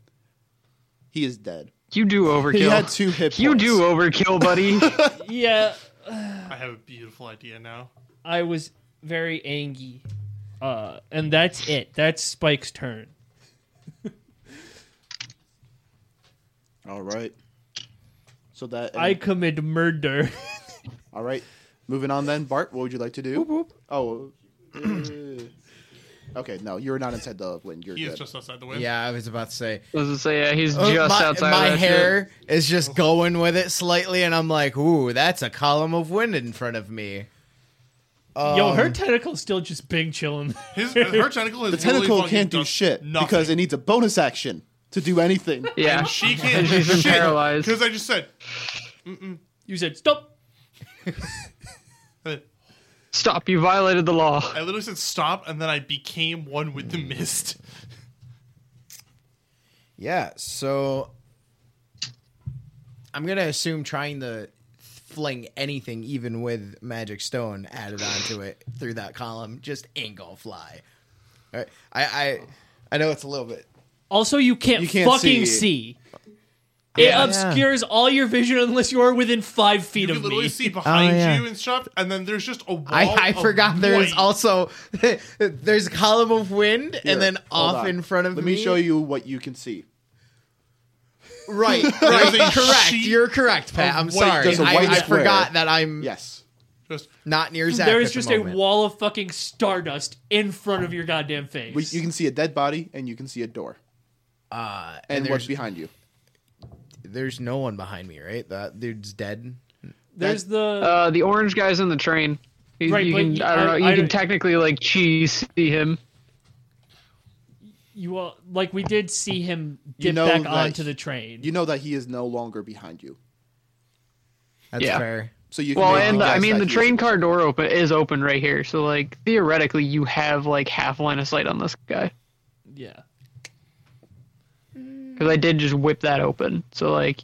[SPEAKER 6] He is dead.
[SPEAKER 3] You do
[SPEAKER 6] He
[SPEAKER 3] overkill.
[SPEAKER 6] had two hit points.
[SPEAKER 3] you do overkill, buddy.
[SPEAKER 4] Yeah,
[SPEAKER 2] I have a beautiful idea now.
[SPEAKER 4] I was very angry. Uh, and that's it. That's Spike's turn.
[SPEAKER 6] All right. So that
[SPEAKER 4] I commit murder.
[SPEAKER 6] all right. Moving on then, Bart. What would you like to do? Oh. uh, okay. No, you're not inside the wind. You're
[SPEAKER 2] He is
[SPEAKER 6] good.
[SPEAKER 2] just outside the window.
[SPEAKER 5] Yeah, I was about to say.
[SPEAKER 3] Doesn't say yeah, he's
[SPEAKER 5] Uh,
[SPEAKER 3] just
[SPEAKER 5] my,
[SPEAKER 3] outside
[SPEAKER 5] my
[SPEAKER 3] of that shit.
[SPEAKER 5] hair is just going with it slightly, and I'm like, ooh, that's a column of wind in front of me.
[SPEAKER 4] Yo,
[SPEAKER 6] Um,
[SPEAKER 4] her tentacle's still just big chilling.
[SPEAKER 2] His her tentacle is
[SPEAKER 6] the tentacle
[SPEAKER 2] literally
[SPEAKER 6] can't
[SPEAKER 2] fucking
[SPEAKER 6] do
[SPEAKER 2] does
[SPEAKER 6] shit
[SPEAKER 2] nothing.
[SPEAKER 6] because it needs a bonus action to do anything.
[SPEAKER 3] Yeah.
[SPEAKER 2] she can't.
[SPEAKER 3] And she's
[SPEAKER 2] do
[SPEAKER 3] been
[SPEAKER 2] shit
[SPEAKER 3] paralyzed.
[SPEAKER 2] Because I just said
[SPEAKER 4] You said stop.
[SPEAKER 2] I
[SPEAKER 3] Stop, you violated the law.
[SPEAKER 2] literally said stop, and then I became one with the mist.
[SPEAKER 5] Yeah, so I'm gonna assume trying to fling anything, even with magic stone added onto it through that column, just ain't gonna fly. All right, I I, I know it's a little bit.
[SPEAKER 4] Also, you can't,
[SPEAKER 6] You can't
[SPEAKER 4] fucking
[SPEAKER 6] see.
[SPEAKER 4] see. It
[SPEAKER 5] Yeah.
[SPEAKER 4] obscures all your vision unless you are within five feet
[SPEAKER 2] You
[SPEAKER 4] of
[SPEAKER 2] can literally
[SPEAKER 4] me.
[SPEAKER 2] see behind
[SPEAKER 5] yeah.
[SPEAKER 2] you and stuff, and then there's just a wall.
[SPEAKER 5] I, I
[SPEAKER 2] of
[SPEAKER 5] forgot there's
[SPEAKER 2] white.
[SPEAKER 5] also oh, there's a column of wind
[SPEAKER 6] Here,
[SPEAKER 5] and then
[SPEAKER 6] hold
[SPEAKER 5] off
[SPEAKER 6] on.
[SPEAKER 5] in front of
[SPEAKER 6] Let
[SPEAKER 5] me.
[SPEAKER 6] me show you what you can see.
[SPEAKER 5] Right,
[SPEAKER 2] There's
[SPEAKER 5] right,
[SPEAKER 2] a
[SPEAKER 5] correct.
[SPEAKER 2] sheet
[SPEAKER 5] You're correct, Pat.
[SPEAKER 2] of
[SPEAKER 5] I'm
[SPEAKER 2] white-
[SPEAKER 5] sorry.
[SPEAKER 6] just a
[SPEAKER 5] I,
[SPEAKER 6] white
[SPEAKER 5] I
[SPEAKER 6] square.
[SPEAKER 5] forgot that I'm
[SPEAKER 6] Yes.
[SPEAKER 2] Just
[SPEAKER 5] not near Zach.
[SPEAKER 4] There
[SPEAKER 5] at
[SPEAKER 4] is
[SPEAKER 5] the
[SPEAKER 4] just a
[SPEAKER 5] moment.
[SPEAKER 4] wall of fucking stardust in front of your goddamn face.
[SPEAKER 6] We- You can see a dead body and you can see a door.
[SPEAKER 5] Uh,
[SPEAKER 6] And,
[SPEAKER 5] there's,
[SPEAKER 6] what's behind you?
[SPEAKER 5] there's no one behind me, right? That dude's dead.
[SPEAKER 4] There's the
[SPEAKER 3] Uh, the orange guy's in the train. You,
[SPEAKER 4] Right,
[SPEAKER 3] you
[SPEAKER 4] but
[SPEAKER 3] can,
[SPEAKER 4] you-
[SPEAKER 3] I don't know.
[SPEAKER 4] I-
[SPEAKER 3] You
[SPEAKER 4] I
[SPEAKER 3] can
[SPEAKER 4] don't-
[SPEAKER 3] technically like cheese see him.
[SPEAKER 4] you all like we did see him dip
[SPEAKER 6] You know
[SPEAKER 4] back
[SPEAKER 6] that-
[SPEAKER 4] onto the train.
[SPEAKER 6] You know that he is no longer behind you.
[SPEAKER 5] That's
[SPEAKER 3] Yeah.
[SPEAKER 5] fair.
[SPEAKER 6] So you can
[SPEAKER 3] Well,
[SPEAKER 6] make
[SPEAKER 3] and
[SPEAKER 6] a
[SPEAKER 3] the, I
[SPEAKER 6] guess
[SPEAKER 3] mean
[SPEAKER 6] that
[SPEAKER 3] the
[SPEAKER 6] he is-
[SPEAKER 3] train car door open is open right here, so like theoretically you have like half line of sight on this guy
[SPEAKER 4] yeah.
[SPEAKER 3] because I did just whip that open. So like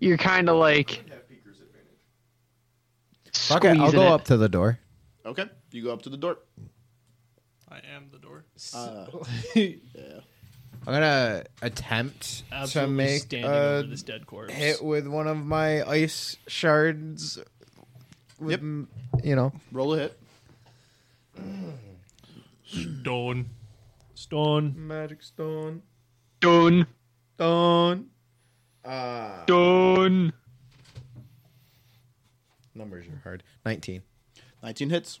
[SPEAKER 3] you're kind of like
[SPEAKER 8] Have Beaker's advantage.
[SPEAKER 3] squeezing
[SPEAKER 5] I'll go
[SPEAKER 3] it.
[SPEAKER 5] up to the door.
[SPEAKER 6] Okay. You go up to the door.
[SPEAKER 2] I am the door.
[SPEAKER 5] I'm gonna attempt to
[SPEAKER 4] Absolutely
[SPEAKER 5] make
[SPEAKER 4] standing
[SPEAKER 5] a
[SPEAKER 4] over this dead corpse.
[SPEAKER 5] hit with one of my ice shards. With,
[SPEAKER 6] Yep.
[SPEAKER 5] m- You know,
[SPEAKER 6] Roll a hit.
[SPEAKER 2] Dawn.
[SPEAKER 4] Stone.
[SPEAKER 5] magic stone.
[SPEAKER 3] done,
[SPEAKER 5] Stone. Uh,
[SPEAKER 3] done.
[SPEAKER 5] numbers are hard. Nineteen.
[SPEAKER 6] 19 hits.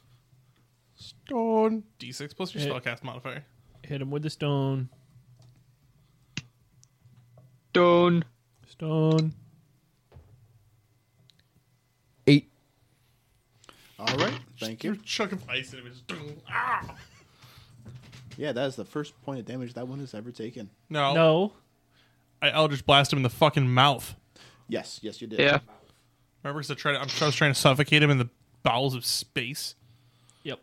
[SPEAKER 2] Dawn. D6 plus your
[SPEAKER 4] Hey.
[SPEAKER 2] spellcast modifier.
[SPEAKER 4] Hit him with the stone.
[SPEAKER 3] Done.
[SPEAKER 4] Stone.
[SPEAKER 5] Eight.
[SPEAKER 6] All right. Thank
[SPEAKER 2] You're
[SPEAKER 6] you.
[SPEAKER 2] a chunk of ice and it was just. Ah!
[SPEAKER 6] Yeah, that is the first point of damage that one has ever taken.
[SPEAKER 2] No.
[SPEAKER 4] No.
[SPEAKER 2] I Eldritch blast him in the fucking mouth.
[SPEAKER 6] Yes. Yes, you did.
[SPEAKER 3] Yeah.
[SPEAKER 2] Remember, because I, tried to- I'm- I was trying to suffocate him in the bowels of space.
[SPEAKER 4] Yep.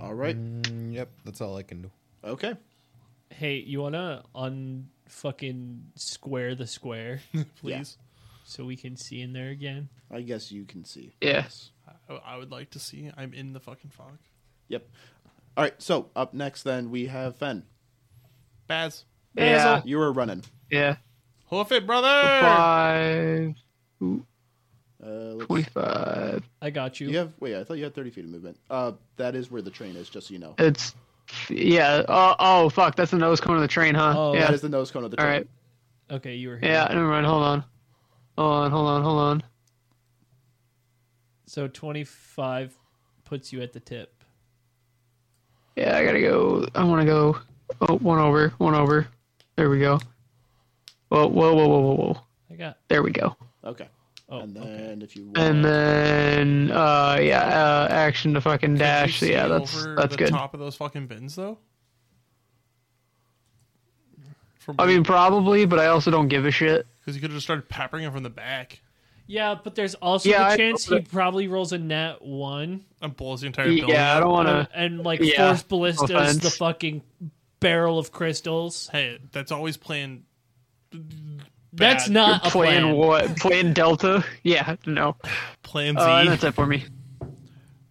[SPEAKER 6] All right.
[SPEAKER 5] Yep, that's all I can do.
[SPEAKER 6] Okay.
[SPEAKER 4] Hey, you wanna unfucking square the square
[SPEAKER 2] Please.
[SPEAKER 4] so we can see in there again?
[SPEAKER 6] I guess you can see.
[SPEAKER 3] Yeah.
[SPEAKER 2] I, I would like to see. I'm in the fucking fog.
[SPEAKER 6] Yep. All right. So up next, then we have Fen.
[SPEAKER 2] Baz.
[SPEAKER 3] Yeah.
[SPEAKER 6] You were running.
[SPEAKER 3] Yeah.
[SPEAKER 2] Hoof it, brother!
[SPEAKER 3] Five,
[SPEAKER 6] Uh, let's-
[SPEAKER 3] twenty-five.
[SPEAKER 4] I got you.
[SPEAKER 6] you have wait. I thought you had thirty feet of movement. Uh, that is where the train is. Just so you know,
[SPEAKER 3] It's yeah. Oh, oh fuck, that's the nose cone of the train, huh?
[SPEAKER 4] Oh.
[SPEAKER 3] yeah.
[SPEAKER 6] that is the nose cone of the
[SPEAKER 3] All
[SPEAKER 6] train.
[SPEAKER 3] right.
[SPEAKER 4] Okay, you were here.
[SPEAKER 3] Yeah. Never mind. Hold on. Hold on. Hold on. Hold on.
[SPEAKER 4] So 25 puts you at the tip.
[SPEAKER 3] Yeah, I gotta go. I want to go. Oh, one over. One over. There we go. Whoa, whoa, whoa, whoa, whoa, whoa.
[SPEAKER 4] I got.
[SPEAKER 3] There we go.
[SPEAKER 6] Okay.
[SPEAKER 4] Oh,
[SPEAKER 6] and then
[SPEAKER 4] okay.
[SPEAKER 6] if you
[SPEAKER 3] And
[SPEAKER 6] want-
[SPEAKER 3] then, uh, yeah, uh, action to fucking
[SPEAKER 2] Can you
[SPEAKER 3] dash.
[SPEAKER 2] see
[SPEAKER 3] Yeah, that's
[SPEAKER 2] over
[SPEAKER 3] that's
[SPEAKER 2] the
[SPEAKER 3] good.
[SPEAKER 2] Top of those fucking bins, though. From
[SPEAKER 3] I mean, probably, but I also don't give a shit.
[SPEAKER 2] because you could have just started peppering him from the back
[SPEAKER 4] Yeah, but there's also
[SPEAKER 3] Yeah,
[SPEAKER 4] the
[SPEAKER 3] I-
[SPEAKER 4] chance he probably rolls a net one
[SPEAKER 2] and blows the entire building.
[SPEAKER 3] Yeah, I
[SPEAKER 2] up.
[SPEAKER 3] don't want to.
[SPEAKER 4] and like
[SPEAKER 3] yeah,
[SPEAKER 4] force ballistas
[SPEAKER 3] offense.
[SPEAKER 4] the fucking barrel of crystals.
[SPEAKER 2] Hey, that's always playing.
[SPEAKER 4] That's
[SPEAKER 2] Bad.
[SPEAKER 4] not a
[SPEAKER 3] Playing
[SPEAKER 4] plan.
[SPEAKER 3] what? Playing Delta? Yeah, no.
[SPEAKER 2] Plan Z.
[SPEAKER 3] Uh, that's it for me.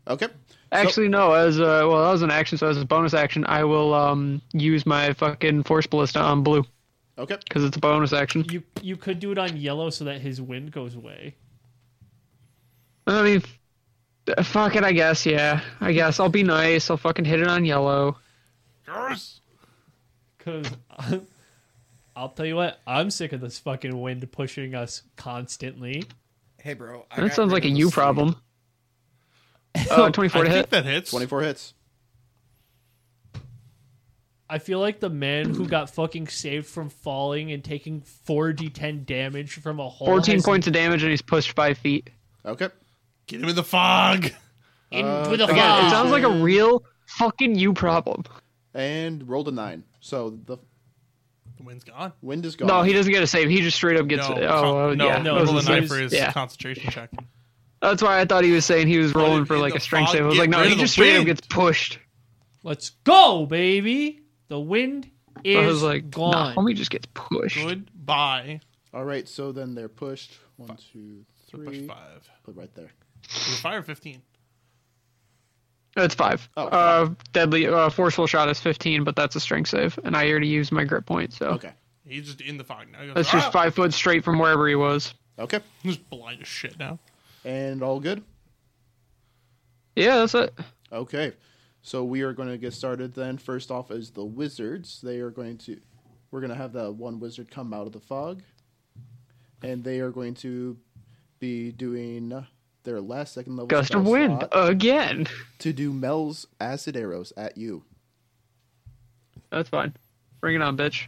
[SPEAKER 6] okay.
[SPEAKER 3] Actually, no. As uh, well, that was an action. So as a bonus action, I will um use my fucking force ballista on blue
[SPEAKER 6] Okay.
[SPEAKER 3] because it's a bonus action.
[SPEAKER 4] You you could do it on yellow so that his wind goes away.
[SPEAKER 3] I mean, f- fuck it. I guess. Yeah. I guess I'll be nice. I'll fucking hit it on yellow.
[SPEAKER 2] Yes!
[SPEAKER 4] Cause I'm- I'll tell you what, I'm sick of this fucking wind pushing us constantly.
[SPEAKER 5] Hey, bro. I
[SPEAKER 3] That
[SPEAKER 5] got
[SPEAKER 3] sounds
[SPEAKER 5] rid
[SPEAKER 3] like a
[SPEAKER 5] of the
[SPEAKER 3] you
[SPEAKER 5] sleep.
[SPEAKER 3] problem. Uh,
[SPEAKER 2] I
[SPEAKER 3] 24 to
[SPEAKER 2] think
[SPEAKER 3] hit.
[SPEAKER 2] that hits.
[SPEAKER 6] 24 hits.
[SPEAKER 4] I feel like the man who got fucking saved from falling and taking 4d10 damage from a hole.
[SPEAKER 3] 14
[SPEAKER 4] has-
[SPEAKER 3] points of damage and he's pushed five feet.
[SPEAKER 6] Okay.
[SPEAKER 2] Get him in the fog.
[SPEAKER 4] In with a
[SPEAKER 3] Again, it
[SPEAKER 4] fog.
[SPEAKER 3] sounds like a real fucking you problem.
[SPEAKER 6] And rolled a 9. So the
[SPEAKER 2] The wind's gone.
[SPEAKER 6] wind is gone.
[SPEAKER 3] No, he doesn't get a save. He just straight up gets.
[SPEAKER 2] Oh. no,
[SPEAKER 3] oh,
[SPEAKER 2] con- no,
[SPEAKER 3] yeah.
[SPEAKER 2] no.
[SPEAKER 3] that was
[SPEAKER 2] Roll a
[SPEAKER 3] his
[SPEAKER 2] knife
[SPEAKER 3] save.
[SPEAKER 2] for his
[SPEAKER 3] yeah.
[SPEAKER 2] concentration check.
[SPEAKER 3] That's why I thought he was saying he was rolling
[SPEAKER 2] it
[SPEAKER 3] for
[SPEAKER 2] in
[SPEAKER 3] like
[SPEAKER 2] the
[SPEAKER 3] a strength
[SPEAKER 2] fog,
[SPEAKER 3] save. I was
[SPEAKER 2] get
[SPEAKER 3] like, no,
[SPEAKER 2] rid
[SPEAKER 3] he
[SPEAKER 2] of the
[SPEAKER 3] just straight up
[SPEAKER 2] wind.
[SPEAKER 3] gets pushed.
[SPEAKER 4] Let's go, baby. The wind is
[SPEAKER 3] I was like, nah,
[SPEAKER 4] gone.
[SPEAKER 3] homie just gets pushed.
[SPEAKER 2] Goodbye.
[SPEAKER 6] All right. So then they're pushed. One, two,
[SPEAKER 2] So push
[SPEAKER 6] three.
[SPEAKER 2] five.
[SPEAKER 6] Put right there.
[SPEAKER 2] Is it Fire fifteen.
[SPEAKER 3] That's five.
[SPEAKER 6] Oh,
[SPEAKER 3] uh, deadly uh, forceful shot is fifteen, but that's a strength save, and I already used my grip point, so
[SPEAKER 6] Okay.
[SPEAKER 2] He's just in the fog now. He goes,
[SPEAKER 3] that's
[SPEAKER 2] "Ah!"
[SPEAKER 3] just five foot straight from wherever he was.
[SPEAKER 6] Okay.
[SPEAKER 2] He's blind as shit now.
[SPEAKER 6] And all good?
[SPEAKER 3] Yeah, that's it.
[SPEAKER 6] Okay. So we are going to get started then. First off is the wizards. They are going to we're going to have that one wizard come out of the fog. And they are going to be doing their last second level
[SPEAKER 3] Gust of
[SPEAKER 6] spell
[SPEAKER 3] wind Oh.
[SPEAKER 6] slot
[SPEAKER 3] again.
[SPEAKER 6] to do Mel's acid arrows at you.
[SPEAKER 3] That's fine. Bring it on, bitch.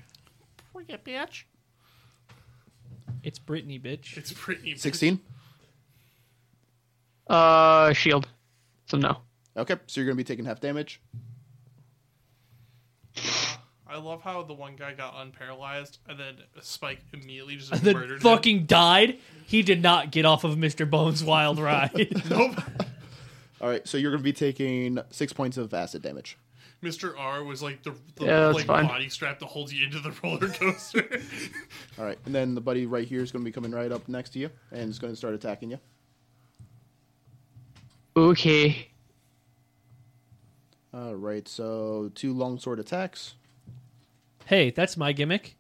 [SPEAKER 4] It's Brittany, bitch.
[SPEAKER 2] It's pretty.
[SPEAKER 6] 16.
[SPEAKER 3] Uh, shield. So no.
[SPEAKER 6] Okay. So you're going to be taking half damage.
[SPEAKER 2] I love how the one guy got unparalyzed and then Spike immediately just
[SPEAKER 4] Then
[SPEAKER 2] murdered him.
[SPEAKER 4] fucking died. He did not get off of Mr. Bones' wild ride.
[SPEAKER 2] Nope.
[SPEAKER 6] All right. So you're going to be taking 6 points of acid damage.
[SPEAKER 2] Mr. R was like the, the
[SPEAKER 3] Yeah, that's
[SPEAKER 2] like
[SPEAKER 3] fine.
[SPEAKER 2] body strap that holds you into the roller coaster.
[SPEAKER 6] All right. And then the buddy right here is going to be coming right up next to you and is going to start attacking you.
[SPEAKER 3] Okay.
[SPEAKER 6] All right. So two longsword attacks.
[SPEAKER 4] hey, that's my gimmick.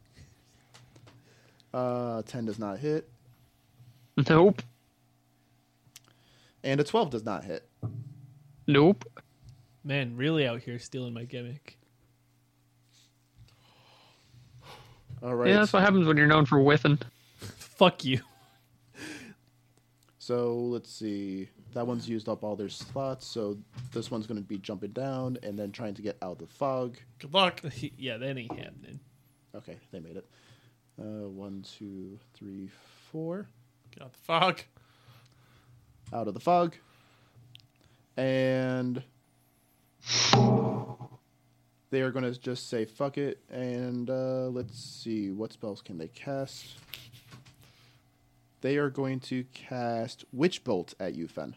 [SPEAKER 6] Uh 10 does not hit.
[SPEAKER 3] Nope.
[SPEAKER 6] And a 12 does not hit.
[SPEAKER 3] Nope.
[SPEAKER 4] Man, really out here stealing my gimmick.
[SPEAKER 6] All right.
[SPEAKER 3] Yeah, that's what happens when you're known for whiffing.
[SPEAKER 4] Fuck you.
[SPEAKER 6] So let's see. That one's used up all their slots. So this one's going to be jumping down and then trying to get out of the fog.
[SPEAKER 2] Good luck.
[SPEAKER 4] yeah, that ain't happening.
[SPEAKER 6] Okay, they made it. Uh, one, two, three, four.
[SPEAKER 2] Get out the fog.
[SPEAKER 6] Out of the fog. And they are going to just say fuck it. And uh, let's see. What spells can they cast? They are going to cast Witch Bolt at you, Fen.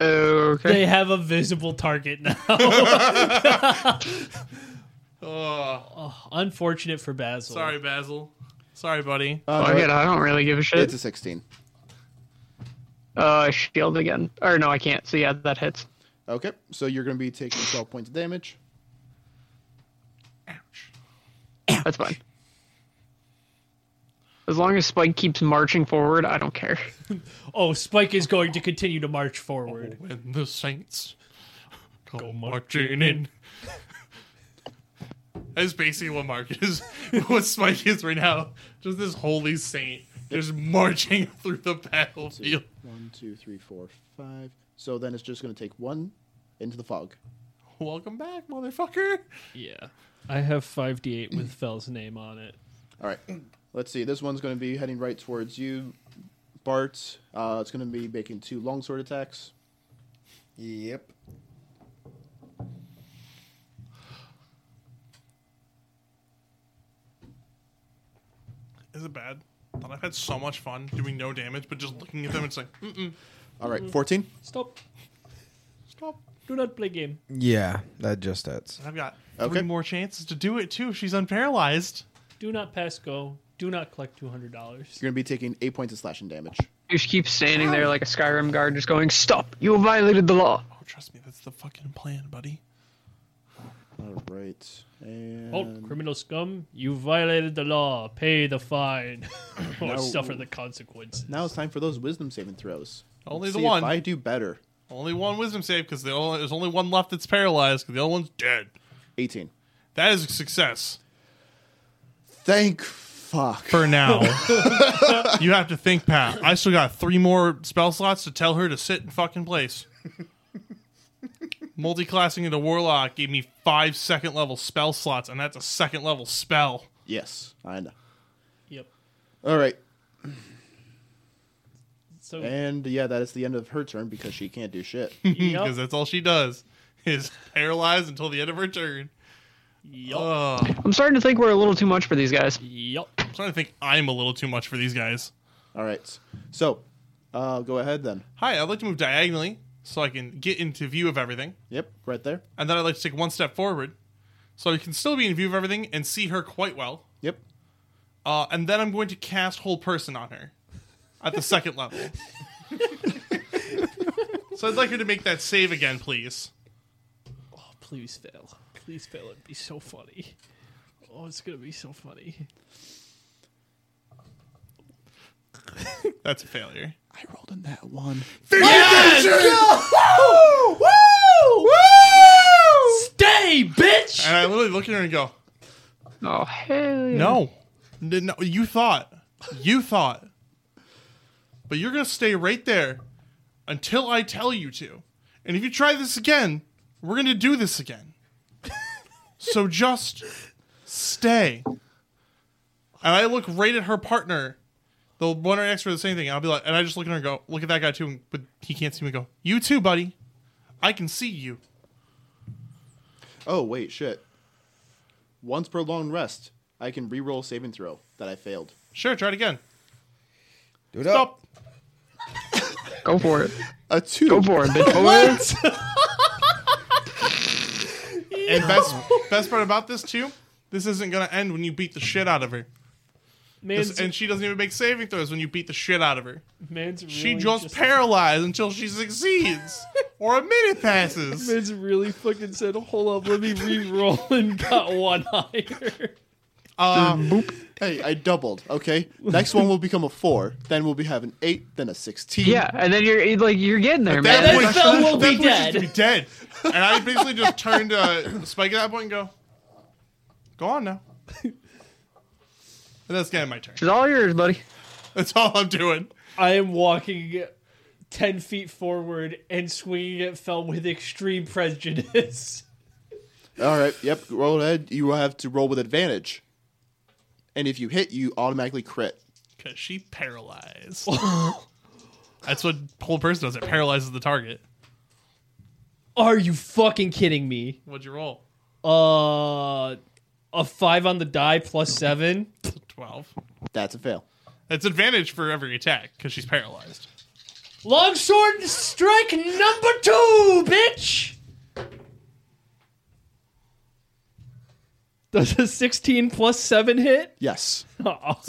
[SPEAKER 3] Okay.
[SPEAKER 4] They have a visible target now.
[SPEAKER 2] Oh,
[SPEAKER 4] Unfortunate for Basil.
[SPEAKER 2] sorry, Basil. Sorry, buddy.
[SPEAKER 6] Uh,
[SPEAKER 3] Fuck
[SPEAKER 6] no,
[SPEAKER 3] it, Oh, I don't really give a shit.
[SPEAKER 6] it's a 16.
[SPEAKER 3] Uh, shield again. Or no, I can't. So yeah, that hits.
[SPEAKER 6] Okay, so you're going to be taking 12 points of damage.
[SPEAKER 3] That's fine. As long as Spike keeps marching forward, I don't care.
[SPEAKER 4] Oh, Spike is going to continue to march forward.
[SPEAKER 2] When the saints go marching in. That's basically what Mark is, what Spike is right now. Just this holy saint just marching through the
[SPEAKER 6] Two,
[SPEAKER 2] battlefield.
[SPEAKER 6] one, two, three, four, five. So then it's just going to take one into the fog.
[SPEAKER 2] Welcome back, motherfucker.
[SPEAKER 4] Yeah. I have 5d8 with Fell's name on it.
[SPEAKER 6] All right. Let's see. This one's going to be heading right towards you, Bart. Uh, it's going to be making two longsword attacks.
[SPEAKER 7] Yep.
[SPEAKER 2] Is it bad? But I've had so much fun doing no damage, but just looking at them, it's like, mm, mm-mm,
[SPEAKER 6] All right, 14.
[SPEAKER 4] Stop.
[SPEAKER 2] stop.
[SPEAKER 4] Do not play game.
[SPEAKER 5] Yeah, that just hits.
[SPEAKER 2] And I've got
[SPEAKER 6] Okay.
[SPEAKER 2] three more chances to do it too. If she's unparalyzed.
[SPEAKER 4] Do not pass go. Do not collect $200.
[SPEAKER 6] You're going to be taking eight points of slashing damage.
[SPEAKER 3] You just keep standing there like a Skyrim guard, just going, "Stop! You have violated the law."
[SPEAKER 2] Oh, trust me, that's the fucking plan, buddy.
[SPEAKER 6] All right. And
[SPEAKER 4] Oh, criminal scum, you violated the law. Pay the fine or suffer the consequences.
[SPEAKER 6] now it's time for those wisdom saving throws.
[SPEAKER 2] Only
[SPEAKER 6] Let's
[SPEAKER 2] the
[SPEAKER 6] see if
[SPEAKER 2] one.
[SPEAKER 6] I do better.
[SPEAKER 2] Only one wisdom save because the only, there's only one left that's paralyzed because the other one's dead.
[SPEAKER 6] 18.
[SPEAKER 2] That is a success
[SPEAKER 6] Thank fuck.
[SPEAKER 2] for now. you have to think, Pat. I still got three more spell slots to tell her to sit in fucking place. Multiclassing into warlock gave me five second level spell slots, and that's a second level spell.
[SPEAKER 6] Yes, I know.
[SPEAKER 4] Yep.
[SPEAKER 6] All right.
[SPEAKER 4] So
[SPEAKER 6] And yeah, that is the end of her turn because she can't do shit.
[SPEAKER 4] Yup.
[SPEAKER 2] because that's all she does is paralyzed until the end of her turn.
[SPEAKER 4] Yup.
[SPEAKER 3] I'm starting to think we're a little too much for these guys.
[SPEAKER 4] Yup.
[SPEAKER 2] I'm starting to think I'm a little too much for these guys.
[SPEAKER 6] All right. So, uh, go ahead then.
[SPEAKER 2] Hi, I'd like to move diagonally so I can get into view of everything,
[SPEAKER 6] Yep, right there.
[SPEAKER 2] and then I'd like to take one step forward so I can still be in view of everything and see her quite well.
[SPEAKER 6] Yep.
[SPEAKER 2] Uh, and then I'm going to cast whole person on her at the second level. so I'd like her to make that save again, please.
[SPEAKER 4] Oh, please fail. Please fail. It'd be so funny. Oh, it's going to be so funny.
[SPEAKER 2] That's a failure.
[SPEAKER 6] I rolled in that one.
[SPEAKER 4] Stay, bitch!
[SPEAKER 2] And I literally look at her and go,
[SPEAKER 3] Oh hell yeah!
[SPEAKER 2] No. N- No, you thought. You thought. But you're going to stay right there until I tell you to. And if you try this again, we're going to do this again. so just stay. And I look right at her partner, the one right next to her, the same thing. And I'll be like, and I just look at her and go, look at that guy too. And, but he can't see me go, you too, buddy. I can see you.
[SPEAKER 6] Oh, wait, shit. Once per long rest, I can re-roll saving throw that I failed.
[SPEAKER 2] Sure, try it again.
[SPEAKER 5] Do it
[SPEAKER 2] Stop.
[SPEAKER 3] Go for it.
[SPEAKER 6] A two.
[SPEAKER 3] Go for it, bitch. What?
[SPEAKER 2] And best best part about this too, this isn't gonna end when you beat the shit out of her.
[SPEAKER 4] Man's,
[SPEAKER 2] This, and she doesn't even make saving throws when you beat the shit out of her.
[SPEAKER 4] man's really
[SPEAKER 2] She just, paralyzed until she succeeds, or a minute passes.
[SPEAKER 4] Man's really fucking said, hold up, let me re-roll and got one higher.
[SPEAKER 6] Hey, I doubled. Okay. Next one will become a four. Then we'll be having eight. Then a sixteen.
[SPEAKER 3] yeah, and then you're like, you're getting there,
[SPEAKER 2] That
[SPEAKER 3] man.
[SPEAKER 2] point-
[SPEAKER 4] then Phil will
[SPEAKER 2] that
[SPEAKER 4] be
[SPEAKER 2] point she's gonna
[SPEAKER 4] dead.
[SPEAKER 2] be dead. And I basically just turned to Spike at that point and go, "Go on now." And that's the end of my turn.
[SPEAKER 3] It's all yours, buddy.
[SPEAKER 2] That's all I'm doing.
[SPEAKER 4] I am walking ten feet forward and swinging at Fell with extreme prejudice.
[SPEAKER 6] All right. Yep. Roll ahead. You will have to roll with advantage. And if you hit, you automatically crit.
[SPEAKER 2] Cause she paralyzed. that's what whole person does. It paralyzes the target.
[SPEAKER 4] Are you fucking kidding me?
[SPEAKER 2] What'd you roll?
[SPEAKER 4] Uh, a five on the die plus seven.
[SPEAKER 2] Twelve.
[SPEAKER 6] That's a fail.
[SPEAKER 2] That's advantage for every attack because she's paralyzed.
[SPEAKER 4] Longsword strike number two, bitch. Does a sixteen plus seven hit?
[SPEAKER 6] Yes.
[SPEAKER 2] So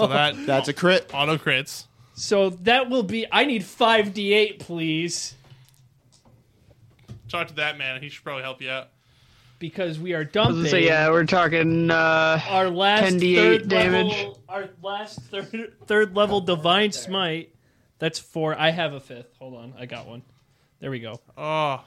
[SPEAKER 2] that
[SPEAKER 6] Oh. That's a crit.
[SPEAKER 2] auto crits.
[SPEAKER 4] So that will be. I need five d eight, please,
[SPEAKER 2] Talk to that man. He should probably help you out.
[SPEAKER 4] because we are
[SPEAKER 3] I was
[SPEAKER 4] dumping.
[SPEAKER 3] gonna say, yeah, we're talking. uh
[SPEAKER 4] our last
[SPEAKER 3] 10d8
[SPEAKER 4] third
[SPEAKER 3] damage.
[SPEAKER 4] level, our last third third level divine smite. That's four. I have a fifth. Hold on, I got one. There we go.
[SPEAKER 2] Oh,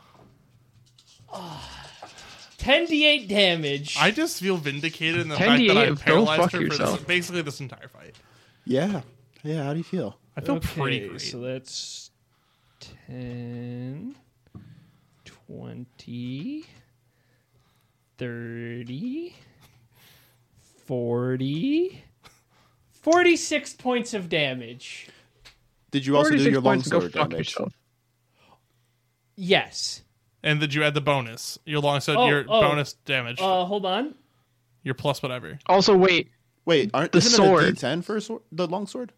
[SPEAKER 4] Ten d8 damage.
[SPEAKER 2] I just feel vindicated in the
[SPEAKER 3] 10
[SPEAKER 2] fact that I
[SPEAKER 3] D8, go
[SPEAKER 2] paralyzed
[SPEAKER 3] fuck
[SPEAKER 2] her for this,
[SPEAKER 3] yourself.
[SPEAKER 2] basically this entire fight.
[SPEAKER 6] Yeah. Yeah. How do you feel?
[SPEAKER 2] I feel
[SPEAKER 4] okay,
[SPEAKER 2] pretty great.
[SPEAKER 4] So that's 10, 20, 30, 40, 46 points of damage.
[SPEAKER 6] Did you also do
[SPEAKER 3] 46
[SPEAKER 6] your long
[SPEAKER 3] points, go
[SPEAKER 6] sword
[SPEAKER 3] fuck
[SPEAKER 6] damage?
[SPEAKER 3] yourself.
[SPEAKER 4] Yes.
[SPEAKER 2] And did you add the bonus? Your long sword,
[SPEAKER 4] Oh,
[SPEAKER 2] your
[SPEAKER 4] oh.
[SPEAKER 2] bonus damage,
[SPEAKER 4] Uh, hold on.
[SPEAKER 2] your plus whatever.
[SPEAKER 3] Also, wait.
[SPEAKER 6] Wait, aren't
[SPEAKER 3] The
[SPEAKER 6] isn't it a
[SPEAKER 3] sword.
[SPEAKER 6] D10 for a sword? The long sword?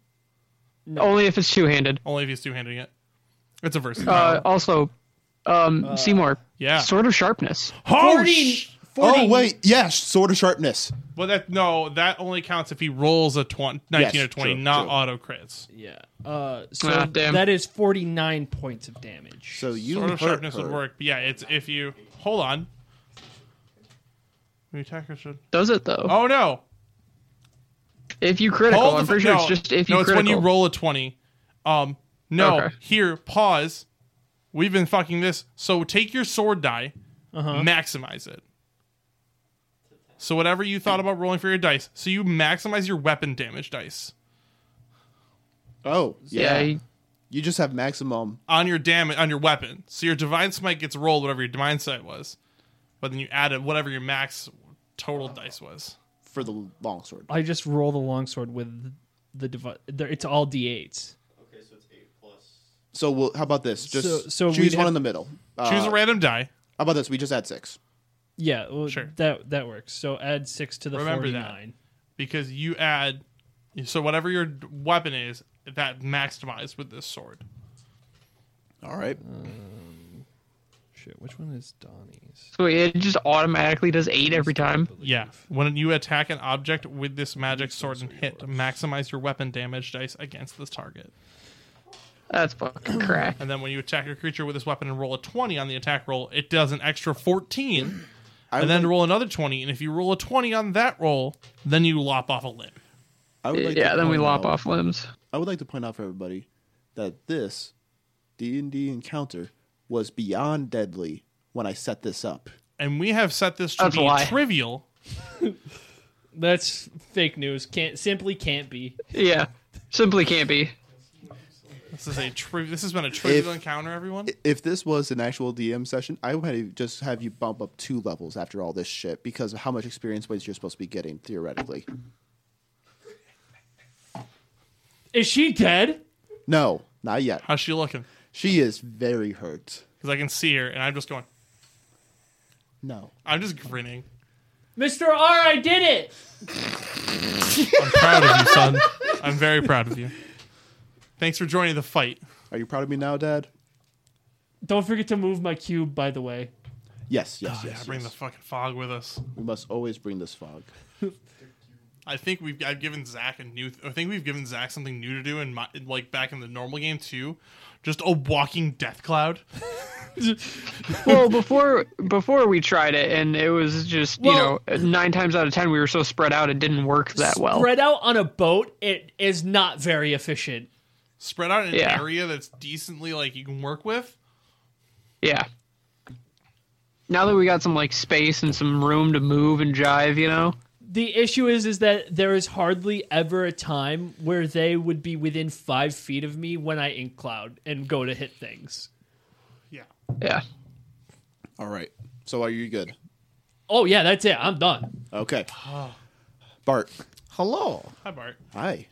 [SPEAKER 3] Only if it's two handed.
[SPEAKER 2] Only if he's two handing it. It's a versatile.
[SPEAKER 3] Uh, also, um,
[SPEAKER 2] Uh,
[SPEAKER 3] Seymour.
[SPEAKER 2] yeah.
[SPEAKER 3] Sword of sharpness.
[SPEAKER 2] Oh,
[SPEAKER 4] 40,
[SPEAKER 2] sh-
[SPEAKER 4] 40
[SPEAKER 6] Oh wait, yes, sword of sharpness.
[SPEAKER 2] But that no, that only counts if he rolls a tw- 19
[SPEAKER 6] Yes,
[SPEAKER 2] or 20,
[SPEAKER 6] true,
[SPEAKER 2] not
[SPEAKER 6] true.
[SPEAKER 2] auto crits.
[SPEAKER 4] Yeah. Uh, so
[SPEAKER 3] Ah, damn.
[SPEAKER 4] that is 49 points of damage.
[SPEAKER 6] So you
[SPEAKER 2] Sword of
[SPEAKER 6] hurt
[SPEAKER 2] sharpness
[SPEAKER 6] her.
[SPEAKER 2] would work. But yeah, it's if you hold on. The attacker should.
[SPEAKER 3] Does it, though?
[SPEAKER 2] Oh no!
[SPEAKER 3] If you critical,
[SPEAKER 2] Hold the
[SPEAKER 3] I'm pretty
[SPEAKER 2] fu-
[SPEAKER 3] sure it's
[SPEAKER 2] no.
[SPEAKER 3] just if you
[SPEAKER 2] no, it's
[SPEAKER 3] critical.
[SPEAKER 2] when you roll a 20. Um, no,
[SPEAKER 3] Okay.
[SPEAKER 2] here, pause. We've been fucking this. So take your sword die, maximize it. So whatever you thought about rolling for your dice, so you maximize your weapon damage dice
[SPEAKER 6] Oh,
[SPEAKER 3] yeah.
[SPEAKER 6] yeah. You just have maximum.
[SPEAKER 2] on your damage on your weapon. So your divine smite gets rolled whatever your divine sight was, but then you add it whatever your max total dice was.
[SPEAKER 6] for the longsword.
[SPEAKER 4] I just roll the longsword with the device. It's all d8s.
[SPEAKER 8] Okay, so it's eight plus.
[SPEAKER 6] So we'll, how about this? Just
[SPEAKER 4] So- so we'd
[SPEAKER 6] choose one
[SPEAKER 4] have-
[SPEAKER 6] in the middle. Uh,
[SPEAKER 2] Choose a random die.
[SPEAKER 6] How about this? We just add six.
[SPEAKER 4] Yeah, well,
[SPEAKER 2] Sure.
[SPEAKER 4] That that works. So add six to the
[SPEAKER 2] Remember that.
[SPEAKER 4] 49.
[SPEAKER 2] because you add so whatever your weapon is that maximized with this sword
[SPEAKER 6] All right.
[SPEAKER 4] Shit, which one is Donnie's?
[SPEAKER 3] So it just automatically does eight every time.
[SPEAKER 2] yeah when you attack an object with this magic sword and hit maximize your weapon damage dice against this target
[SPEAKER 3] That's fucking crack.
[SPEAKER 2] and then when you attack a creature with this weapon and roll a 20 on the attack roll it does an extra 14
[SPEAKER 6] I
[SPEAKER 2] and
[SPEAKER 6] would
[SPEAKER 2] then
[SPEAKER 6] like-
[SPEAKER 2] roll another 20 and if you roll a 20 on that roll then you lop off a limb
[SPEAKER 6] I would like to
[SPEAKER 3] yeah, then we
[SPEAKER 6] point
[SPEAKER 3] lop
[SPEAKER 6] out-
[SPEAKER 3] off limbs.
[SPEAKER 6] I would like to point out for everybody that this D and D encounter was beyond deadly when I set this up.
[SPEAKER 2] and we have set this to
[SPEAKER 3] That's a
[SPEAKER 2] be
[SPEAKER 3] lie.
[SPEAKER 2] trivial
[SPEAKER 4] That's fake news. Can't simply can't be.
[SPEAKER 3] Yeah. Simply can't be.
[SPEAKER 2] this is a tri- this has been a trivial encounter everyone
[SPEAKER 6] If this was an actual DM session, I would have just have you bump up two levels after all this shit because of how much experience points you're supposed to be getting theoretically.
[SPEAKER 4] Is she dead?
[SPEAKER 6] No, not yet.
[SPEAKER 2] how's she looking
[SPEAKER 6] She is very hurt.
[SPEAKER 2] because i can see her and i'm just going
[SPEAKER 6] No.
[SPEAKER 2] i'm just grinning
[SPEAKER 4] Mr. R, I did it.
[SPEAKER 2] I'm proud of you, son. I'm very proud of you. Thanks for joining the fight.
[SPEAKER 6] Are you proud of me now, Dad?
[SPEAKER 4] Don't forget to move my cube, by the way.
[SPEAKER 6] Yes, yes, yes.
[SPEAKER 2] yeah, bring
[SPEAKER 6] yes.
[SPEAKER 2] the fucking fog with us.
[SPEAKER 6] we must always bring this fog.
[SPEAKER 2] I think we've I've given Zach a new. I think we've given Zach something new to do, and my like back in the normal game too, just a walking death cloud.
[SPEAKER 3] Well, before before we tried it, and it was just
[SPEAKER 4] Well-
[SPEAKER 3] you know nine times out of ten we were so spread out it didn't work that well.
[SPEAKER 4] Spread out on a boat, it is not very efficient.
[SPEAKER 2] Spread out in an
[SPEAKER 3] Yeah.
[SPEAKER 2] area that's decently like you can work with.
[SPEAKER 3] Yeah. Now that we got some like space and some room to move and jive, you know.
[SPEAKER 4] The issue is, is that there is hardly ever a time where they would be within five feet of me when I ink cloud and go to hit things.
[SPEAKER 2] Yeah.
[SPEAKER 3] Yeah.
[SPEAKER 6] All right. So are you good?
[SPEAKER 4] Oh yeah, that's it. I'm done.
[SPEAKER 6] Okay. Bart.
[SPEAKER 5] Hello.
[SPEAKER 2] Hi Bart.
[SPEAKER 6] Hi.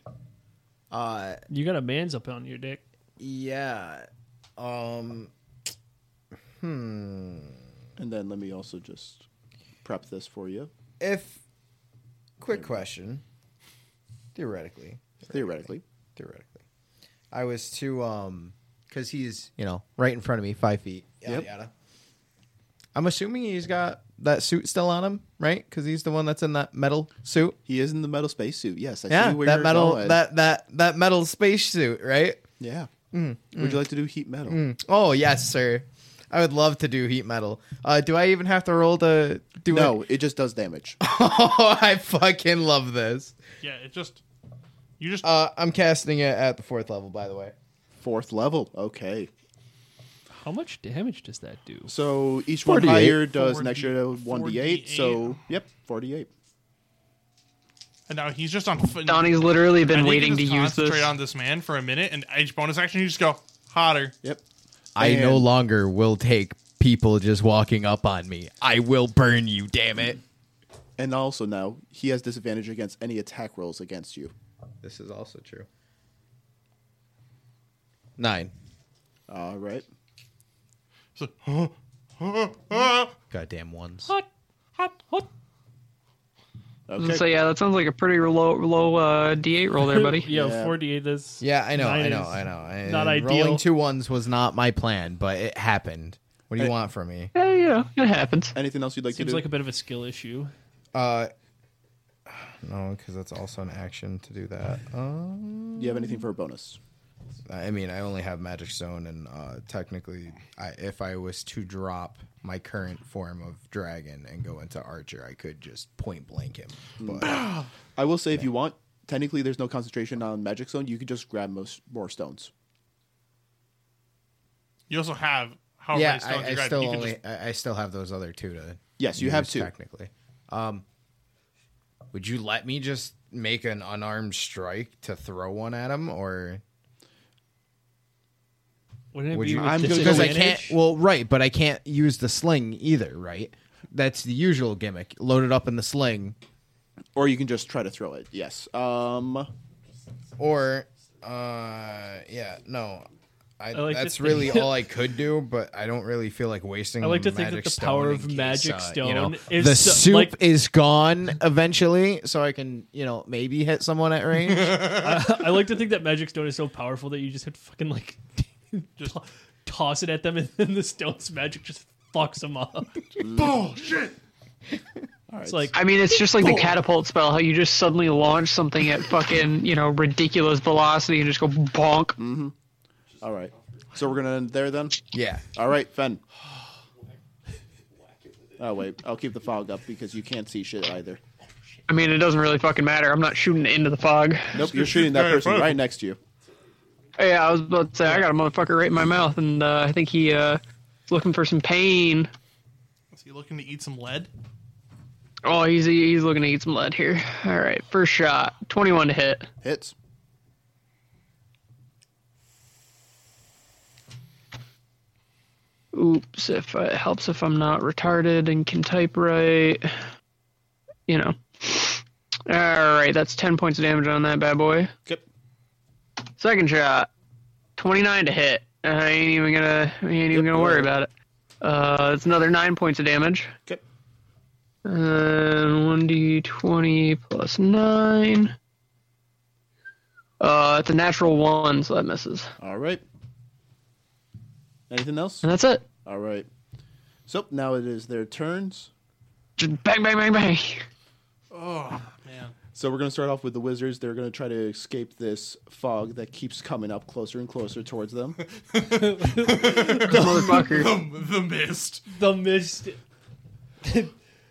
[SPEAKER 5] Uh,
[SPEAKER 4] You got a man's up on your dick.
[SPEAKER 5] yeah. Um,
[SPEAKER 6] And then let me also just prep this for you,
[SPEAKER 5] if quick question, theoretically,
[SPEAKER 6] theoretically.
[SPEAKER 5] theoretically, I was to um, because he's you know right in front of me, five feet. Yada
[SPEAKER 6] Yep.
[SPEAKER 5] yada. I'm assuming he's got that suit still on him, right? Because he's the one that's in that metal suit.
[SPEAKER 6] He is in the metal spacesuit. Yes, I
[SPEAKER 5] yeah,
[SPEAKER 6] see where
[SPEAKER 5] that
[SPEAKER 6] you're
[SPEAKER 5] metal
[SPEAKER 6] going.
[SPEAKER 5] that that that metal space suit, right?
[SPEAKER 6] yeah. Would you like to do heat metal?
[SPEAKER 5] Oh yes, sir. I would love to do heat metal. Uh, do I even have to roll to do
[SPEAKER 6] No,
[SPEAKER 5] it?
[SPEAKER 6] it just does damage.
[SPEAKER 5] Oh, I fucking love this.
[SPEAKER 2] Yeah. It just you
[SPEAKER 3] Oh.
[SPEAKER 2] just
[SPEAKER 5] Uh, I'm casting it at the fourth level, by the way.
[SPEAKER 6] Fourth level. Okay.
[SPEAKER 4] How much damage does that do?
[SPEAKER 6] So each one
[SPEAKER 5] 48.
[SPEAKER 6] higher does an
[SPEAKER 2] 40
[SPEAKER 6] extra one d eight. So yep, forty eight.
[SPEAKER 2] and now he's just on. foot-
[SPEAKER 3] Donnie's literally
[SPEAKER 2] I
[SPEAKER 3] been
[SPEAKER 2] think you
[SPEAKER 3] waiting to
[SPEAKER 2] just
[SPEAKER 3] use this.
[SPEAKER 2] Concentrate on this man for a minute, and edge bonus action. You just go hotter.
[SPEAKER 6] Yep.
[SPEAKER 5] I
[SPEAKER 6] And-
[SPEAKER 5] no longer will take people just walking up on me. I will burn you, damn it.
[SPEAKER 6] And also now he has disadvantage against any attack rolls against you.
[SPEAKER 5] This is also true. Nine.
[SPEAKER 6] All right.
[SPEAKER 5] Goddamn ones.
[SPEAKER 4] Hot, hot, hot.
[SPEAKER 6] Okay.
[SPEAKER 3] So yeah, that sounds like a pretty low low uh, D8 roll there, buddy.
[SPEAKER 4] yeah,
[SPEAKER 6] Yeah.
[SPEAKER 4] 48 is.
[SPEAKER 5] Yeah, I know, I
[SPEAKER 4] Nine
[SPEAKER 5] know,
[SPEAKER 4] is
[SPEAKER 5] I know. And
[SPEAKER 4] not ideal.
[SPEAKER 5] Rolling two ones was not my plan, but it happened. What do you want from me?
[SPEAKER 3] Yeah, you know, it happens.
[SPEAKER 6] Anything else you'd like
[SPEAKER 4] Seems
[SPEAKER 6] to do?
[SPEAKER 4] like a bit of a skill issue.
[SPEAKER 5] Uh, no, because that's also an action to do that. Um,
[SPEAKER 6] do you have anything for a bonus?
[SPEAKER 5] I mean, I only have magic zone, and uh, technically, I, if I was to drop my current form of dragon and go into archer, I could just point blank him.
[SPEAKER 6] Mm.
[SPEAKER 5] But
[SPEAKER 6] I will say if you want, technically there's no concentration on magic zone. You could just grab most more stones.
[SPEAKER 2] You also have how
[SPEAKER 5] yeah,
[SPEAKER 2] many stones
[SPEAKER 5] I, I
[SPEAKER 2] you got.
[SPEAKER 5] still
[SPEAKER 2] you can
[SPEAKER 5] only
[SPEAKER 2] just-
[SPEAKER 5] I, I still have those other two to.
[SPEAKER 6] Yes, you have
[SPEAKER 5] use
[SPEAKER 6] two.
[SPEAKER 5] technically. Um, would you let me just make an unarmed strike to throw one at him, or
[SPEAKER 4] Wouldn't it
[SPEAKER 5] Would
[SPEAKER 4] be
[SPEAKER 5] you-
[SPEAKER 4] with
[SPEAKER 6] I'm gonna go
[SPEAKER 5] because I
[SPEAKER 4] disadvantage?
[SPEAKER 5] can't. Well, right, but I can't use the sling either, right? That's the usual gimmick. Load it up in the sling,
[SPEAKER 6] Or you can just try to throw it. Yes. Um
[SPEAKER 5] or uh, yeah, no. I,
[SPEAKER 4] like to
[SPEAKER 5] that's
[SPEAKER 4] think-
[SPEAKER 5] really all I could do, but I don't really feel like wasting.
[SPEAKER 4] I like to think
[SPEAKER 5] magic
[SPEAKER 4] that the
[SPEAKER 5] stone
[SPEAKER 4] power
[SPEAKER 5] in
[SPEAKER 4] of
[SPEAKER 5] case,
[SPEAKER 4] magic
[SPEAKER 5] uh,
[SPEAKER 4] stone
[SPEAKER 5] you know,
[SPEAKER 4] is
[SPEAKER 5] the
[SPEAKER 4] so-
[SPEAKER 5] soup
[SPEAKER 4] like-
[SPEAKER 5] is gone eventually, so I can you know maybe hit someone at range.
[SPEAKER 4] I like to think that magic stone is so powerful that you just have to fucking like just toss it at them, and then the stone's magic just fucks them up.
[SPEAKER 2] bullshit.
[SPEAKER 4] It's like
[SPEAKER 3] I mean, it's just like the catapult spell, how you just suddenly launch something at fucking, you know, ridiculous velocity and just go bonk.
[SPEAKER 6] all right. So we're gonna end there then?
[SPEAKER 5] yeah,
[SPEAKER 6] All right, Fen. Oh wait, I'll keep the fog up because you can't see shit either.
[SPEAKER 3] I mean, it doesn't really fucking matter. I'm not shooting into the fog.
[SPEAKER 6] Nope, you're shooting that
[SPEAKER 2] Hey,
[SPEAKER 6] person
[SPEAKER 2] Fen.
[SPEAKER 6] right next to you.
[SPEAKER 3] Yeah, I was about to say, I got a motherfucker right in my mouth, and uh, I think he, uh, is looking for some pain.
[SPEAKER 2] Is he looking to eat some lead?
[SPEAKER 3] Oh, he's, he's looking to eat some lead here. All right, first shot, 21 to hit.
[SPEAKER 6] Hits.
[SPEAKER 3] Oops, if it helps if I'm not retarded and can type right. You know. Alright, that's 10 points of damage on that bad boy.
[SPEAKER 6] Yep.
[SPEAKER 3] Second shot. 29 to hit. I ain't even gonna I ain't even gonna worry about it. Uh it's another 9 points of damage. Uh,
[SPEAKER 6] Okay.
[SPEAKER 3] And 1d20 plus 9. Uh it's a natural 1, so that misses.
[SPEAKER 6] All right. Anything else?
[SPEAKER 3] And that's it.
[SPEAKER 6] All right. So now it is their turns.
[SPEAKER 3] Just bang bang bang bang.
[SPEAKER 2] Oh man.
[SPEAKER 6] So we're going to start off with the wizards. They're going to try to escape this fog that keeps coming up closer and closer towards them.
[SPEAKER 3] Motherfucker.
[SPEAKER 2] The, the mist.
[SPEAKER 4] the mist.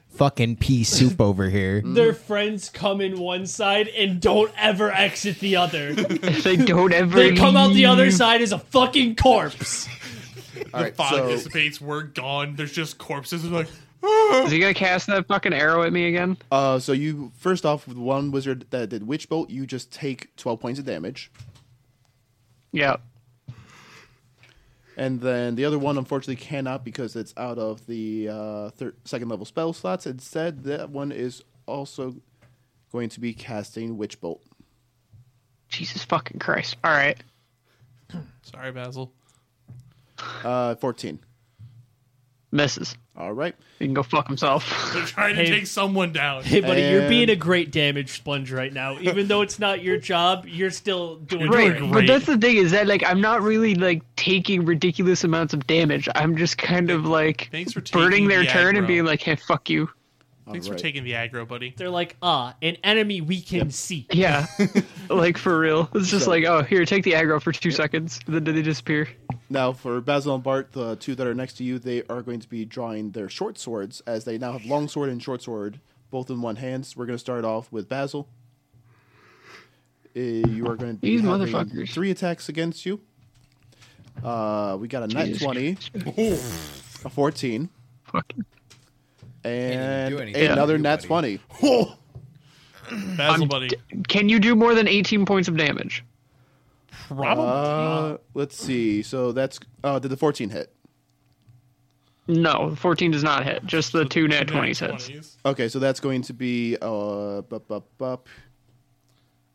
[SPEAKER 5] fucking pea soup over here.
[SPEAKER 4] Their friends come in one side and don't ever exit the other.
[SPEAKER 3] They don't ever.
[SPEAKER 4] They come out the other side as a fucking corpse.
[SPEAKER 6] All right.
[SPEAKER 2] Fog
[SPEAKER 6] So
[SPEAKER 2] dissipates. We're gone. There's just corpses. It's like
[SPEAKER 3] Is he gonna cast that fucking arrow at me again?
[SPEAKER 6] uh, so you first off with one wizard that did witch bolt, you just take 12 points of damage.
[SPEAKER 3] Yeah.
[SPEAKER 6] And then the other one unfortunately cannot because it's out of the uh, thir- second level spell slots. Instead, that one is also going to be casting witch bolt.
[SPEAKER 3] Jesus fucking Christ. All right.
[SPEAKER 2] sorry, Basil.
[SPEAKER 6] Uh, 14.
[SPEAKER 3] Misses.
[SPEAKER 6] All right.
[SPEAKER 3] He can go fuck himself.
[SPEAKER 2] They're trying to
[SPEAKER 4] Hey.
[SPEAKER 2] take someone down.
[SPEAKER 4] Hey, buddy, you're
[SPEAKER 6] And-
[SPEAKER 4] being a great damage sponge right now. Even though it's not your job, you're still doing
[SPEAKER 2] You're doing
[SPEAKER 4] great.
[SPEAKER 2] great.
[SPEAKER 3] But that's the thing is that like I'm not really like taking ridiculous amounts of damage. I'm just kind of like
[SPEAKER 2] Thanks for taking
[SPEAKER 3] burning their
[SPEAKER 2] the
[SPEAKER 3] turn and
[SPEAKER 2] aggro.
[SPEAKER 3] being like, hey, fuck you.
[SPEAKER 2] Thanks
[SPEAKER 6] Alright.
[SPEAKER 2] for taking the aggro, buddy.
[SPEAKER 4] They're like, ah, an enemy we can see.
[SPEAKER 3] Yeah. like for real. It's just
[SPEAKER 6] So-
[SPEAKER 3] like, oh, here, take the aggro for two seconds. Then they disappear.
[SPEAKER 6] Now, for Basil and Bart, the two that are next to you, they are going to be drawing their short swords as they now have long sword and short sword both in one hand. So we're going to start off with Basil. Uh, you are going to be
[SPEAKER 3] These
[SPEAKER 6] having
[SPEAKER 3] motherfuckers.
[SPEAKER 6] three attacks against you. Uh, we got a nat
[SPEAKER 3] Jesus
[SPEAKER 6] 20, a 14,
[SPEAKER 3] Fucking.
[SPEAKER 6] and
[SPEAKER 5] do anything
[SPEAKER 6] another
[SPEAKER 5] to you,
[SPEAKER 6] nat
[SPEAKER 5] buddy.
[SPEAKER 6] 20.
[SPEAKER 2] Basil, buddy.
[SPEAKER 3] Can you do more than 18 points of damage?
[SPEAKER 2] Probably.
[SPEAKER 6] oh, Uh, let's see. So that's. Uh, did the 14 hit?
[SPEAKER 3] No, 14 does not hit. Just the two nat
[SPEAKER 2] Nat
[SPEAKER 3] 20s hits.
[SPEAKER 6] Okay, so that's going to be uh, bup, bup, bup,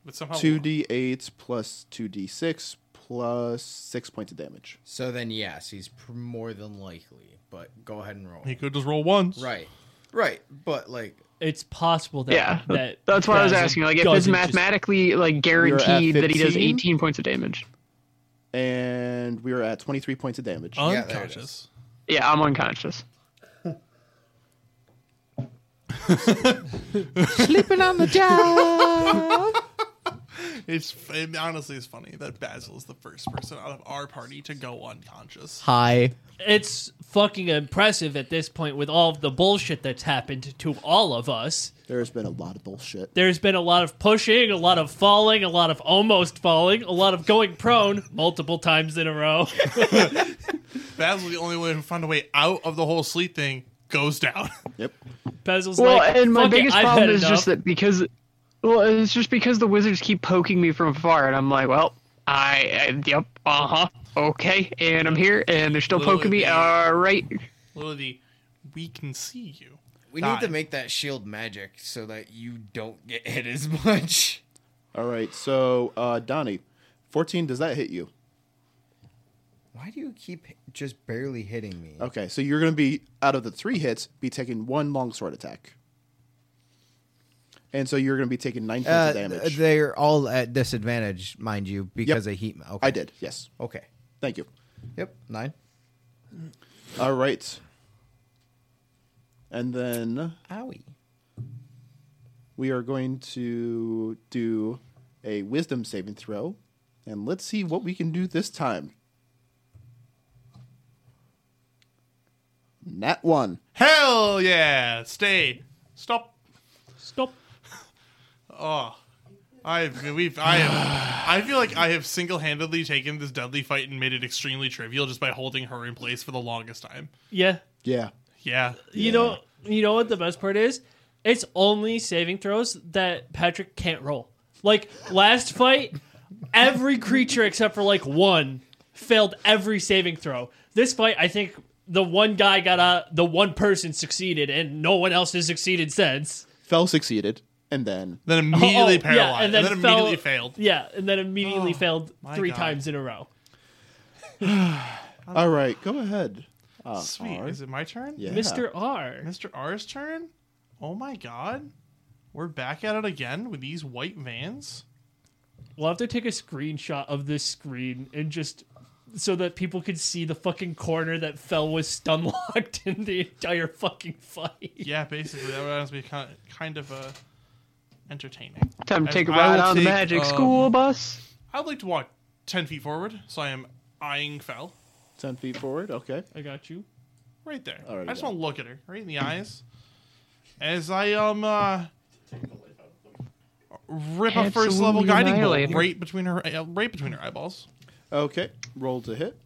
[SPEAKER 2] But somehow
[SPEAKER 6] 2d8 plus 2d6 plus 6 points of damage.
[SPEAKER 5] So then, yes, he's pr- more than likely. But go ahead and roll.
[SPEAKER 2] he could just roll once.
[SPEAKER 5] Right, right. But like,
[SPEAKER 4] It's possible that
[SPEAKER 3] Yeah,
[SPEAKER 4] that
[SPEAKER 3] that's what I was
[SPEAKER 4] Dazzle
[SPEAKER 3] asking. Like, if it's
[SPEAKER 4] doesn't just-
[SPEAKER 3] mathematically like
[SPEAKER 6] at
[SPEAKER 3] guaranteed that he does
[SPEAKER 6] 15?
[SPEAKER 3] 18 points of damage,
[SPEAKER 6] And we are at 23 points of damage.
[SPEAKER 2] Uh.
[SPEAKER 5] Yeah, there it
[SPEAKER 2] Unconscious.
[SPEAKER 3] yeah, I'm unconscious.
[SPEAKER 2] it's it honestly is funny that Basil is the first person out of our party to go unconscious.
[SPEAKER 9] Hi.
[SPEAKER 4] it's fucking impressive at this point with all of the bullshit that's happened to all of us.
[SPEAKER 6] There's been a lot of bullshit.
[SPEAKER 4] There's been a lot of pushing, a lot of falling, a lot of almost falling, a lot of going prone multiple times in a row.
[SPEAKER 2] Basil, the only way to find a way out of the whole sleep thing, goes down.
[SPEAKER 6] Yep.
[SPEAKER 4] Basil's
[SPEAKER 3] Well,
[SPEAKER 4] like,
[SPEAKER 3] and my
[SPEAKER 4] "Fuck it,
[SPEAKER 3] biggest
[SPEAKER 4] I've
[SPEAKER 3] problem
[SPEAKER 4] had
[SPEAKER 3] is just
[SPEAKER 4] enough."
[SPEAKER 3] that because, well, it's just because the wizards keep poking me from afar, and I'm like, well, I, I yep, uh huh, okay, and I'm here, and they're still poking me. All right,
[SPEAKER 2] Lily, we can see you.
[SPEAKER 5] we
[SPEAKER 2] Die.
[SPEAKER 5] need to make that shield magic so that you don't get hit as much.
[SPEAKER 6] All right, so uh, Donnie, 14, does that hit you?
[SPEAKER 5] Why do you keep h- just barely hitting me?
[SPEAKER 6] Okay, so you're going to be, out of the three hits, be taking one longsword attack. And so you're going to be taking 9 points
[SPEAKER 5] Uh,
[SPEAKER 6] of damage.
[SPEAKER 5] th- they're all at disadvantage, mind you, because
[SPEAKER 6] Yep.
[SPEAKER 5] of heat. ma- Okay.
[SPEAKER 6] I did, yes.
[SPEAKER 5] Okay.
[SPEAKER 6] Thank you.
[SPEAKER 5] Yep. Nine.
[SPEAKER 6] All right. And then
[SPEAKER 5] Owie.
[SPEAKER 6] we are going to do a wisdom saving throw. And let's see what we can do this time. Nat 1.
[SPEAKER 2] Hell yeah! Stay. Stop.
[SPEAKER 4] Stop.
[SPEAKER 2] Oh, I've we've I have I feel like I have single handedly taken this deadly fight and made it extremely trivial just by holding her in place for the longest time.
[SPEAKER 4] Yeah,
[SPEAKER 6] Yeah.
[SPEAKER 2] Yeah,
[SPEAKER 4] you know, you know what the best part is? It's only saving throws that Patrick can't roll. Like last fight, every creature except for like one failed every saving throw. This fight, I think the one guy got out, the one person succeeded, and no one else has succeeded since.
[SPEAKER 6] Fell succeeded. And then
[SPEAKER 2] then immediately
[SPEAKER 4] Oh, oh,
[SPEAKER 2] paralyzed, and then,
[SPEAKER 4] fell-
[SPEAKER 2] immediately failed.
[SPEAKER 4] Yeah, and then immediately failed
[SPEAKER 2] Oh, my
[SPEAKER 4] three
[SPEAKER 2] God.
[SPEAKER 4] times in a row.
[SPEAKER 6] All right, go ahead. Uh,
[SPEAKER 2] Sweet.
[SPEAKER 6] R.
[SPEAKER 2] Is it my turn?
[SPEAKER 6] Yeah.
[SPEAKER 4] Mr. R.
[SPEAKER 2] Mr. R's turn? Oh my god. We're back at it again with these white vans?
[SPEAKER 4] We'll have to take a screenshot of this screen and just so that people could see the fucking corner that fell was stun locked in the entire fucking fight.
[SPEAKER 2] Yeah, basically. That would honestly be kind kind of uh, entertaining.
[SPEAKER 3] time to take a
[SPEAKER 2] I
[SPEAKER 3] ride
[SPEAKER 2] will
[SPEAKER 3] on the
[SPEAKER 2] take,
[SPEAKER 3] magic
[SPEAKER 2] um,
[SPEAKER 3] school bus.
[SPEAKER 2] I'd like to walk 10 feet forward, so I am eyeing Fel.
[SPEAKER 6] 10 feet forward. Okay.
[SPEAKER 4] I got you.
[SPEAKER 2] Right there.
[SPEAKER 6] Alrighty
[SPEAKER 2] I just
[SPEAKER 6] then.
[SPEAKER 2] want to look at her, right in the eyes. As I, um, uh, rip a first level
[SPEAKER 3] Absolutely
[SPEAKER 2] guiding bolt
[SPEAKER 3] annihilate her.
[SPEAKER 2] right between her, uh, right between her eyeballs.
[SPEAKER 6] Okay. Roll to hit.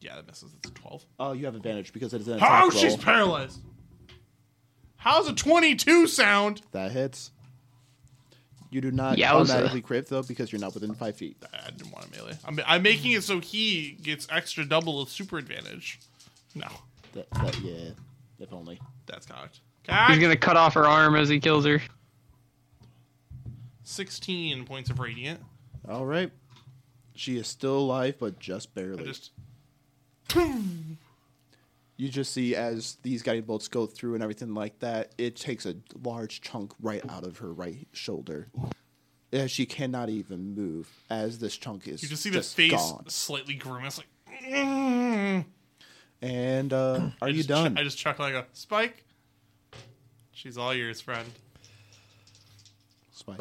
[SPEAKER 2] Yeah, that misses. It's a 12.
[SPEAKER 6] Oh, you have advantage because it is an attack
[SPEAKER 2] Oh,
[SPEAKER 6] roll.
[SPEAKER 2] she's paralyzed. How's a 22 sound?
[SPEAKER 6] That hits. You do not
[SPEAKER 3] Yowza.
[SPEAKER 6] automatically crit though because you're not within five feet.
[SPEAKER 2] I didn't want to melee. I'm, I'm making it so he gets extra double of super advantage. No,
[SPEAKER 6] That, that yeah, if only.
[SPEAKER 2] that's cocked.
[SPEAKER 3] He's
[SPEAKER 2] Cocked.
[SPEAKER 3] gonna cut off her arm as he kills her.
[SPEAKER 2] 16 points of radiant.
[SPEAKER 6] All right. She is still alive, but just
[SPEAKER 2] I
[SPEAKER 6] barely.
[SPEAKER 2] just
[SPEAKER 6] You just see as these guiding bolts go through and everything like that, it takes a large chunk right out of her right shoulder. Uh, she cannot even move as this chunk is.
[SPEAKER 2] you just see the face
[SPEAKER 6] gone.
[SPEAKER 2] slightly grimace, like. "Mm."
[SPEAKER 6] And uh, are
[SPEAKER 2] I
[SPEAKER 6] you
[SPEAKER 2] just ch-
[SPEAKER 6] done?
[SPEAKER 2] I just chuckle. I go, Spike. She's all yours, friend.
[SPEAKER 6] Spike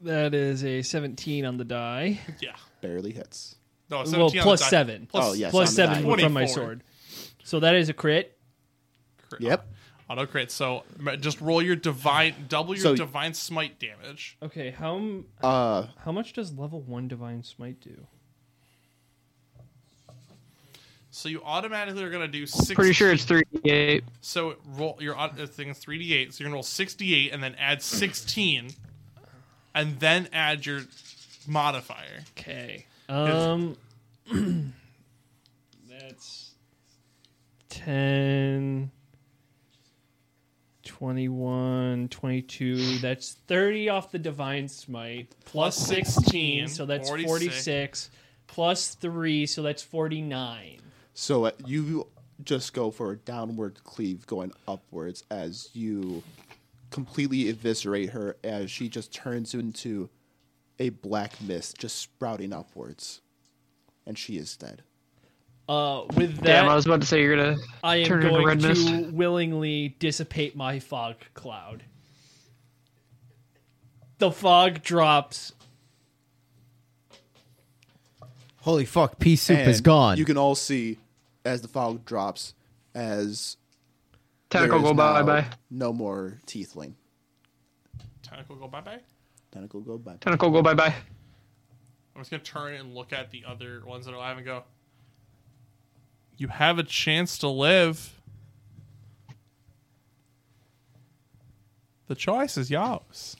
[SPEAKER 4] That is a 17 on the die.
[SPEAKER 2] Yeah.
[SPEAKER 6] barely hits.
[SPEAKER 2] No, 17
[SPEAKER 4] Well,
[SPEAKER 2] on the
[SPEAKER 4] plus
[SPEAKER 2] die.
[SPEAKER 4] seven.
[SPEAKER 2] Plus
[SPEAKER 6] Oh, yes,
[SPEAKER 4] Plus
[SPEAKER 6] on the
[SPEAKER 4] seven
[SPEAKER 6] die.
[SPEAKER 4] from my
[SPEAKER 2] 24.
[SPEAKER 4] sword. So that is a crit.
[SPEAKER 2] crit-
[SPEAKER 6] Yep.
[SPEAKER 2] Auto crit. So m- just roll your divine, double your
[SPEAKER 6] So-
[SPEAKER 2] divine smite damage.
[SPEAKER 4] Okay, how m-
[SPEAKER 6] Uh,
[SPEAKER 4] how much does level one divine smite do?
[SPEAKER 2] So you automatically are gonna do six.
[SPEAKER 3] Pretty sure it's three eight.
[SPEAKER 2] So roll your odd- uh, thing is three d eight. So you're gonna roll sixty eight and then add sixteen, and then add your modifier.
[SPEAKER 4] Okay. Um That's 10, 21, 22. That's 30 off the Divine Smite, plus, plus 16,
[SPEAKER 2] 16,
[SPEAKER 4] so that's 46.
[SPEAKER 2] 46.
[SPEAKER 4] plus 3, so that's 49.
[SPEAKER 6] So uh, you just go for a downward cleave going upwards as you completely eviscerate her as she just turns into a black mist just sprouting upwards. And she is dead.
[SPEAKER 4] Uh, with that,
[SPEAKER 3] Damn, I was about to say you're gonna
[SPEAKER 4] I am
[SPEAKER 3] turn into
[SPEAKER 4] going
[SPEAKER 3] red
[SPEAKER 4] to
[SPEAKER 3] mist.
[SPEAKER 4] willingly dissipate my fog cloud. The fog drops.
[SPEAKER 5] Holy fuck, pea soup is
[SPEAKER 6] And
[SPEAKER 5] gone.
[SPEAKER 6] You can all see as the fog drops as there
[SPEAKER 3] Tentacle
[SPEAKER 6] is
[SPEAKER 3] go
[SPEAKER 6] now
[SPEAKER 3] bye bye.
[SPEAKER 6] No more teethling.
[SPEAKER 2] Tentacle go bye bye.
[SPEAKER 6] Tentacle go bye.
[SPEAKER 3] Tentacle go bye bye.
[SPEAKER 2] I'm just gonna turn and look at the other ones that are alive and go. You have a chance to live. The choice is yours.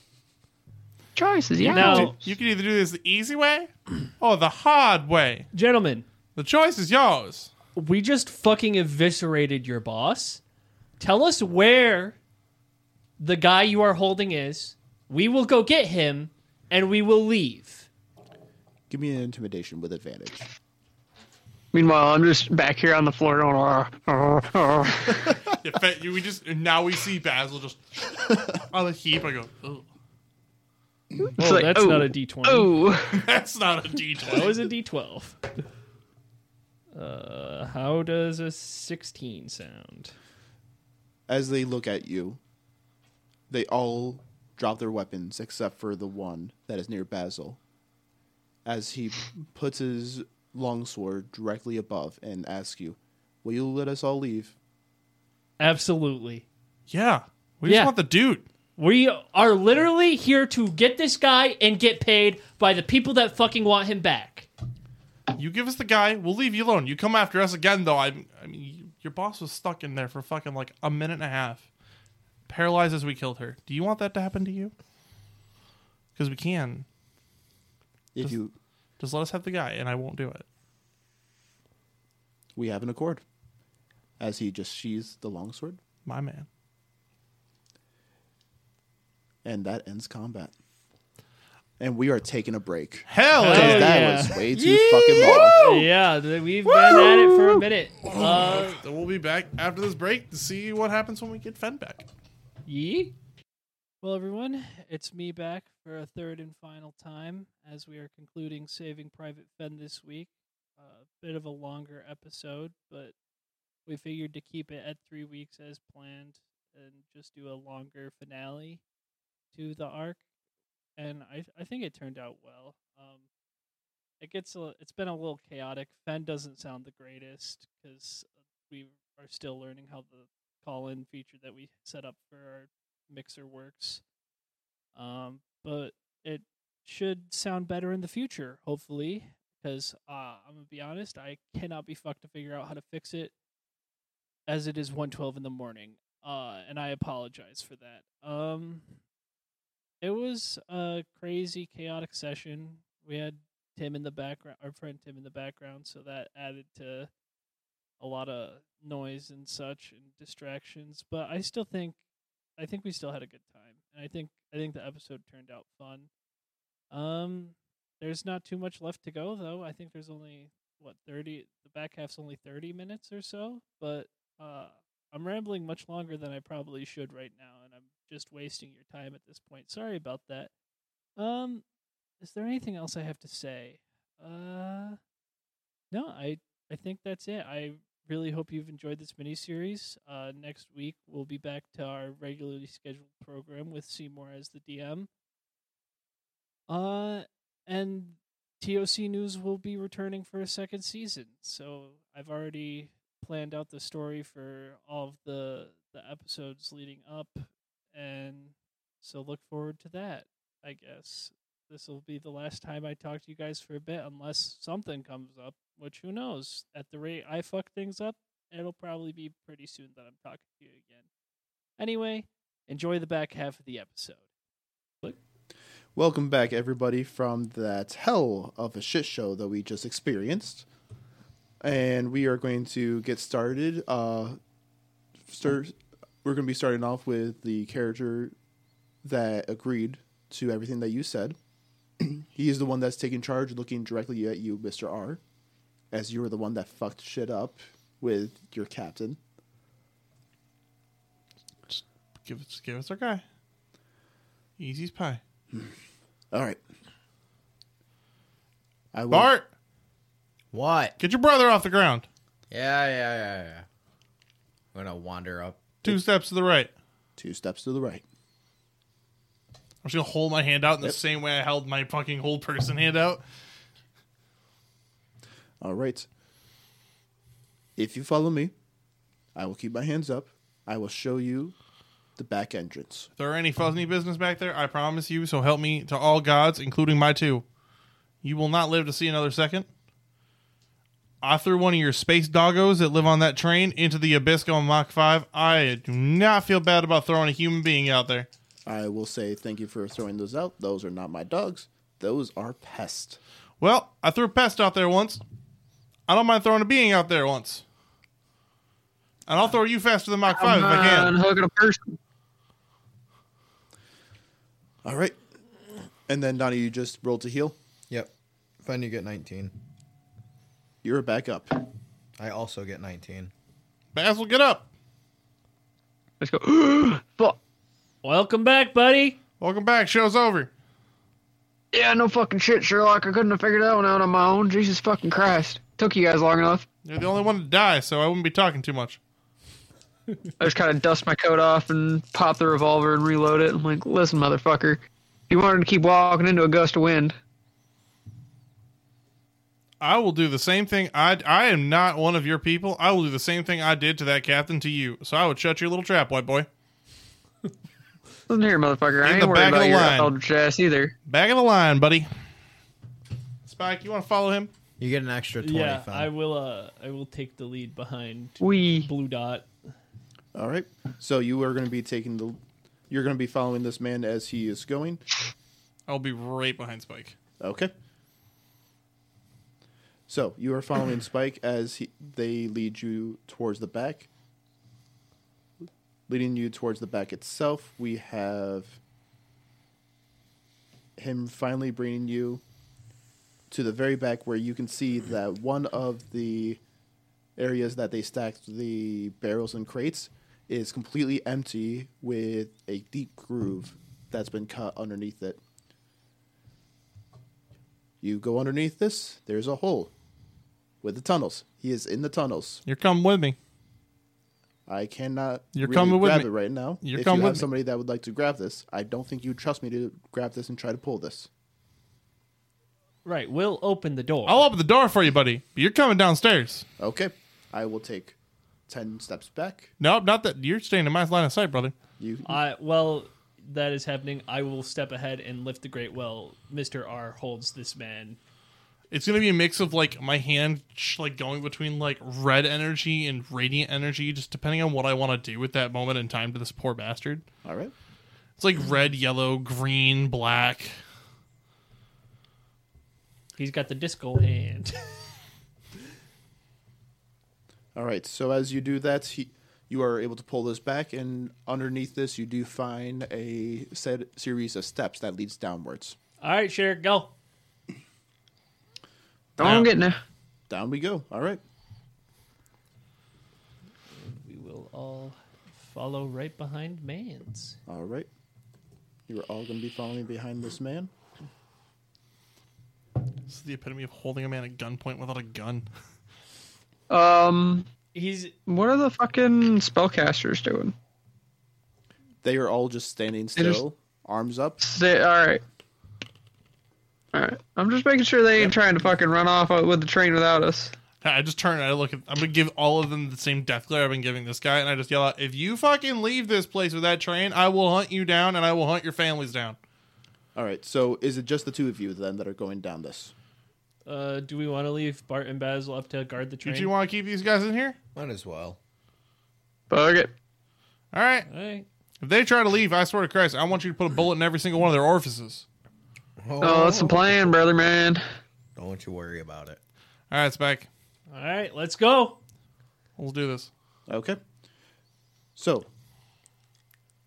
[SPEAKER 3] Choices, yeah.
[SPEAKER 4] Now-
[SPEAKER 2] You can either do this the easy way or the hard way.
[SPEAKER 4] Gentlemen,
[SPEAKER 2] The choice is yours.
[SPEAKER 4] we just fucking eviscerated your boss. Tell us where the guy you are holding is. We will go get him and we will leave.
[SPEAKER 6] Give me an intimidation with advantage.
[SPEAKER 3] Meanwhile, I'm just back here on the floor. Going, "Arr, arr, arr."
[SPEAKER 2] Yeah, fa- you- we just now we see Basil just on a heap. I go, "Ugh,
[SPEAKER 3] It's
[SPEAKER 4] Oh,
[SPEAKER 3] like,
[SPEAKER 4] that's
[SPEAKER 3] oh,
[SPEAKER 4] not a D20.
[SPEAKER 3] Oh,
[SPEAKER 2] that's not a
[SPEAKER 4] That
[SPEAKER 2] detail.
[SPEAKER 4] was a D12. Uh, how does a 16 sound?
[SPEAKER 6] As they look at you, they all drop their weapons except for the one that is near Basil. As he puts his longsword directly above and asks you, Will you let us all leave?
[SPEAKER 4] Absolutely.
[SPEAKER 2] Yeah, we just
[SPEAKER 4] Yeah.
[SPEAKER 2] want the dude.
[SPEAKER 4] We are literally here to get this guy and get paid by the people that fucking want him back.
[SPEAKER 2] You give us the guy, we'll leave you alone. You come after us again, though. I, I mean, you, your boss was stuck in there for fucking like a minute and a half, paralyzed as we killed her. Do you want that to happen to you? Because we can.
[SPEAKER 6] If
[SPEAKER 2] Just-
[SPEAKER 6] you
[SPEAKER 2] Just let us have the guy, and I won't do it.
[SPEAKER 6] we have an accord. As he just sheathes the longsword,
[SPEAKER 2] My man.
[SPEAKER 6] and that ends combat. And we are taking a break.
[SPEAKER 2] Hell
[SPEAKER 4] Hell
[SPEAKER 2] yeah.
[SPEAKER 6] that
[SPEAKER 4] yeah.
[SPEAKER 6] was way too fucking long.
[SPEAKER 4] Yeah, th- we've been at it for a minute. Uh,
[SPEAKER 2] Then we'll be back after this break to see what happens when we get Fen back.
[SPEAKER 4] ye? Well, everyone, it's me back for a third and final time as we are concluding Saving Private Fen this week. A bit of a longer episode, but we figured to keep it at three weeks as planned and just do a longer finale to the arc. And I, I think it turned out well. Um, it gets a, it's been a little chaotic. Fen doesn't sound the greatest because we are still learning how the call in feature that we set up for our mixer works. Um, but it should sound better in the future, hopefully, because uh, I'm going to be honest, I cannot be fucked to figure out how to fix it as it is 112 in the morning. Uh, and I apologize for that. Um, it was a crazy, chaotic session. We had Tim in the background, our friend Tim in the background, so that added to a lot of noise and such and distractions. But I still think I think we still had a good time, and I think I think the episode turned out fun. Um, there's not too much left to go though. I think there's only what thirty. The back half's only thirty minutes or so, but uh, I'm rambling much longer than I probably should right now, and I'm just wasting your time at this point. Sorry about that. Um, is there anything else I have to say? Uh, no, I I think that's it. I really hope you've enjoyed this mini series. Uh, next week we'll be back to our regularly scheduled program with Seymour as the DM. Uh, and TOC News will be returning for a second season. So I've already planned out the story for all of the the episodes leading up, and so look forward to that. I guess this will be the last time I talk to you guys for a bit, unless something comes up, which who knows? At the rate I fuck things up, it'll probably be pretty soon that I'm talking to you again. Anyway, enjoy the back half of the episode.
[SPEAKER 6] Welcome back, everybody, from that hell of a shit show that we just experienced. and we are going to get started. Uh, start, we're going to be starting off with the character that agreed to everything that you said. he is the one that's taking charge, looking directly at you, Mister R, as you were the one that fucked shit up with your captain.
[SPEAKER 2] Just give us, give us our guy. Easy as pie.
[SPEAKER 6] All right. I will,
[SPEAKER 2] Bart,
[SPEAKER 5] What?
[SPEAKER 2] get your brother off the ground.
[SPEAKER 5] Yeah, yeah, yeah, yeah. I'm gonna wander up.
[SPEAKER 2] Two steps to the right.
[SPEAKER 6] Two steps to the right.
[SPEAKER 2] I'm just gonna hold my hand out in
[SPEAKER 6] Yep.
[SPEAKER 2] the same way I held my fucking whole person hand out.
[SPEAKER 6] All right. If you follow me, I will keep my hands up. I will show you the back entrance.
[SPEAKER 2] If there are any fuzzy business back there, I promise you, so help me to all gods, including my two. You will not live to see another second. I threw one of your space doggos that live on that train into the abyss going Mach 5. I do not feel bad about throwing a human being out there.
[SPEAKER 6] I will say thank you for throwing those out. Those are not my dogs. Those are pests.
[SPEAKER 2] Well, I threw a pest out there once. I don't mind throwing a being out there once. And I'll throw you faster than Mach 5 if I
[SPEAKER 3] Uh,
[SPEAKER 2] can.
[SPEAKER 3] unhooking a person.
[SPEAKER 6] All right. And then Donnie, you just rolled to heal.
[SPEAKER 5] Yep. Fun, you get 19.
[SPEAKER 6] You're back up.
[SPEAKER 5] I also get 19.
[SPEAKER 2] Basil, get up.
[SPEAKER 3] Let's go. Fuck.
[SPEAKER 4] Welcome back, buddy.
[SPEAKER 2] Welcome back. Show's over.
[SPEAKER 3] Yeah, no fucking shit, Sherlock. I couldn't have figured that one out on my own. Jesus fucking Christ. Took you guys long enough.
[SPEAKER 2] You're the only one to die, so I wouldn't be talking too much.
[SPEAKER 3] I just kind of dust my coat off and pop the revolver and reload it. I'm like, listen, motherfucker. You wanted to keep walking into a gust of wind.
[SPEAKER 2] I will do the same thing. I I am not one of your people. I will do the same thing I did to that captain to you. So I would shut your little trap, white boy.
[SPEAKER 3] Listen here, motherfucker.
[SPEAKER 2] In
[SPEAKER 3] I
[SPEAKER 2] the
[SPEAKER 3] ain't
[SPEAKER 2] back of
[SPEAKER 3] worried
[SPEAKER 2] the
[SPEAKER 3] about your
[SPEAKER 2] line.
[SPEAKER 3] eldritch ass either.
[SPEAKER 2] Back of the line, buddy. Spike, you want to follow him?
[SPEAKER 5] You get an extra 20.
[SPEAKER 4] Yeah,
[SPEAKER 5] Fun.
[SPEAKER 4] I will. Uh, I will take the lead behind
[SPEAKER 3] We.
[SPEAKER 4] Blue Dot.
[SPEAKER 6] All right. So you are going to be taking the. You're going to be following this man as he is going.
[SPEAKER 2] I'll be right behind Spike.
[SPEAKER 6] Okay. So you are following Spike as he, they lead you towards the back. Leading you towards the back itself, we have him finally bringing you to the very back where you can see that one of the areas that they stacked the barrels and crates is completely empty with a deep groove that's been cut underneath it. You go underneath this, there's a hole with the tunnels. He is in the tunnels.
[SPEAKER 2] You're coming with me.
[SPEAKER 6] I cannot
[SPEAKER 2] You're
[SPEAKER 6] really
[SPEAKER 2] coming with
[SPEAKER 6] grab
[SPEAKER 2] me.
[SPEAKER 6] it right now.
[SPEAKER 2] You're
[SPEAKER 6] if
[SPEAKER 2] coming
[SPEAKER 6] you
[SPEAKER 2] with
[SPEAKER 6] have
[SPEAKER 2] me.
[SPEAKER 6] somebody that would like to grab this, I don't think you trust me to grab this and try to pull this.
[SPEAKER 4] Right, we'll open the door.
[SPEAKER 2] I'll open the door for you, buddy. But you're coming downstairs.
[SPEAKER 6] Okay. I will take 10 steps back.
[SPEAKER 2] Nope, not that. You're staying in my line of sight, brother.
[SPEAKER 6] You
[SPEAKER 4] I well, that is happening. I will step ahead and lift the great well. Mister R holds this man.
[SPEAKER 2] It's gonna be a mix of like my hand sh- like going between like red energy and radiant energy, just depending on what I want to do at that moment in time to this poor bastard.
[SPEAKER 6] All right.
[SPEAKER 2] It's like red, yellow, green, black.
[SPEAKER 4] He's got the disco hand.
[SPEAKER 6] All right. So as you do that, he, you are able to pull this back and underneath this you do find a set series of steps that leads downwards.
[SPEAKER 4] All right, Sheriff, go.
[SPEAKER 3] Don't
[SPEAKER 2] Yeah.
[SPEAKER 3] get now.
[SPEAKER 6] Down we go. All right.
[SPEAKER 4] We will all follow right behind Mans.
[SPEAKER 6] All right. You're all going to be following behind this man.
[SPEAKER 2] This is the epitome of holding a man at gunpoint without a gun.
[SPEAKER 3] Um,
[SPEAKER 4] He's
[SPEAKER 3] what are the fucking spellcasters doing?
[SPEAKER 6] They are all just standing still,
[SPEAKER 3] just-
[SPEAKER 6] arms up.
[SPEAKER 3] Say, all right. All right. I'm just making sure they ain't trying to fucking run off with the train without us.
[SPEAKER 2] I just turn and I look at. I'm gonna give all of them the same death glare I've been giving this guy, and I just yell out, "If you fucking leave this place with that train, I will hunt you down, and I will hunt your families down."
[SPEAKER 6] All right. So is it just the two of you then that are going down this?
[SPEAKER 4] Uh, do we want to leave Bart and Basil up to guard the train?
[SPEAKER 2] Did you want to keep these guys in here?
[SPEAKER 5] Might as well.
[SPEAKER 3] Bug it.
[SPEAKER 2] All right.
[SPEAKER 4] All right.
[SPEAKER 2] If they try to leave, I swear to Christ, I want you to put a bullet in every single one of their orifices.
[SPEAKER 5] Oh,
[SPEAKER 3] Oh, that's the plan, brother man.
[SPEAKER 5] Don't you worry about it.
[SPEAKER 2] All right, Spike.
[SPEAKER 4] All right, let's go.
[SPEAKER 2] Let's do this.
[SPEAKER 6] Okay. So,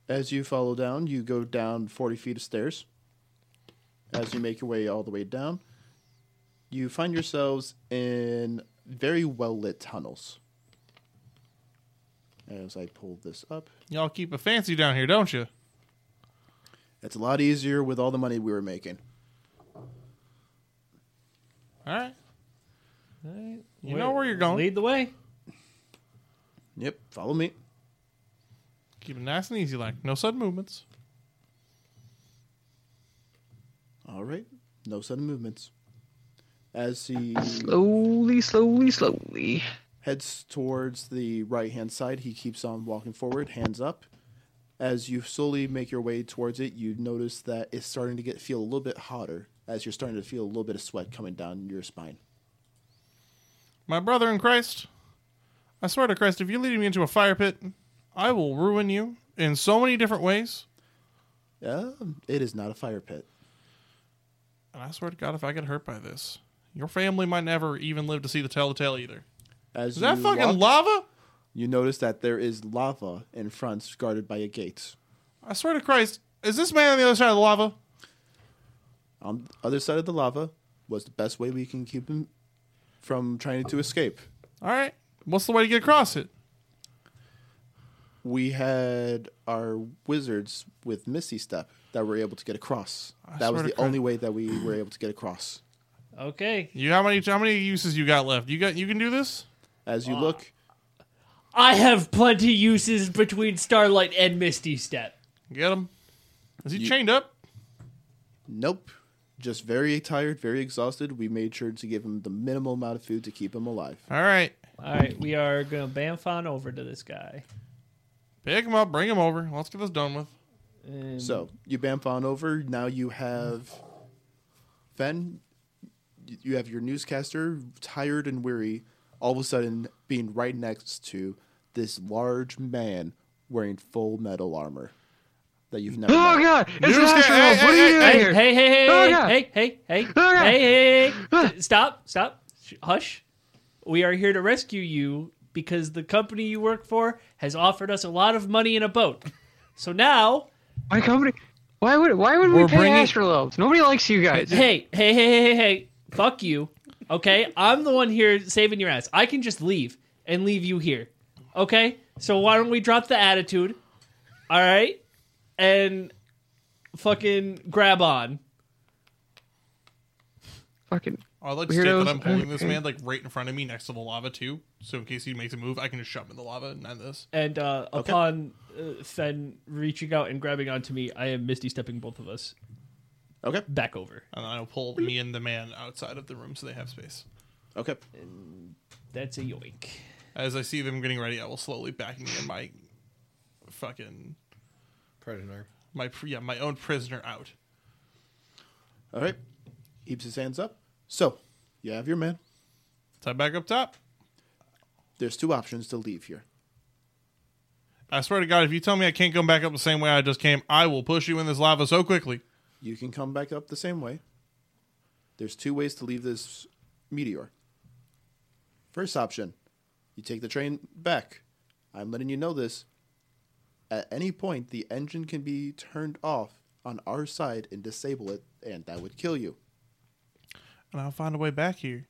[SPEAKER 6] as you follow down, you go down 40 feet of stairs. As you make your way all the way down, you find yourselves in very well lit tunnels. As I pull this up,
[SPEAKER 2] Y'all keep it fancy down here, don't you?
[SPEAKER 6] it's a lot easier with all the money we were making.
[SPEAKER 2] All right. You know where you're going.
[SPEAKER 4] Lead the way.
[SPEAKER 6] Yep, follow me.
[SPEAKER 2] Keep it nice and easy, like no sudden movements.
[SPEAKER 6] All right, no sudden movements. As he
[SPEAKER 3] Slowly, slowly, slowly.
[SPEAKER 6] heads towards the right hand side. He keeps on walking forward, hands up. As you slowly make your way towards it, you notice that it's starting to get feel a little bit hotter as you're starting to feel a little bit of sweat coming down your spine.
[SPEAKER 2] My brother in Christ, I swear to Christ, if you lead me into a fire pit, I will ruin you in so many different ways.
[SPEAKER 6] Yeah, it is not a fire pit.
[SPEAKER 2] And I swear to God, if I get hurt by this, your family might never even live to see the tell the tale either.
[SPEAKER 6] As
[SPEAKER 2] Is that
[SPEAKER 6] you walk,
[SPEAKER 2] fucking lava?
[SPEAKER 6] you notice that there is lava in front, guarded by a gate.
[SPEAKER 2] I swear to Christ, is this man on the other side of the lava?
[SPEAKER 6] On the other side of the lava was the best way we can keep him from trying to escape.
[SPEAKER 2] All right. What's the way to get across it?
[SPEAKER 6] we had our wizards with Misty Step that were able to get across. that was
[SPEAKER 2] swear to
[SPEAKER 6] the
[SPEAKER 2] Christ.
[SPEAKER 6] only way that we were able to get across.
[SPEAKER 4] Okay.
[SPEAKER 2] You how many how many uses you got left? You got you can do this?
[SPEAKER 6] As
[SPEAKER 2] Ah.
[SPEAKER 6] you look,
[SPEAKER 4] I have plenty uses between Starlight and Misty Step.
[SPEAKER 2] Get him. Is he chained up?
[SPEAKER 6] nope. Just very tired, very exhausted. We made sure to give him the minimal amount of food to keep him alive.
[SPEAKER 2] All right.
[SPEAKER 4] All right, we are gonna bamf on over to this guy.
[SPEAKER 2] Pick him up, bring him over. Let's get this done with.
[SPEAKER 4] And
[SPEAKER 6] So you bamf on over. Now you have Fen. y- You have your newscaster, tired and weary, all of a sudden being right next to this large man wearing full metal armor that you've never.
[SPEAKER 3] Oh
[SPEAKER 6] met.
[SPEAKER 3] god, it's
[SPEAKER 2] Newsca-
[SPEAKER 3] Nashville.
[SPEAKER 2] hey,
[SPEAKER 3] what
[SPEAKER 2] hey,
[SPEAKER 3] are you doing
[SPEAKER 2] hey,
[SPEAKER 4] Hey,
[SPEAKER 3] here?
[SPEAKER 4] hey, hey, hey,
[SPEAKER 3] Oh,
[SPEAKER 4] hey,
[SPEAKER 3] yeah.
[SPEAKER 4] hey, hey, hey,
[SPEAKER 3] Oh, yeah.
[SPEAKER 4] hey, hey, hey, hey. Stop, stop. Sh- Hush. We are here to rescue you because the company you work for has offered us a lot of money in a boat. So now,
[SPEAKER 3] Why company? Why would why would
[SPEAKER 2] We're
[SPEAKER 3] we pay
[SPEAKER 2] bringing-
[SPEAKER 3] astrolobes? Nobody likes you guys.
[SPEAKER 4] hey, hey, hey, hey, hey, hey, fuck you. Okay? I'm the one here saving your ass. I can just leave and leave you here. Okay? So why don't we drop the attitude? All right? And fucking grab on.
[SPEAKER 3] Fucking
[SPEAKER 2] Oh, I'd like to state that
[SPEAKER 3] Weirdos.
[SPEAKER 2] I'm holding this man like right in front of me next to the lava too. So in case he makes a move, I can just shove him in the lava and end this.
[SPEAKER 4] And uh, upon uh, Fen reaching out and grabbing onto me, I am misty stepping both of us
[SPEAKER 6] Okay.
[SPEAKER 4] back over.
[SPEAKER 2] And then I'll pull me and the man outside of the room so they have space.
[SPEAKER 6] Okay.
[SPEAKER 4] That's a yoink.
[SPEAKER 2] As I see them getting ready, I will slowly back me and my fucking
[SPEAKER 7] Predator.
[SPEAKER 2] my pr- yeah, my own prisoner out.
[SPEAKER 6] All right. Heaps his hands up. So, you have your man.
[SPEAKER 2] So I'm back up top.
[SPEAKER 6] There's two options to leave here.
[SPEAKER 2] I swear to God, if you tell me I can't come back up the same way I just came, I will push you in this lava so quickly.
[SPEAKER 6] You can come back up the same way. There's two ways to leave this meteor. First option, you take the train back. I'm letting you know this. At any point, the engine can be turned off on our side and disable it, and that would kill you.
[SPEAKER 2] and I'll find a way back here.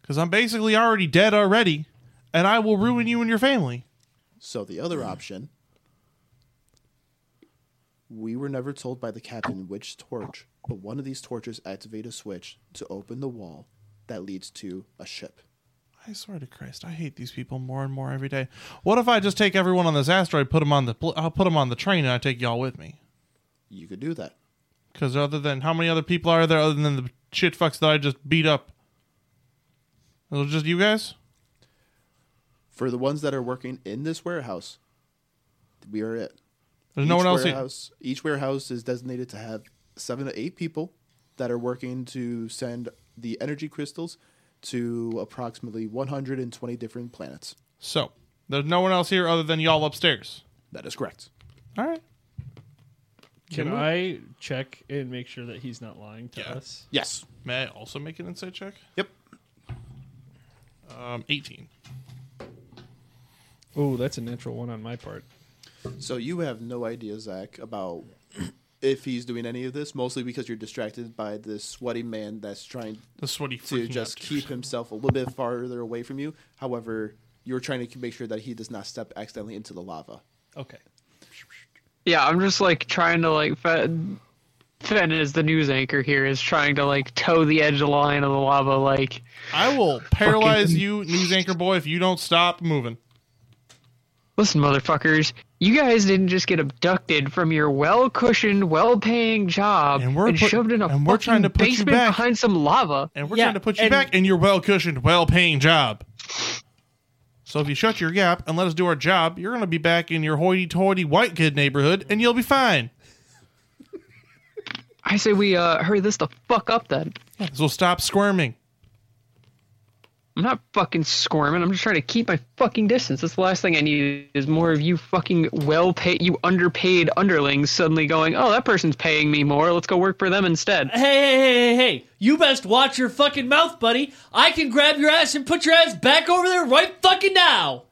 [SPEAKER 2] Because I'm basically already dead already, and I will ruin you and your family.
[SPEAKER 6] So the
[SPEAKER 2] Mm.
[SPEAKER 6] other option, we were never told by the captain which torch, but one of these torches activate a switch to open the wall that leads to a ship.
[SPEAKER 2] I swear to Christ, I hate these people more and more every day. What if I just take everyone on this asteroid, put them on the, pl- I'll put them on the train, and I take y'all with me?
[SPEAKER 6] You could do that.
[SPEAKER 2] Because other than how many other people are there other than the shit fucks that I just beat up? It'll just you guys.
[SPEAKER 6] For the ones that are working in this warehouse, we are it.
[SPEAKER 2] There's no
[SPEAKER 6] Each
[SPEAKER 2] one else. here.
[SPEAKER 6] warehouse, Each warehouse is designated to have seven to eight people that are working to send the energy crystals to approximately 120 different planets.
[SPEAKER 2] So there's no one else here other than y'all upstairs.
[SPEAKER 6] That is correct.
[SPEAKER 2] All right.
[SPEAKER 4] Can
[SPEAKER 2] we-
[SPEAKER 4] I check and make sure that he's not lying to
[SPEAKER 2] Yeah.
[SPEAKER 4] us?
[SPEAKER 6] Yes.
[SPEAKER 2] May I also make an insight check?
[SPEAKER 6] Yep.
[SPEAKER 2] Um, 18.
[SPEAKER 4] Oh, that's a natural one on my part.
[SPEAKER 6] So you have no idea, Zach, about if he's doing any of this, mostly because you're distracted by this sweaty man that's trying
[SPEAKER 2] The sweaty
[SPEAKER 6] to
[SPEAKER 2] freaking
[SPEAKER 6] just
[SPEAKER 2] Raptors.
[SPEAKER 6] keep himself a little bit farther away from you. However, you're trying to make sure that he does not step accidentally into the lava.
[SPEAKER 4] Okay.
[SPEAKER 3] Yeah, I'm just like trying to like Fen, Fen is the news anchor here is trying to like toe the edge of the line of the lava like
[SPEAKER 2] I will paralyze you, news anchor boy, if you don't stop moving.
[SPEAKER 3] Listen, motherfuckers, you guys didn't just get abducted from your well-cushioned, well-paying job
[SPEAKER 2] And
[SPEAKER 3] and,
[SPEAKER 2] we're put-
[SPEAKER 3] shoved in a
[SPEAKER 2] and we're
[SPEAKER 3] fucking
[SPEAKER 2] trying to put you
[SPEAKER 3] basement
[SPEAKER 2] back.
[SPEAKER 3] behind some lava.
[SPEAKER 2] And we're
[SPEAKER 4] Yeah,
[SPEAKER 2] trying to put you
[SPEAKER 4] and-
[SPEAKER 2] back in your well cushioned, well paying job. So if you shut your gap and let us do our job, you're going to be back in your hoity toity white kid neighborhood and you'll be fine.
[SPEAKER 3] I say we uh hurry this the fuck up then.
[SPEAKER 2] So stop squirming.
[SPEAKER 3] I'm not fucking squirming. I'm just trying to keep my fucking distance. That's the last thing I need is more of you fucking well-paid, you underpaid underlings suddenly going, oh, that person's paying me more. Let's go work for them instead.
[SPEAKER 4] Hey, hey, hey, hey, hey. You best watch your fucking mouth, buddy. I can grab your ass and put your ass back over there right fucking now.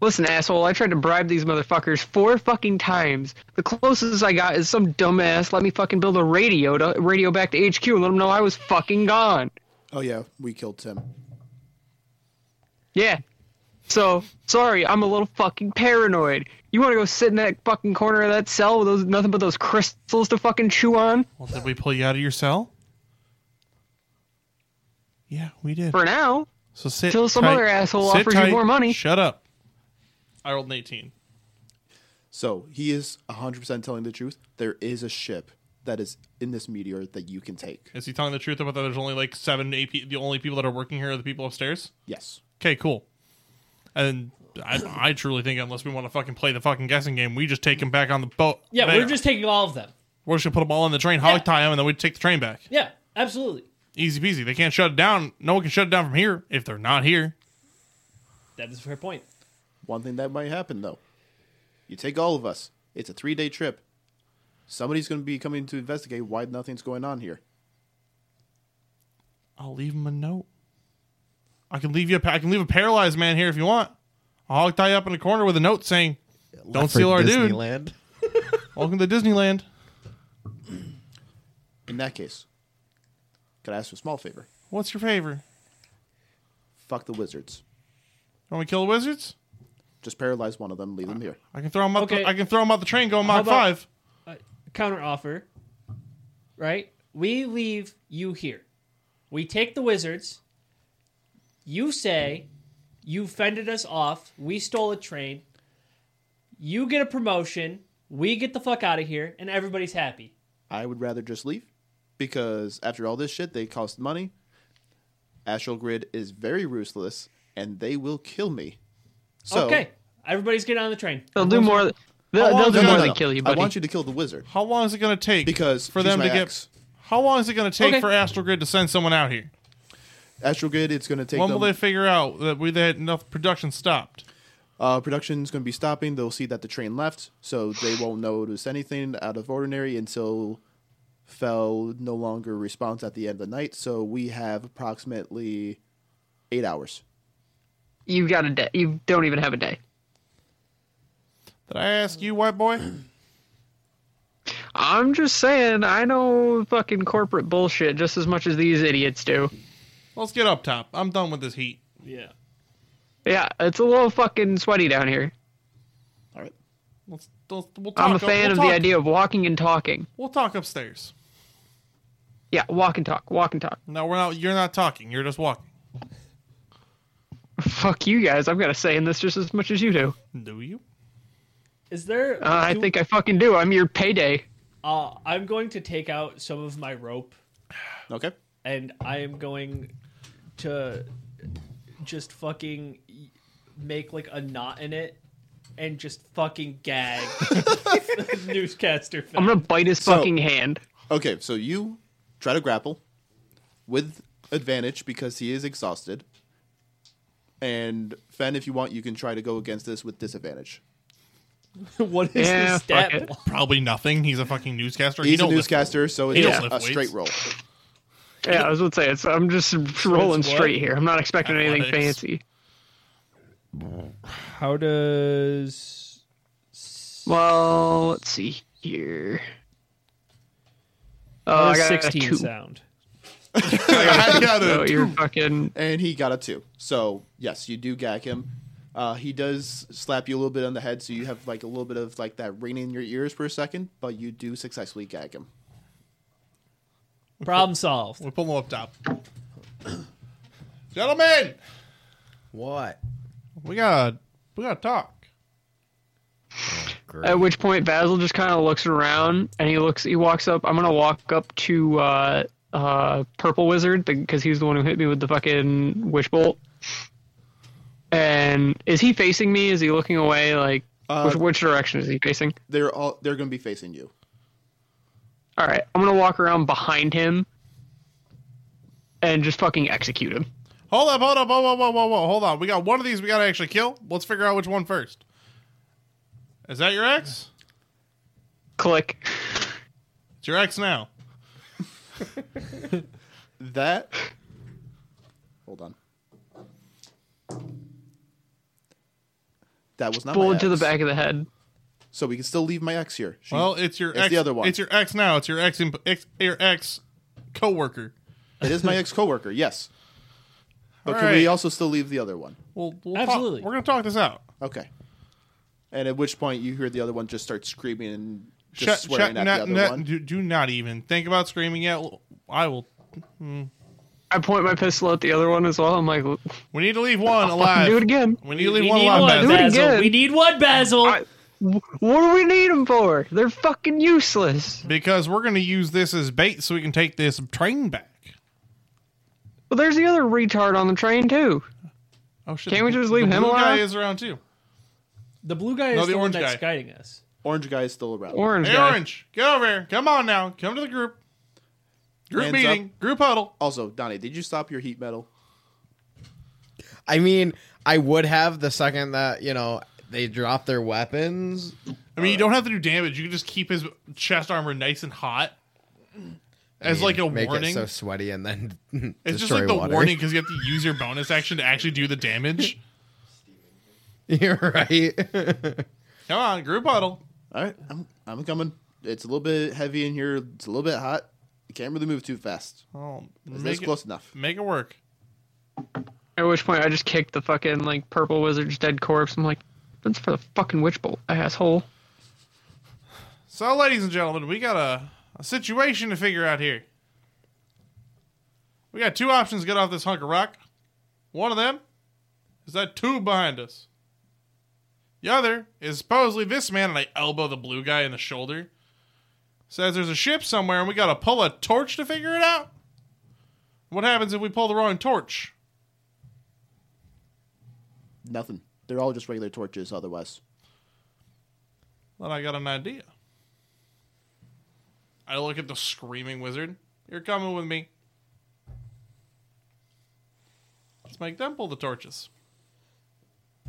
[SPEAKER 3] Listen, asshole, I tried to bribe these motherfuckers four fucking times. The closest I got is some dumbass let me fucking build a radio to radio back to HQ and let them know I was fucking gone.
[SPEAKER 6] Oh yeah, we killed Tim.
[SPEAKER 3] Yeah. So, sorry, I'm a little fucking paranoid. You want to go sit in that fucking corner of that cell with those nothing but those crystals to fucking chew on?
[SPEAKER 2] Well, did we pull you out of your cell? Yeah, we did.
[SPEAKER 3] For now,
[SPEAKER 2] So sit
[SPEAKER 3] Till some
[SPEAKER 2] tight.
[SPEAKER 3] other asshole
[SPEAKER 2] Sit
[SPEAKER 3] offers you
[SPEAKER 2] tight.
[SPEAKER 3] more money.
[SPEAKER 2] Shut up. I rolled an 18.
[SPEAKER 6] So he is 100% telling the truth. There is a ship that is in this meteor that you can take.
[SPEAKER 2] Is he telling the truth about that? There's only like seven, eight. pe- The only people that are working here are the people upstairs.
[SPEAKER 6] Yes.
[SPEAKER 2] Okay, cool. And I, I truly think unless we want to fucking play the fucking guessing game, we just take him back on the boat.
[SPEAKER 4] Yeah,
[SPEAKER 2] There.
[SPEAKER 4] we're just taking all of them.
[SPEAKER 2] we're just gonna put them all on the train, hog tie them, and then we take the train back.
[SPEAKER 4] Yeah, absolutely.
[SPEAKER 2] Easy peasy. They can't shut it down. No one can shut it down from here if they're not here.
[SPEAKER 4] That is a fair point.
[SPEAKER 6] One thing that might happen though, you take all of us. It's a three-day trip. Somebody's going to be coming to investigate why nothing's going on here.
[SPEAKER 2] I'll leave him a note. I can leave you. A, pa- I can leave a paralyzed man here if you want. I'll hog tie you up in a corner with a note saying, "Don't steal our dude."
[SPEAKER 5] Disneyland.
[SPEAKER 2] Welcome to Disneyland.
[SPEAKER 6] In that case, could I ask you a small favor?
[SPEAKER 2] What's your favor?
[SPEAKER 6] Fuck the wizards.
[SPEAKER 2] Want me to kill the wizards?
[SPEAKER 6] Just paralyze one of them, leave them here.
[SPEAKER 2] I can throw them out.
[SPEAKER 4] Okay.
[SPEAKER 2] The, I can throw them out the train going Mach
[SPEAKER 4] about-
[SPEAKER 2] five.
[SPEAKER 4] Counter offer. Uh, Right? We leave you here. We take the wizards. You say you fended us off. We stole a train. You get a promotion. We get the fuck out of here, and everybody's happy.
[SPEAKER 6] I would rather just leave because after all this shit, they cost money. Astral Grid is very ruthless and they will kill me. So,
[SPEAKER 4] okay. Everybody's getting on the train.
[SPEAKER 3] They'll do more. They'll, they'll
[SPEAKER 6] No, no,
[SPEAKER 3] do more
[SPEAKER 6] no,
[SPEAKER 3] than
[SPEAKER 6] no.
[SPEAKER 3] kill you,
[SPEAKER 6] I
[SPEAKER 3] buddy.
[SPEAKER 6] want you to kill the wizard
[SPEAKER 2] How long is it going to take?
[SPEAKER 6] because
[SPEAKER 2] for them to
[SPEAKER 6] get
[SPEAKER 2] get. How long is it going to take
[SPEAKER 4] Okay.
[SPEAKER 2] for Astral Grid to send someone out here?
[SPEAKER 6] Astral Grid. It's going to take
[SPEAKER 2] When
[SPEAKER 6] them.
[SPEAKER 2] will they figure out that we that enough production stopped?
[SPEAKER 6] Uh, production's going to be stopping. They'll see that the train left, so they won't notice anything out of ordinary until Fell no longer responds at the end of the night. So we have approximately eight hours.
[SPEAKER 3] You've got a day. You don't even have a day.
[SPEAKER 2] Did I ask you, white boy?
[SPEAKER 3] I'm just saying, I know fucking corporate bullshit just as much as these idiots do.
[SPEAKER 2] Let's get up top. I'm done with this heat.
[SPEAKER 4] Yeah.
[SPEAKER 3] Yeah, it's a little fucking sweaty down here.
[SPEAKER 6] All right.
[SPEAKER 2] Let's, let's, we'll talk,
[SPEAKER 3] I'm a fan
[SPEAKER 2] we'll
[SPEAKER 3] of
[SPEAKER 2] talk-
[SPEAKER 3] the idea of walking and talking.
[SPEAKER 2] We'll talk upstairs.
[SPEAKER 3] Yeah, walk and talk, walk and talk.
[SPEAKER 2] No, we're not. You're not talking. You're just walking.
[SPEAKER 3] Fuck you guys, I've got a say in this just as much as you do.
[SPEAKER 2] Do you?
[SPEAKER 4] Is there?
[SPEAKER 3] Uh, I
[SPEAKER 4] do-
[SPEAKER 3] think I fucking do. I'm your payday.
[SPEAKER 4] Uh, I'm going to take out some of my rope,
[SPEAKER 6] Okay.
[SPEAKER 4] and I am going to just fucking make like a knot in it, and just fucking gag newscaster. Fan.
[SPEAKER 3] I'm gonna bite his
[SPEAKER 6] So-
[SPEAKER 3] fucking hand.
[SPEAKER 6] Okay. So you try to grapple with advantage because he is exhausted. And Fen, if you want, you can try to go against this with disadvantage.
[SPEAKER 4] what is
[SPEAKER 3] Yeah,
[SPEAKER 4] the
[SPEAKER 3] fuck
[SPEAKER 4] stat?
[SPEAKER 3] it.
[SPEAKER 4] block?
[SPEAKER 2] Probably nothing. He's a fucking newscaster. He
[SPEAKER 6] He's a
[SPEAKER 2] don't lift-
[SPEAKER 6] newscaster, so
[SPEAKER 2] he
[SPEAKER 6] it's
[SPEAKER 2] don't
[SPEAKER 6] a
[SPEAKER 2] lift
[SPEAKER 6] straight
[SPEAKER 2] weights.
[SPEAKER 6] roll.
[SPEAKER 3] Yeah, I was gonna say it's. I'm just rolling
[SPEAKER 2] it's what?
[SPEAKER 3] straight here. I'm not expecting anything
[SPEAKER 2] Athletics.
[SPEAKER 3] fancy.
[SPEAKER 4] How does
[SPEAKER 3] Well, let's see here. Oh,
[SPEAKER 4] how
[SPEAKER 3] I
[SPEAKER 4] does
[SPEAKER 3] got a
[SPEAKER 4] 16
[SPEAKER 3] two.
[SPEAKER 4] sound?
[SPEAKER 2] I got
[SPEAKER 3] So
[SPEAKER 2] it.
[SPEAKER 3] you're fucking.
[SPEAKER 6] and he got a two. So yes, you do gag him. Uh, he does slap you a little bit on the head, so you have like a little bit of like that ringing in your ears for a second, but you do successfully gag him.
[SPEAKER 4] Problem solved.
[SPEAKER 2] We pull him up top. Gentlemen,
[SPEAKER 5] What?
[SPEAKER 2] we gotta we gotta talk.
[SPEAKER 5] Great.
[SPEAKER 3] At which point, Basil just kind of looks around and he looks. He walks up. I'm gonna walk up to uh, uh, Purple Wizard because he's the one who hit me with the fucking wish bolt. And is he facing me? Is he looking away? Like,
[SPEAKER 6] Uh,
[SPEAKER 3] which, which direction is he facing?
[SPEAKER 6] They're all they're going to be facing you.
[SPEAKER 3] All right, I'm gonna walk around behind him and just fucking execute him.
[SPEAKER 2] Hold up, hold up, whoa, whoa, whoa, whoa, whoa, hold on. We got one of these we gotta actually kill. Let's figure out which one first. Is that your ex?
[SPEAKER 3] Click.
[SPEAKER 2] It's your ex now.
[SPEAKER 6] That. Hold on. That was not my
[SPEAKER 3] Bullet to the
[SPEAKER 6] ex.
[SPEAKER 3] back of the head.
[SPEAKER 6] So we can still leave my ex here. She-
[SPEAKER 2] Well, it's your
[SPEAKER 6] It's
[SPEAKER 2] ex.
[SPEAKER 6] the other one.
[SPEAKER 2] It's your ex now. It's your ex, imp- ex your ex coworker.
[SPEAKER 6] it is my ex coworker. Yes. But
[SPEAKER 2] All
[SPEAKER 6] can we
[SPEAKER 2] right.
[SPEAKER 6] also still leave the other one?
[SPEAKER 2] We'll, we'll
[SPEAKER 4] Absolutely.
[SPEAKER 2] Talk, we're gonna talk this out.
[SPEAKER 6] Okay. And at which point you hear the other one just start screaming and
[SPEAKER 2] Shut-
[SPEAKER 6] just swearing
[SPEAKER 2] shut-
[SPEAKER 6] at
[SPEAKER 2] not-
[SPEAKER 6] the other
[SPEAKER 2] not-
[SPEAKER 6] one.
[SPEAKER 2] Do, do not even think about screaming yet. I will.
[SPEAKER 3] I point my pistol at the other one as well. I'm like, "Fucking
[SPEAKER 2] We need to leave one alive.
[SPEAKER 3] do it again.
[SPEAKER 2] We need to leave
[SPEAKER 4] We
[SPEAKER 2] one
[SPEAKER 4] need
[SPEAKER 2] alive. Basil.
[SPEAKER 4] one,
[SPEAKER 3] Do it
[SPEAKER 4] Basil.
[SPEAKER 3] again.
[SPEAKER 4] We need one, Basil.
[SPEAKER 3] I- What do we need them for? They're fucking useless.
[SPEAKER 2] because we're going to use this as bait so we can take this train back.
[SPEAKER 3] Well, there's the other retard on the train too.
[SPEAKER 2] Oh shit!
[SPEAKER 3] Can't we
[SPEAKER 2] the-
[SPEAKER 3] just leave
[SPEAKER 2] the
[SPEAKER 3] him
[SPEAKER 2] blue guy
[SPEAKER 3] alive?
[SPEAKER 2] is around too.
[SPEAKER 4] The blue guy is
[SPEAKER 2] No, the
[SPEAKER 4] the, one
[SPEAKER 2] orange
[SPEAKER 4] that's
[SPEAKER 2] guy.
[SPEAKER 4] guiding us.
[SPEAKER 6] Orange guy is still around.
[SPEAKER 3] Orange
[SPEAKER 2] Hey,
[SPEAKER 3] guy.
[SPEAKER 2] Orange, get over here. Come on now. Come to the group. Group
[SPEAKER 6] Hands
[SPEAKER 2] meeting. Group huddle.
[SPEAKER 6] also, Donnie, did you stop your heat metal?
[SPEAKER 5] I mean, I would have the second that you know they drop their weapons.
[SPEAKER 2] I mean, you don't have to do damage. You can just keep his chest armor nice and hot. As
[SPEAKER 5] I mean,
[SPEAKER 2] like a
[SPEAKER 5] make
[SPEAKER 2] warning,
[SPEAKER 5] it so sweaty and then
[SPEAKER 2] it's just
[SPEAKER 5] destroy
[SPEAKER 2] like the
[SPEAKER 5] water.
[SPEAKER 2] warning because you have to use your bonus action to actually do the damage.
[SPEAKER 5] You're right.
[SPEAKER 2] Come on, group huddle.
[SPEAKER 6] All right, I'm I'm coming. It's a little bit heavy in here. It's a little bit hot. You can't really move too fast.
[SPEAKER 2] Oh,
[SPEAKER 6] That's
[SPEAKER 2] make it,
[SPEAKER 6] close enough.
[SPEAKER 2] make it work.
[SPEAKER 3] At which point, I just kicked the fucking like purple wizard's dead corpse. I'm like, that's for the fucking witch bolt, asshole.
[SPEAKER 2] So, ladies and gentlemen, we got a, a situation to figure out here. We got two options to get off this hunk of rock. One of them is that tube behind us. The other is supposedly this man, and I elbow the blue guy in the shoulder. Says there's a ship somewhere, and we gotta pull a torch to figure it out. What happens if we pull the wrong torch?
[SPEAKER 6] Nothing. They're all just regular torches. Otherwise,
[SPEAKER 2] Then I got an idea. I look at the screaming wizard. You're coming with me. Let's make them pull the torches.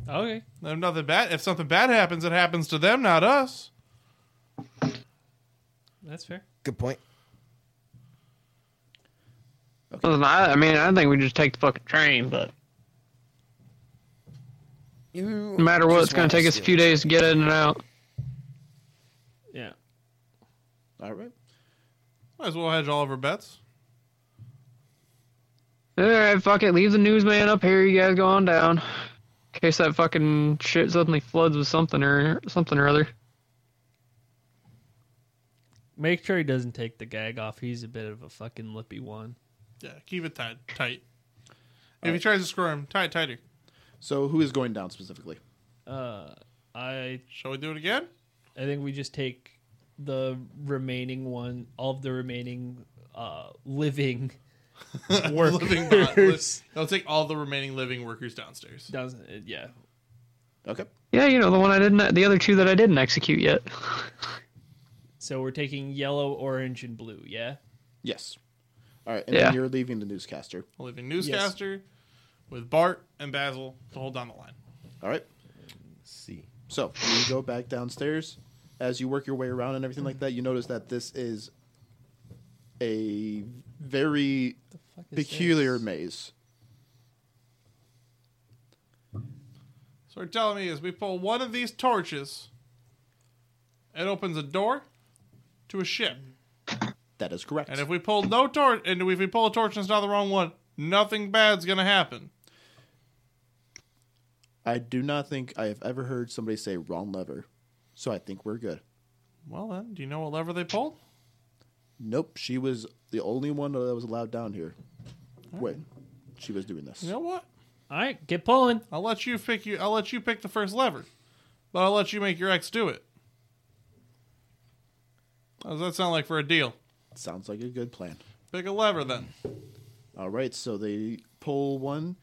[SPEAKER 4] Okay.
[SPEAKER 2] If nothing bad, if something bad happens, it happens to them, not us.
[SPEAKER 4] That's fair.
[SPEAKER 5] Good point.
[SPEAKER 3] Listen, I, I mean, I think we just take the fucking train, but no matter what, it's gonna take us a few days to get in and out.
[SPEAKER 4] Yeah.
[SPEAKER 6] all right.
[SPEAKER 2] Might as well hedge all of our bets.
[SPEAKER 3] All right, fuck it. Leave the newsman up here. You guys go on down. In case that fucking shit suddenly floods with something or something or other.
[SPEAKER 4] Make sure he doesn't take the gag off. He's a bit of a fucking lippy one.
[SPEAKER 2] Yeah, keep it tight. Tight. If he tries to squirm, tie it tighter.
[SPEAKER 6] So who is going down specifically?
[SPEAKER 4] Uh, I
[SPEAKER 2] Shall we do it again?
[SPEAKER 4] I think we just take the remaining one, all of the remaining uh, living
[SPEAKER 2] Living bot-
[SPEAKER 4] workers.
[SPEAKER 2] I'll take all the remaining living workers downstairs.
[SPEAKER 4] Doesn't yeah.
[SPEAKER 6] Okay.
[SPEAKER 3] Yeah, you know the one I didn't, the other two that I didn't execute yet.
[SPEAKER 4] So we're taking yellow, orange, and blue. Yeah.
[SPEAKER 6] Yes. All right, and
[SPEAKER 3] Yeah.
[SPEAKER 6] then you're leaving the newscaster.
[SPEAKER 2] A living newscaster with Bart and Basil to hold down the line.
[SPEAKER 6] All right.
[SPEAKER 5] See.
[SPEAKER 6] So you go back downstairs. As you work your way around and everything like that, you notice that this is a very peculiar maze.
[SPEAKER 2] So what you're telling me is we pull one of these torches, it opens a door to a ship.
[SPEAKER 6] That is correct.
[SPEAKER 2] And if we pull no torch, and if we pull a torch and it's not the wrong one, nothing bad's gonna happen.
[SPEAKER 6] I do not think I have ever heard somebody say wrong lever, so I think we're good.
[SPEAKER 2] Well then, do you know what lever they pulled?
[SPEAKER 6] Nope, she was the only one that was allowed down here when she was doing this.
[SPEAKER 2] You know what?
[SPEAKER 4] All right, get pulling.
[SPEAKER 2] I'll let you pick you. I'll let you pick the first lever, but I'll let you make your ex do it. How does that sound like for a deal?
[SPEAKER 6] Sounds like a good plan.
[SPEAKER 2] Pick a lever then.
[SPEAKER 6] All right, so they pull one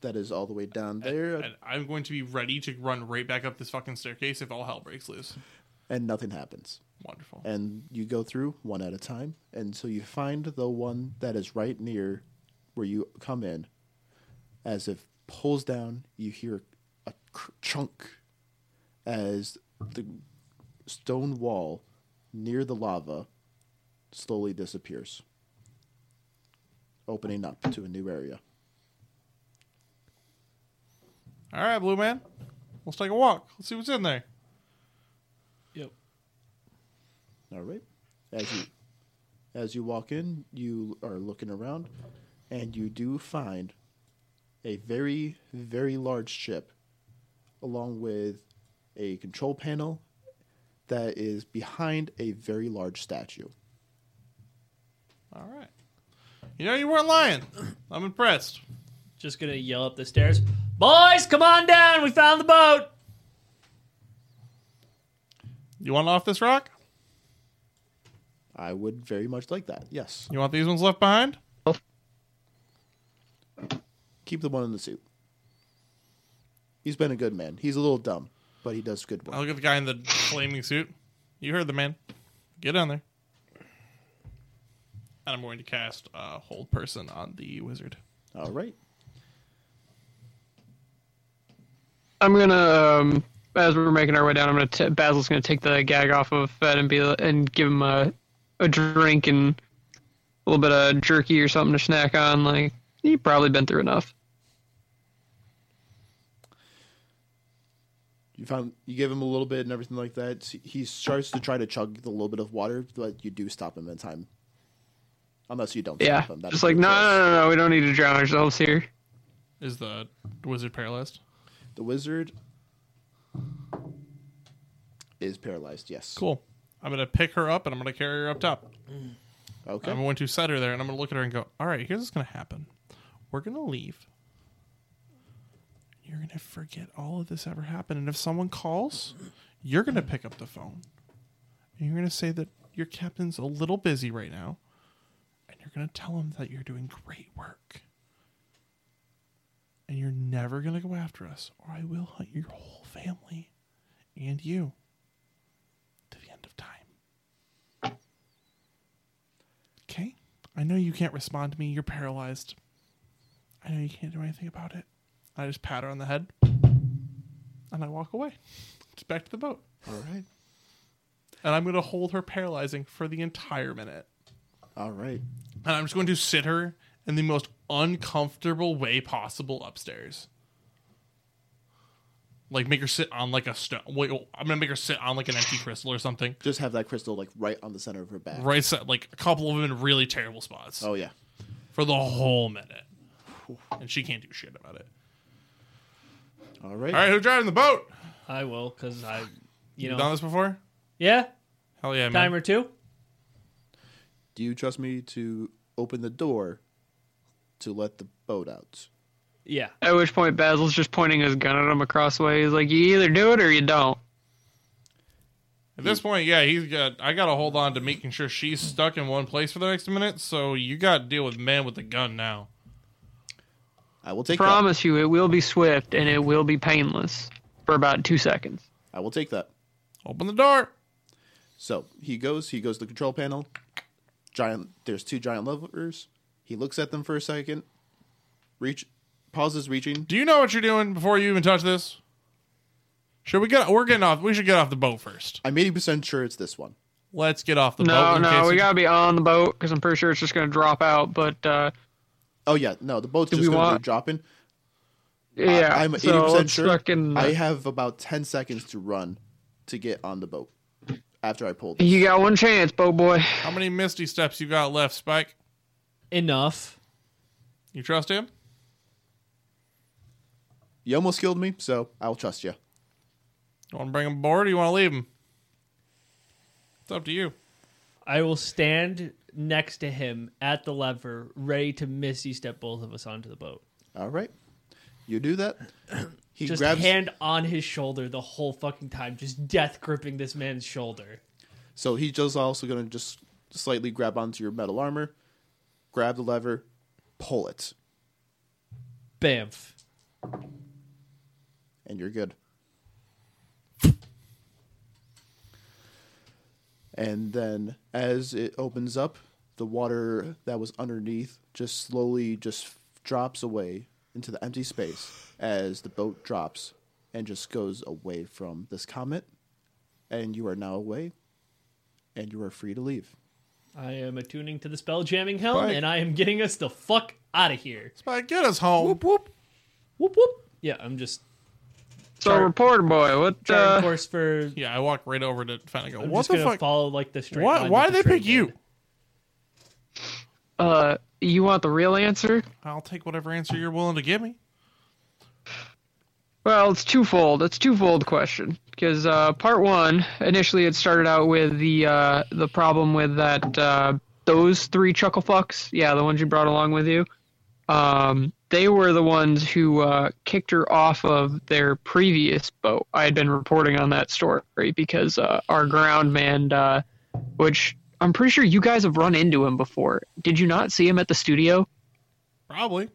[SPEAKER 6] that is all the way down there,
[SPEAKER 2] And I'm going to be ready to run right back up this fucking staircase if all hell breaks loose.
[SPEAKER 6] and nothing happens.
[SPEAKER 2] Wonderful.
[SPEAKER 6] And you go through one at a time until you find the one that is right near where you come in. As it pulls down, you hear a cr- chunk as the stone wall near the lava slowly disappears, opening up to a new area.
[SPEAKER 2] All right, blue man. Let's take a walk. Let's see what's in there.
[SPEAKER 4] Yep.
[SPEAKER 6] All right. As you as you walk in, you are looking around, and you do find a very very large ship, along with a control panel that is behind a very large statue.
[SPEAKER 2] All right. You know you weren't lying. I'm impressed.
[SPEAKER 4] Just gonna yell up the stairs. Boys, come on down. We found the boat.
[SPEAKER 2] You want off this rock?
[SPEAKER 6] I would very much like that. Yes.
[SPEAKER 2] You want these ones left behind?
[SPEAKER 6] Keep the one in the suit. He's been a good man. He's a little dumb, but he does good
[SPEAKER 2] I
[SPEAKER 6] work.
[SPEAKER 2] look at the guy in the flaming suit. You heard the man. Get down there. And I'm going to cast uh, hold person on the wizard.
[SPEAKER 6] All right.
[SPEAKER 3] I'm gonna um, as we're making our way down. I'm gonna t- Basil's gonna take the gag off of Fed and be and give him a a drink and a little bit of jerky or something to snack on. Like he probably been through enough.
[SPEAKER 6] you found you give him a little bit and everything like that. So He starts to try to chug the little bit of water, but you do stop him in time. Unless you don't
[SPEAKER 3] Yeah,
[SPEAKER 6] stop him. That
[SPEAKER 3] just
[SPEAKER 6] is
[SPEAKER 3] like
[SPEAKER 6] your
[SPEAKER 3] no, no,
[SPEAKER 6] choice.
[SPEAKER 3] no, no, we don't need to drown ourselves here.
[SPEAKER 2] Is the wizard paralyzed?
[SPEAKER 6] The wizard is paralyzed. Yes.
[SPEAKER 2] Cool. I'm going to pick her up and I'm going to carry her up top.
[SPEAKER 6] Okay.
[SPEAKER 2] I'm going to set her there and I'm going to look at her and go, all right, here's what's going to happen. We're going to leave. You're going to forget all of this ever happened. And if someone calls, you're going to pick up the phone. And you're going to say that your captain's a little busy right now. And you're going to tell him that you're doing great work. And you're never going to go after us, or I will hunt your whole family and you to the end of time. Okay. I know you can't respond to me. You're paralyzed. I know you can't do anything about it. I just pat her on the head and I walk away. Just back to the boat.
[SPEAKER 6] All right.
[SPEAKER 2] And I'm going to hold her paralyzing for the entire minute.
[SPEAKER 6] All right.
[SPEAKER 2] And I'm just going to sit her in the most uncomfortable way possible upstairs. Like make her sit on like a stone. Wait, oh, I'm gonna make her sit on like an empty crystal or something.
[SPEAKER 6] Just have that crystal like right on the center of her back.
[SPEAKER 2] Right, set like a couple of them in really terrible spots.
[SPEAKER 6] Oh yeah.
[SPEAKER 2] for the whole minute. And she can't do shit about it.
[SPEAKER 6] All right.
[SPEAKER 2] All right, who's driving the boat?
[SPEAKER 4] I will, cause I, you
[SPEAKER 2] You done
[SPEAKER 4] know,
[SPEAKER 2] this before?
[SPEAKER 4] yeah.
[SPEAKER 2] Hell yeah, man.
[SPEAKER 4] Time or two.
[SPEAKER 6] Do you trust me to open the door to let the boat out?
[SPEAKER 4] Yeah.
[SPEAKER 3] At which point Basil's just pointing his gun at him across the way. He's like, you either do it or you don't.
[SPEAKER 2] At this point, yeah, he's got. I gotta hold on to making sure she's stuck in one place for the next minute. So you got to deal with man with the gun now.
[SPEAKER 6] I will take that.
[SPEAKER 3] Promise you, it will be swift and it will be painless for about two seconds.
[SPEAKER 6] I will take that.
[SPEAKER 2] Open the door.
[SPEAKER 6] So he goes, he goes to the control panel. Giant, there's two giant levers. He looks at them for a second, reach, pauses, reaching.
[SPEAKER 2] Do you know what you're doing before you even touch this? Should we get? We're getting off. We should get off the boat first.
[SPEAKER 6] I'm eighty percent sure it's this one.
[SPEAKER 2] Let's get off the boat.
[SPEAKER 3] No,
[SPEAKER 2] in case
[SPEAKER 3] no, we
[SPEAKER 2] you-
[SPEAKER 3] gotta be on the boat because I'm pretty sure it's just gonna drop out. But uh,
[SPEAKER 6] Oh yeah, no, the boat's
[SPEAKER 3] Do
[SPEAKER 6] just
[SPEAKER 3] we
[SPEAKER 6] gonna
[SPEAKER 3] want-
[SPEAKER 6] be dropping.
[SPEAKER 3] yeah,
[SPEAKER 6] I, am eighty
[SPEAKER 3] so
[SPEAKER 6] percent
[SPEAKER 3] let's
[SPEAKER 6] sure.
[SPEAKER 3] fucking-
[SPEAKER 6] I have about ten seconds to run to get on the boat after I pull. This.
[SPEAKER 3] you got one chance, boat boy.
[SPEAKER 2] How many Misty steps you got left, Spike?
[SPEAKER 4] Enough.
[SPEAKER 2] You trust him?
[SPEAKER 6] You almost killed me, so I'll trust you.
[SPEAKER 2] You want to bring him aboard or you want to leave him? It's up to you.
[SPEAKER 4] I will stand next to him at the lever, ready to misty step both of us onto the boat.
[SPEAKER 6] All right, you do that. He
[SPEAKER 4] Just
[SPEAKER 6] grabs.
[SPEAKER 4] hand on his shoulder the whole fucking time, just death gripping this man's shoulder.
[SPEAKER 6] So he's just also gonna just slightly grab onto your metal armor, grab the lever, pull it,
[SPEAKER 4] Bamf.
[SPEAKER 6] and you're good. And then as it opens up, the water that was underneath just slowly just drops away into the empty space as the boat drops and just goes away from this comet. And you are now away and you are free to leave.
[SPEAKER 4] I am attuning to the spell jamming helm,
[SPEAKER 2] Spike.
[SPEAKER 4] and I am getting us the fuck out of here.
[SPEAKER 2] Spike, get us home.
[SPEAKER 4] Whoop whoop. Yeah, I'm just
[SPEAKER 3] So
[SPEAKER 4] Char-
[SPEAKER 3] reporter boy, what?
[SPEAKER 4] charting
[SPEAKER 3] Uh,
[SPEAKER 4] course for.
[SPEAKER 2] Yeah, I walk right over to Fenn and go,
[SPEAKER 4] I'm
[SPEAKER 2] what
[SPEAKER 4] just
[SPEAKER 2] the
[SPEAKER 4] gonna
[SPEAKER 2] fuck?
[SPEAKER 4] follow like the straight.
[SPEAKER 2] Why,
[SPEAKER 4] line
[SPEAKER 2] why
[SPEAKER 4] that
[SPEAKER 2] did they
[SPEAKER 4] the train
[SPEAKER 2] pick you?
[SPEAKER 4] did.
[SPEAKER 3] uh, you want the real answer?
[SPEAKER 2] I'll take whatever answer you're willing to give me.
[SPEAKER 3] Well, it's twofold. It's a twofold question because uh, part one initially it started out with the uh, the problem with that uh, those three chuckle fucks, yeah, the ones you brought along with you. Um, they were the ones who uh, kicked her off of their previous boat. I had been reporting on that story because uh, our ground man, uh, which I'm pretty sure you guys have run into him before. Did you not see him at the studio?
[SPEAKER 2] Probably.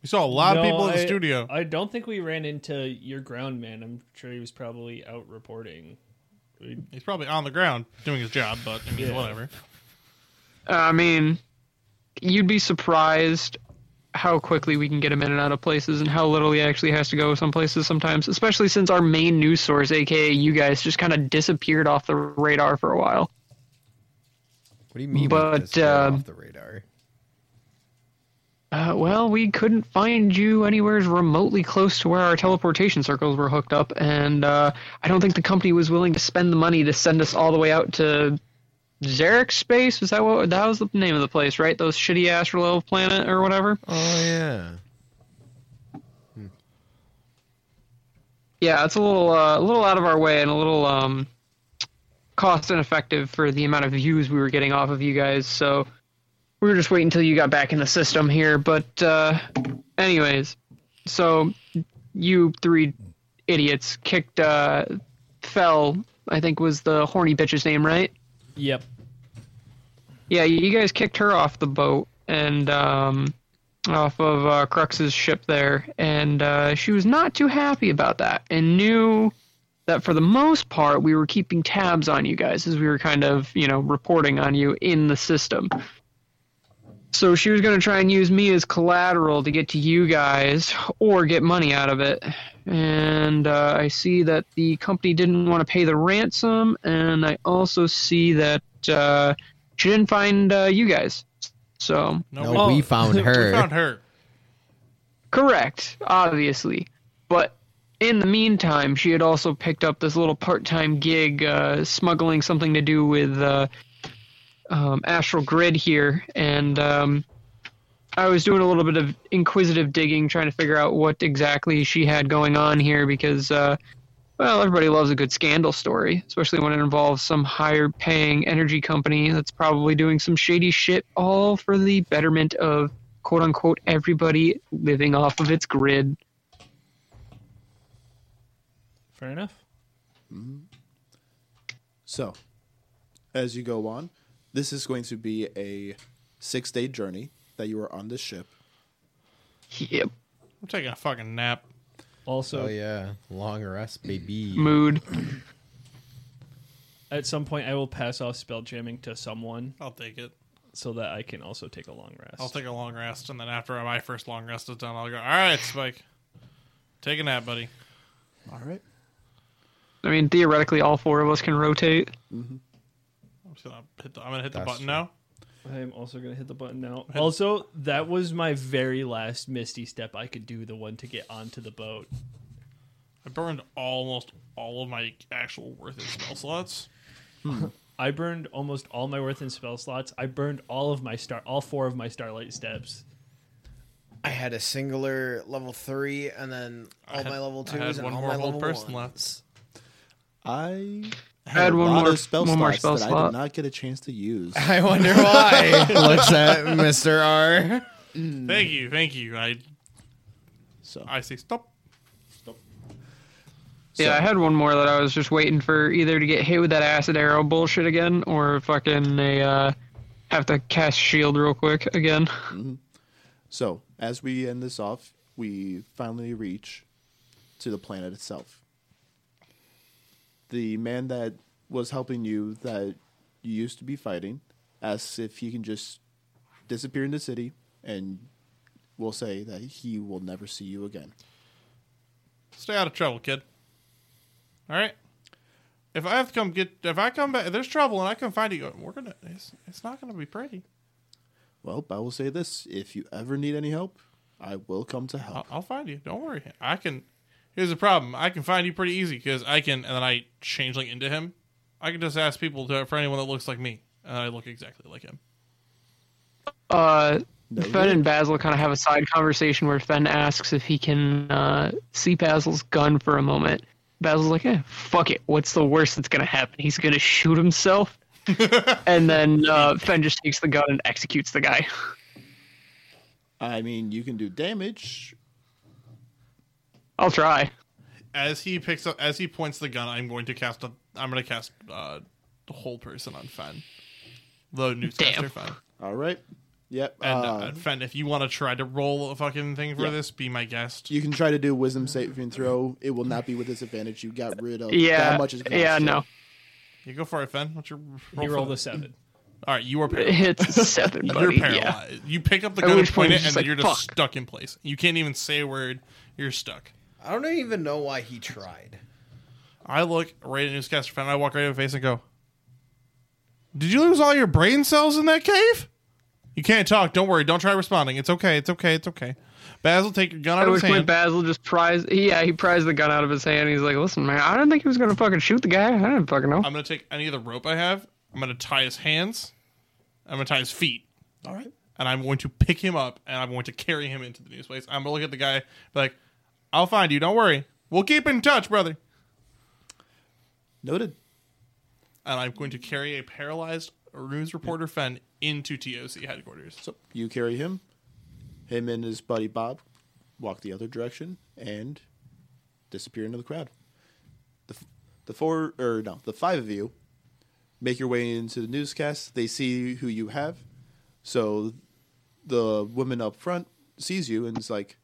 [SPEAKER 2] We saw a lot of
[SPEAKER 4] No,
[SPEAKER 2] people in the
[SPEAKER 4] I-
[SPEAKER 2] studio.
[SPEAKER 4] I don't think we ran into your ground man. I'm sure he was probably out reporting.
[SPEAKER 2] He's probably on the ground doing his job, but I mean,
[SPEAKER 4] Yeah.
[SPEAKER 2] whatever.
[SPEAKER 3] Uh, I mean, you'd be surprised how quickly we can get him in and out of places and how little he actually has to go some places sometimes, especially since our main news source, aka you guys, just kind of disappeared off the radar for a while.
[SPEAKER 5] What do you mean?
[SPEAKER 3] But,
[SPEAKER 5] this fell
[SPEAKER 3] um,
[SPEAKER 5] off the radar.
[SPEAKER 3] Uh, well, we couldn't find you anywhere remotely close to where our teleportation circles were hooked up, and uh, I don't think the company was willing to spend the money to send us all the way out to Zarek space. Is that what that was the name of the place, right? Those shitty astrolabe planet or whatever.
[SPEAKER 5] Oh yeah.
[SPEAKER 3] Yeah, it's a little uh, a little out of our way and a little um, cost ineffective for the amount of views we were getting off of you guys. So we were just waiting until you got back in the system here. But uh, anyways, so you three idiots kicked uh, fell. I think was the horny bitch's name, right?
[SPEAKER 4] Yep.
[SPEAKER 3] Yeah, you guys kicked her off the boat and um, off of uh, Crux's ship there, and uh, she was not too happy about that, and knew that for the most part we were keeping tabs on you guys as we were kind of you know reporting on you in the system. So she was going to try and use me as collateral to get to you guys or get money out of it. And uh, I see that the company didn't want to pay the ransom, and I also see that uh, she didn't find uh, you guys. So
[SPEAKER 5] No,
[SPEAKER 2] we-
[SPEAKER 5] we found her.
[SPEAKER 2] we found her.
[SPEAKER 3] Correct, obviously. But in the meantime, she had also picked up this little part time gig uh, smuggling something to do with uh, um, Astral Grid here. And um, I was doing a little bit of inquisitive digging, trying to figure out what exactly she had going on here because. Uh, well, everybody loves a good scandal story, especially when it involves some higher paying energy company that's probably doing some shady shit, all for the betterment of quote unquote everybody living off of its grid.
[SPEAKER 4] Fair enough.
[SPEAKER 6] So, as you go on, this is going to be a six day journey that you are on this ship.
[SPEAKER 3] Yep.
[SPEAKER 2] I'm taking a fucking nap.
[SPEAKER 4] Also,
[SPEAKER 5] Oh yeah, long rest, baby.
[SPEAKER 3] Mood.
[SPEAKER 4] at some point, I will pass off spell jamming to someone
[SPEAKER 2] I'll take it.
[SPEAKER 4] so that I can also take a long rest.
[SPEAKER 2] I'll take a long rest, and then after my first long rest is done, I'll go. All right, Spike, take a nap, buddy.
[SPEAKER 6] All right.
[SPEAKER 3] I mean, theoretically, all four of us can rotate.
[SPEAKER 2] just gonna hit the, I'm gonna hit the
[SPEAKER 5] That's
[SPEAKER 2] button
[SPEAKER 5] true.
[SPEAKER 2] now.
[SPEAKER 4] I'm also gonna hit the button now. Also, that was my very last Misty step I could do, the one to get onto the boat.
[SPEAKER 2] I burned almost all of my actual worth in spell slots.
[SPEAKER 4] I burned almost all my worth in spell slots. I burned all of my star, all four of my starlight steps.
[SPEAKER 5] I had a singular level three, and then all
[SPEAKER 2] had-
[SPEAKER 5] my level
[SPEAKER 2] I
[SPEAKER 5] twos,
[SPEAKER 2] had
[SPEAKER 5] and
[SPEAKER 2] one
[SPEAKER 5] all
[SPEAKER 2] more
[SPEAKER 5] my
[SPEAKER 2] whole
[SPEAKER 5] level
[SPEAKER 2] person
[SPEAKER 5] ones.
[SPEAKER 6] I
[SPEAKER 3] Add
[SPEAKER 6] a
[SPEAKER 3] one
[SPEAKER 6] lot
[SPEAKER 3] more-
[SPEAKER 6] of spell
[SPEAKER 3] one more
[SPEAKER 6] slots
[SPEAKER 3] spell
[SPEAKER 6] that I
[SPEAKER 3] slot.
[SPEAKER 6] did not get a chance to use.
[SPEAKER 5] I wonder why. Looks at Mister R.
[SPEAKER 2] Thank you, thank you. I
[SPEAKER 6] So
[SPEAKER 2] I say stop.
[SPEAKER 3] Yeah, I had one more that I was just waiting for either to get hit with that acid arrow bullshit again, or fucking a uh, have to cast shield real quick again.
[SPEAKER 6] So, as we end this off, we finally reach to the planet itself. The man that was helping you, that you used to be fighting, asks if he can just disappear in the city and will say that he will never see you again.
[SPEAKER 2] Stay out of trouble, kid. All right. If I have to come get, if I come back, if there's trouble and I come find you, we're gonna. It's, it's not gonna be pretty.
[SPEAKER 6] Well, I will say this if you ever need any help, I will come to help.
[SPEAKER 2] I'll, I'll find you. Don't worry. I can. Here's the problem. I can find you pretty easy because I can, and then I changeling into him. I can just ask people to, for anyone that looks like me, and I look exactly like him.
[SPEAKER 3] Uh,
[SPEAKER 6] No
[SPEAKER 3] Fen and Basil kind of have a side conversation where Fen asks if he can uh, see Basil's gun for a moment. Basil's like, eh, fuck it. What's the worst that's going to happen? He's going to shoot himself. and then uh, Fen just takes the gun and executes the guy.
[SPEAKER 6] I mean, you can do damage.
[SPEAKER 3] I'll try.
[SPEAKER 2] As he picks up, as he points the gun, I'm going to cast a. I'm going to cast uh, the whole person on Fen, the newscaster
[SPEAKER 3] Damn.
[SPEAKER 2] Fen.
[SPEAKER 6] All right. Yep.
[SPEAKER 2] And
[SPEAKER 6] uh,
[SPEAKER 2] uh, Fen, if you want to try to roll a fucking thing for
[SPEAKER 6] Yeah.
[SPEAKER 2] this, be my guest.
[SPEAKER 6] You can try to do wisdom saving throw. It will not be with disadvantage. You got rid of
[SPEAKER 3] Yeah.
[SPEAKER 6] that much. Is gone.
[SPEAKER 3] yeah, no.
[SPEAKER 2] You go for it, Fen. What's your roll?
[SPEAKER 4] He
[SPEAKER 2] for
[SPEAKER 4] rolled
[SPEAKER 2] that?
[SPEAKER 4] a seven.
[SPEAKER 2] All right, you are
[SPEAKER 3] It
[SPEAKER 2] paralyzed.
[SPEAKER 3] hits seven,
[SPEAKER 2] You're
[SPEAKER 3] buddy. Yeah.
[SPEAKER 2] paralyzed. You pick up the
[SPEAKER 3] At
[SPEAKER 2] gun and
[SPEAKER 3] which
[SPEAKER 2] point
[SPEAKER 3] point
[SPEAKER 2] it,
[SPEAKER 3] he's
[SPEAKER 2] and
[SPEAKER 3] just
[SPEAKER 2] then
[SPEAKER 3] like,
[SPEAKER 2] you're just
[SPEAKER 3] "Fuck."
[SPEAKER 2] stuck in place. You can't even say a word. You're stuck.
[SPEAKER 5] I don't even know why he tried.
[SPEAKER 2] I look right at newscaster fan. I walk right in the face and go, "Did you lose all your brain cells in that cave? You can't talk. Don't worry. Don't try responding. It's okay. It's okay. It's okay." Basil, take your gun out
[SPEAKER 3] At
[SPEAKER 2] of his
[SPEAKER 3] which point
[SPEAKER 2] hand.
[SPEAKER 3] Basil just pries. Yeah, he pries the gun out of his hand. He's like, "Listen, man, I didn't think he was gonna fucking shoot the guy. I didn't fucking know."
[SPEAKER 2] I'm gonna take any of the rope I have. I'm gonna tie his hands. I'm gonna tie his feet,
[SPEAKER 6] All right.
[SPEAKER 2] and I'm going to pick him up and I'm going to carry him into the news place. I'm gonna look at the guy, be like, "I'll find you. Don't worry. We'll keep in touch, brother."
[SPEAKER 6] Noted.
[SPEAKER 2] And I'm going to carry a paralyzed news reporter Fen into TOC headquarters.
[SPEAKER 6] So you carry him. Him and his buddy Bob walk the other direction and disappear into the crowd. The f- the four or no, the five of you make your way into the newscast. They see who you have. So the woman up front sees you and is like,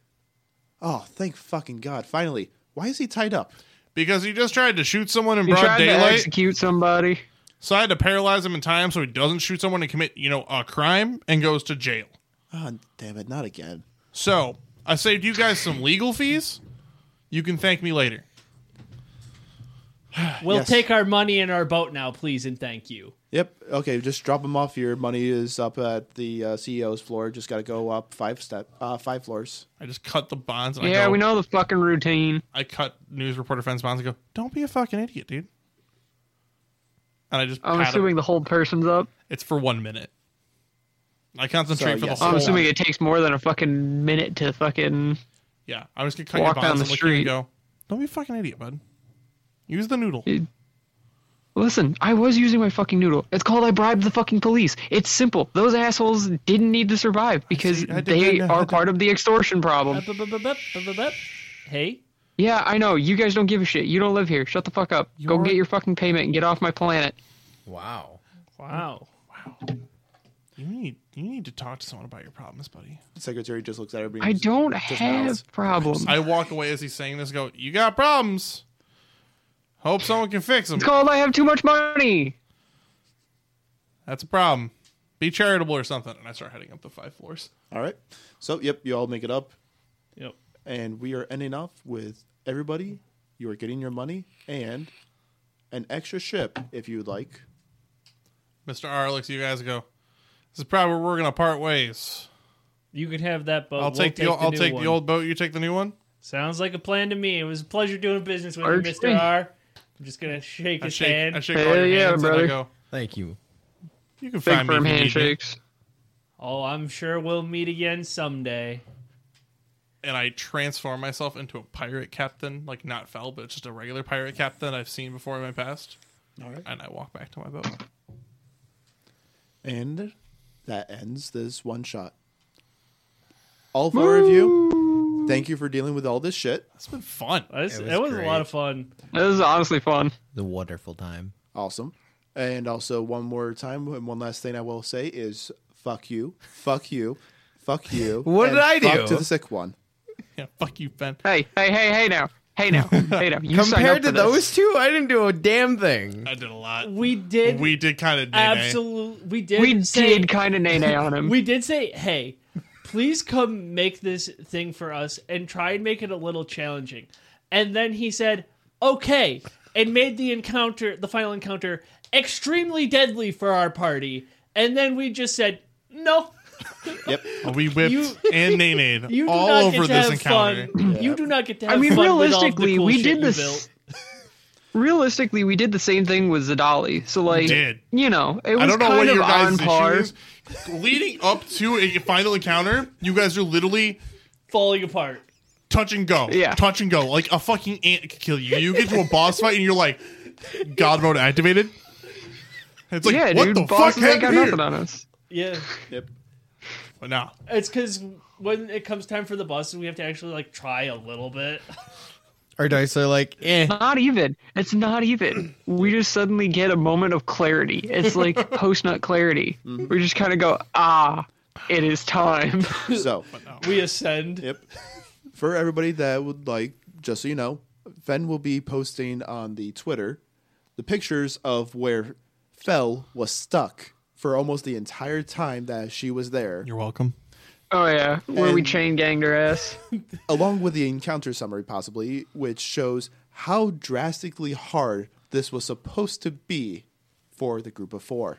[SPEAKER 6] "Oh, thank fucking god! Finally, why is he tied up?"
[SPEAKER 2] Because he just tried to shoot someone in
[SPEAKER 3] He
[SPEAKER 2] broad
[SPEAKER 3] tried to
[SPEAKER 2] daylight.
[SPEAKER 3] execute somebody.
[SPEAKER 2] So I had to paralyze him in time so he doesn't shoot someone and commit, you know, a crime and goes to jail.
[SPEAKER 6] Ah, damn it! Not again.
[SPEAKER 2] So I saved you guys some legal fees. You can thank me later.
[SPEAKER 4] We'll
[SPEAKER 6] Yes.
[SPEAKER 4] take our money in our boat now, please, and thank you.
[SPEAKER 6] Yep. Okay. Just drop them off. Your money is up at the uh, CEO's floor. Just got to go up five step, uh, five floors.
[SPEAKER 2] I just cut the bonds. And I
[SPEAKER 3] Yeah,
[SPEAKER 2] go,
[SPEAKER 3] we know the fucking routine.
[SPEAKER 2] I cut news reporter fence bonds and go, don't be a fucking idiot, dude. And I just
[SPEAKER 3] I'm
[SPEAKER 2] pat him.
[SPEAKER 3] assuming the whole person's up.
[SPEAKER 2] it's for one minute. I concentrate
[SPEAKER 6] So,
[SPEAKER 2] for
[SPEAKER 6] yes.
[SPEAKER 2] the whole.
[SPEAKER 3] I'm
[SPEAKER 6] Yeah.
[SPEAKER 3] assuming it takes more than a fucking minute to fucking.
[SPEAKER 2] yeah, I'm just gonna cut
[SPEAKER 3] Walk
[SPEAKER 2] your
[SPEAKER 3] down
[SPEAKER 2] bonds
[SPEAKER 3] the
[SPEAKER 2] and look at you and
[SPEAKER 3] street.
[SPEAKER 2] go, don't be a fucking idiot, bud. Use the noodle.
[SPEAKER 3] Listen, I was using my fucking noodle. It's called I bribed the fucking police. It's simple. Those assholes didn't need to survive because
[SPEAKER 2] see. I did
[SPEAKER 3] they
[SPEAKER 2] good. I
[SPEAKER 3] are
[SPEAKER 2] did-
[SPEAKER 3] part of the extortion problem.
[SPEAKER 4] Hey,
[SPEAKER 3] Yeah, I know. You guys don't give a shit. You don't live here. Shut the fuck up. Go
[SPEAKER 2] are-
[SPEAKER 3] get your fucking payment and get off my planet.
[SPEAKER 5] Wow.
[SPEAKER 4] wow.
[SPEAKER 2] You need you need to talk to someone about your problems, buddy.
[SPEAKER 6] The secretary just looks at everybody.
[SPEAKER 3] I
[SPEAKER 6] and just-
[SPEAKER 3] don't
[SPEAKER 6] just
[SPEAKER 3] have
[SPEAKER 6] nods.
[SPEAKER 3] problems.
[SPEAKER 2] I walk away as he's saying this. Go, you got problems. Hope someone can fix them.
[SPEAKER 3] It's called I have too much money.
[SPEAKER 2] That's a problem. Be charitable or something. And I start heading up the five floors.
[SPEAKER 6] All right. So yep, you all make it up,
[SPEAKER 4] Yep.
[SPEAKER 6] and we are ending off with everybody. You are getting your money and an extra ship if you would like.
[SPEAKER 2] Mr. R looks at you guys and go, This is probably where we're gonna part ways.
[SPEAKER 4] You could have that boat.
[SPEAKER 2] I'll
[SPEAKER 4] We'll
[SPEAKER 2] take the
[SPEAKER 4] take
[SPEAKER 2] old, I'll
[SPEAKER 4] new
[SPEAKER 2] take
[SPEAKER 4] one.
[SPEAKER 2] the old boat, you take the new one.
[SPEAKER 4] Sounds like a plan to me. It was a pleasure doing business with
[SPEAKER 3] Archie.
[SPEAKER 4] you, Mr. R. I'm just gonna shake
[SPEAKER 2] I
[SPEAKER 4] his
[SPEAKER 2] shake I
[SPEAKER 4] hand.
[SPEAKER 2] shake
[SPEAKER 3] Hell
[SPEAKER 2] all your
[SPEAKER 3] yeah,
[SPEAKER 2] hands and I
[SPEAKER 3] brother.
[SPEAKER 2] go,
[SPEAKER 5] Thank you.
[SPEAKER 2] You can
[SPEAKER 3] Big
[SPEAKER 2] find me.
[SPEAKER 3] firm
[SPEAKER 2] if you need me."
[SPEAKER 3] handshakes.
[SPEAKER 4] oh, I'm sure we'll meet again someday.
[SPEAKER 2] and I transform myself into a pirate captain, like not Fel, but just a regular pirate captain I've seen before in my past.
[SPEAKER 6] All right.
[SPEAKER 2] And I walk back to my boat.
[SPEAKER 6] And that ends this one shot. All four of you, thank you for dealing with all this shit.
[SPEAKER 2] That's been fun.
[SPEAKER 4] This,
[SPEAKER 5] It
[SPEAKER 4] it
[SPEAKER 5] was
[SPEAKER 4] was, a lot
[SPEAKER 5] great.
[SPEAKER 4] of fun.
[SPEAKER 3] This is honestly fun.
[SPEAKER 5] The wonderful time.
[SPEAKER 6] Awesome. And also, one more time, and one last thing I will say is fuck you, fuck you, fuck you.
[SPEAKER 5] What
[SPEAKER 6] and
[SPEAKER 5] did I
[SPEAKER 6] fuck
[SPEAKER 5] do?
[SPEAKER 6] to the sick one.
[SPEAKER 2] Yeah, fuck you, Ben.
[SPEAKER 3] Hey, hey, hey, hey now. Hey now. Hey now. You signed up
[SPEAKER 5] Compared
[SPEAKER 3] for
[SPEAKER 5] to
[SPEAKER 3] this.
[SPEAKER 5] those two, I didn't do a damn thing.
[SPEAKER 2] I did a lot.
[SPEAKER 4] We did.
[SPEAKER 2] We did eh? kind of
[SPEAKER 4] absolutely. We did.
[SPEAKER 3] we
[SPEAKER 4] say-
[SPEAKER 3] did kind of nay nay on him.
[SPEAKER 4] We did say, hey, please come make this thing for us and try and make it a little challenging. And then he said, okay, and made the encounter, the final encounter, extremely deadly for our party. And then we just said, no,
[SPEAKER 2] We whipped
[SPEAKER 4] You-
[SPEAKER 2] and nay
[SPEAKER 4] you do
[SPEAKER 2] all
[SPEAKER 4] not
[SPEAKER 2] over
[SPEAKER 4] get to
[SPEAKER 2] this
[SPEAKER 4] have
[SPEAKER 2] encounter.
[SPEAKER 4] fun. You do not get to have
[SPEAKER 3] I mean,
[SPEAKER 4] fun with all the
[SPEAKER 3] realistically,
[SPEAKER 4] cool
[SPEAKER 3] we
[SPEAKER 4] shit
[SPEAKER 3] did
[SPEAKER 4] you
[SPEAKER 3] this-
[SPEAKER 4] built.
[SPEAKER 3] Realistically, we did the same thing with Zadali. So like,
[SPEAKER 2] did.
[SPEAKER 3] you know, it was
[SPEAKER 2] I don't know
[SPEAKER 3] kind
[SPEAKER 2] what
[SPEAKER 3] of
[SPEAKER 2] your
[SPEAKER 3] on
[SPEAKER 2] guys'
[SPEAKER 3] par.
[SPEAKER 2] issue is. Leading up to a final encounter, you guys are literally
[SPEAKER 4] Falling apart.
[SPEAKER 2] touch and go.
[SPEAKER 3] Yeah.
[SPEAKER 2] Touch and go. Like a fucking ant could kill you. You get to a boss fight and you're like, God mode activated. It's like,
[SPEAKER 3] yeah,
[SPEAKER 2] what
[SPEAKER 3] dude,
[SPEAKER 2] the fuck
[SPEAKER 3] bosses ain't got
[SPEAKER 2] happened here?
[SPEAKER 3] nothing on us.
[SPEAKER 4] Yeah.
[SPEAKER 2] But nah.
[SPEAKER 4] It's because when it comes time for the bosses, we have to actually, like, try a little bit.
[SPEAKER 5] Our dice are like, eh.
[SPEAKER 3] Not even. It's not even. We just suddenly get a moment of clarity. It's like post nut clarity.
[SPEAKER 2] Mm-hmm.
[SPEAKER 3] We just kind of go, ah, it is time.
[SPEAKER 6] So,
[SPEAKER 2] Oh,
[SPEAKER 4] We ascend.
[SPEAKER 6] yep. For everybody that would like, just so you know, Fen will be posting on the Twitter the pictures of where Fel was stuck for almost the entire time that she was there,
[SPEAKER 2] You're welcome.
[SPEAKER 3] Oh yeah, where we
[SPEAKER 6] And-
[SPEAKER 3] chain ganged her ass.
[SPEAKER 6] along with the encounter summary, possibly, which shows how drastically hard this was supposed to be for the group of four.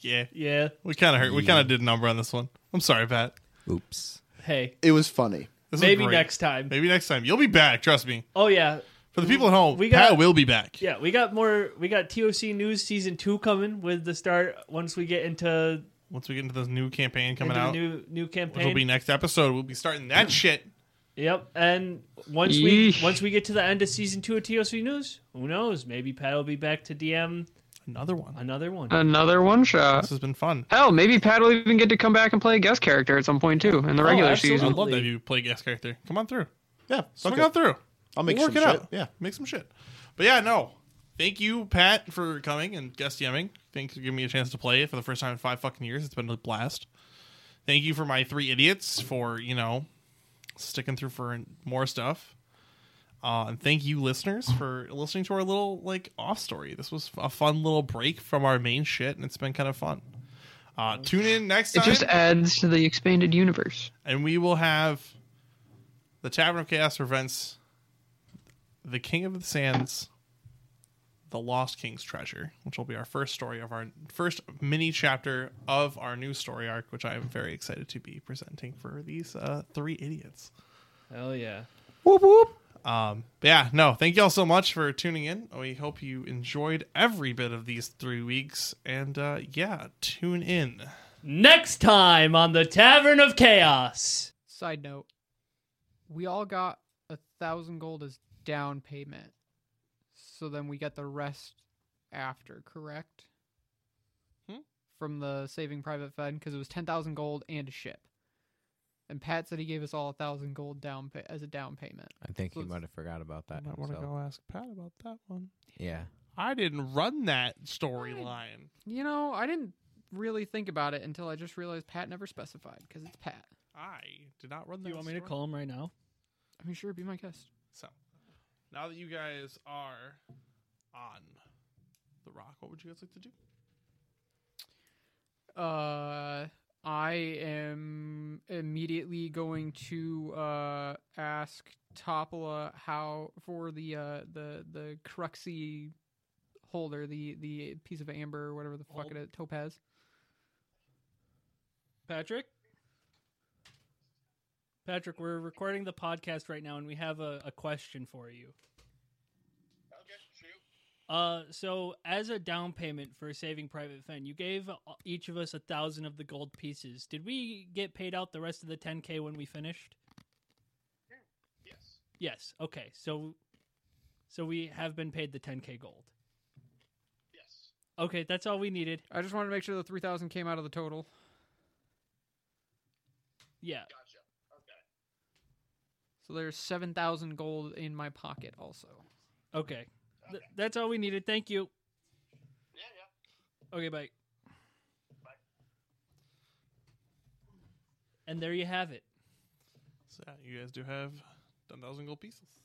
[SPEAKER 2] Yeah.
[SPEAKER 4] Yeah.
[SPEAKER 2] We kind of hurt. We kind of did a number on this one. I'm sorry, Pat.
[SPEAKER 5] Oops.
[SPEAKER 4] Hey,
[SPEAKER 6] It was funny.
[SPEAKER 2] This was
[SPEAKER 4] maybe
[SPEAKER 2] great.
[SPEAKER 4] next time.
[SPEAKER 2] Maybe next time you'll be back. Trust me.
[SPEAKER 4] Oh yeah,
[SPEAKER 2] For the people at home,
[SPEAKER 4] We
[SPEAKER 2] Pat
[SPEAKER 4] got-
[SPEAKER 2] will be back.
[SPEAKER 4] yeah. We got more. We got TOC news season two coming with the start once we get into,
[SPEAKER 2] Once we get into this new campaign coming
[SPEAKER 4] into the
[SPEAKER 2] out,
[SPEAKER 4] new new
[SPEAKER 2] which will
[SPEAKER 4] campaign.
[SPEAKER 2] be next episode, we'll be starting that shit.
[SPEAKER 4] yep. And once we
[SPEAKER 3] Yeesh.
[SPEAKER 4] once we get to the end of season two of TOC news, who knows? Maybe Pat will be back to DM
[SPEAKER 2] Another one.
[SPEAKER 4] another one.
[SPEAKER 3] Another one shot.
[SPEAKER 2] This has been fun.
[SPEAKER 3] Hell, maybe Pat will even get to come back and play a guest character at some point too
[SPEAKER 9] Oh,
[SPEAKER 3] in the regular
[SPEAKER 2] I'd
[SPEAKER 4] absolutely.
[SPEAKER 3] season.
[SPEAKER 2] love that you play guest character. Come on through.
[SPEAKER 6] Yeah,
[SPEAKER 2] Swing
[SPEAKER 6] fuck
[SPEAKER 2] on
[SPEAKER 6] it.
[SPEAKER 2] through.
[SPEAKER 6] I'll make
[SPEAKER 2] We'll work
[SPEAKER 6] some
[SPEAKER 2] it
[SPEAKER 6] shit.
[SPEAKER 2] out.
[SPEAKER 6] Yeah.
[SPEAKER 2] make some shit. But yeah, no. Thank you, Pat, for coming and guest DMing. Thanks for giving me a chance to play it for the first time in five fucking years. It's been a blast. Thank you for my three idiots for you know sticking through for more stuff. Uh, and thank you, listeners, for listening to our little like off story. This was a fun little break from our main shit, and it's been kind of fun. Uh, tune in next
[SPEAKER 3] It
[SPEAKER 2] time
[SPEAKER 3] just adds to the expanded universe.
[SPEAKER 2] and we will have the Tavern of Chaos prevents the King of the Sands, the Lost King's Treasure, which will be our first story of our first mini chapter of our new story arc, which I am very excited to be presenting for these uh, three idiots. Um,
[SPEAKER 4] Hell yeah.
[SPEAKER 2] But yeah, no, thank you all so much for tuning in. We hope you enjoyed every bit of these three weeks, and uh, yeah, tune in.
[SPEAKER 4] Next time on the Tavern of Chaos.
[SPEAKER 9] Side note, we all got a thousand gold as down payment. So then we get the rest after, correct?
[SPEAKER 2] Hmm?
[SPEAKER 9] From the Saving Private Fed, because it was 10,000 gold and a ship. And Pat said he gave us all a thousand gold down pay- as a down payment.
[SPEAKER 5] I think he
[SPEAKER 9] Let's-
[SPEAKER 5] might have forgot about that.
[SPEAKER 2] I want to
[SPEAKER 5] himself.
[SPEAKER 2] go ask Pat about that one.
[SPEAKER 5] Yeah.
[SPEAKER 2] I didn't run that storyline.
[SPEAKER 9] You know, I didn't really think about it until I just realized Pat never specified, because it's Pat.
[SPEAKER 2] I did not run that.
[SPEAKER 4] You want me to
[SPEAKER 2] story.
[SPEAKER 4] call him right now?
[SPEAKER 9] I mean, sure, be my guest.
[SPEAKER 2] So now that you guys are on the rock, what would you guys like to do?
[SPEAKER 9] Uh, I am immediately going to uh, ask Topola how for the uh, the the Cruxy
[SPEAKER 3] holder, the the piece of amber or whatever the fuck it is, topaz.
[SPEAKER 4] Patrick? Patrick, we're recording the podcast right now and we have a, a question for you.
[SPEAKER 10] Okay, shoot.
[SPEAKER 4] Uh, so as a down payment for Saving Private Fen, you gave uh, each of us a thousand of the gold pieces. Did we get paid out the rest of the 10k when we finished?
[SPEAKER 10] Yes.
[SPEAKER 4] Yes. Okay. So, so we have been paid the 10k gold.
[SPEAKER 10] Yes.
[SPEAKER 4] Okay, that's all we needed.
[SPEAKER 3] I just wanted to make sure the three thousand came out of the total.
[SPEAKER 4] Yeah.
[SPEAKER 10] Gotcha. Okay.
[SPEAKER 3] So there's seven thousand gold in my pocket also.
[SPEAKER 4] Okay. Th- that's all we needed. Thank you.
[SPEAKER 10] Yeah, yeah.
[SPEAKER 4] Okay, bye.
[SPEAKER 10] Bye.
[SPEAKER 4] And there you have it.
[SPEAKER 2] So yeah, you guys do have ten thousand gold pieces.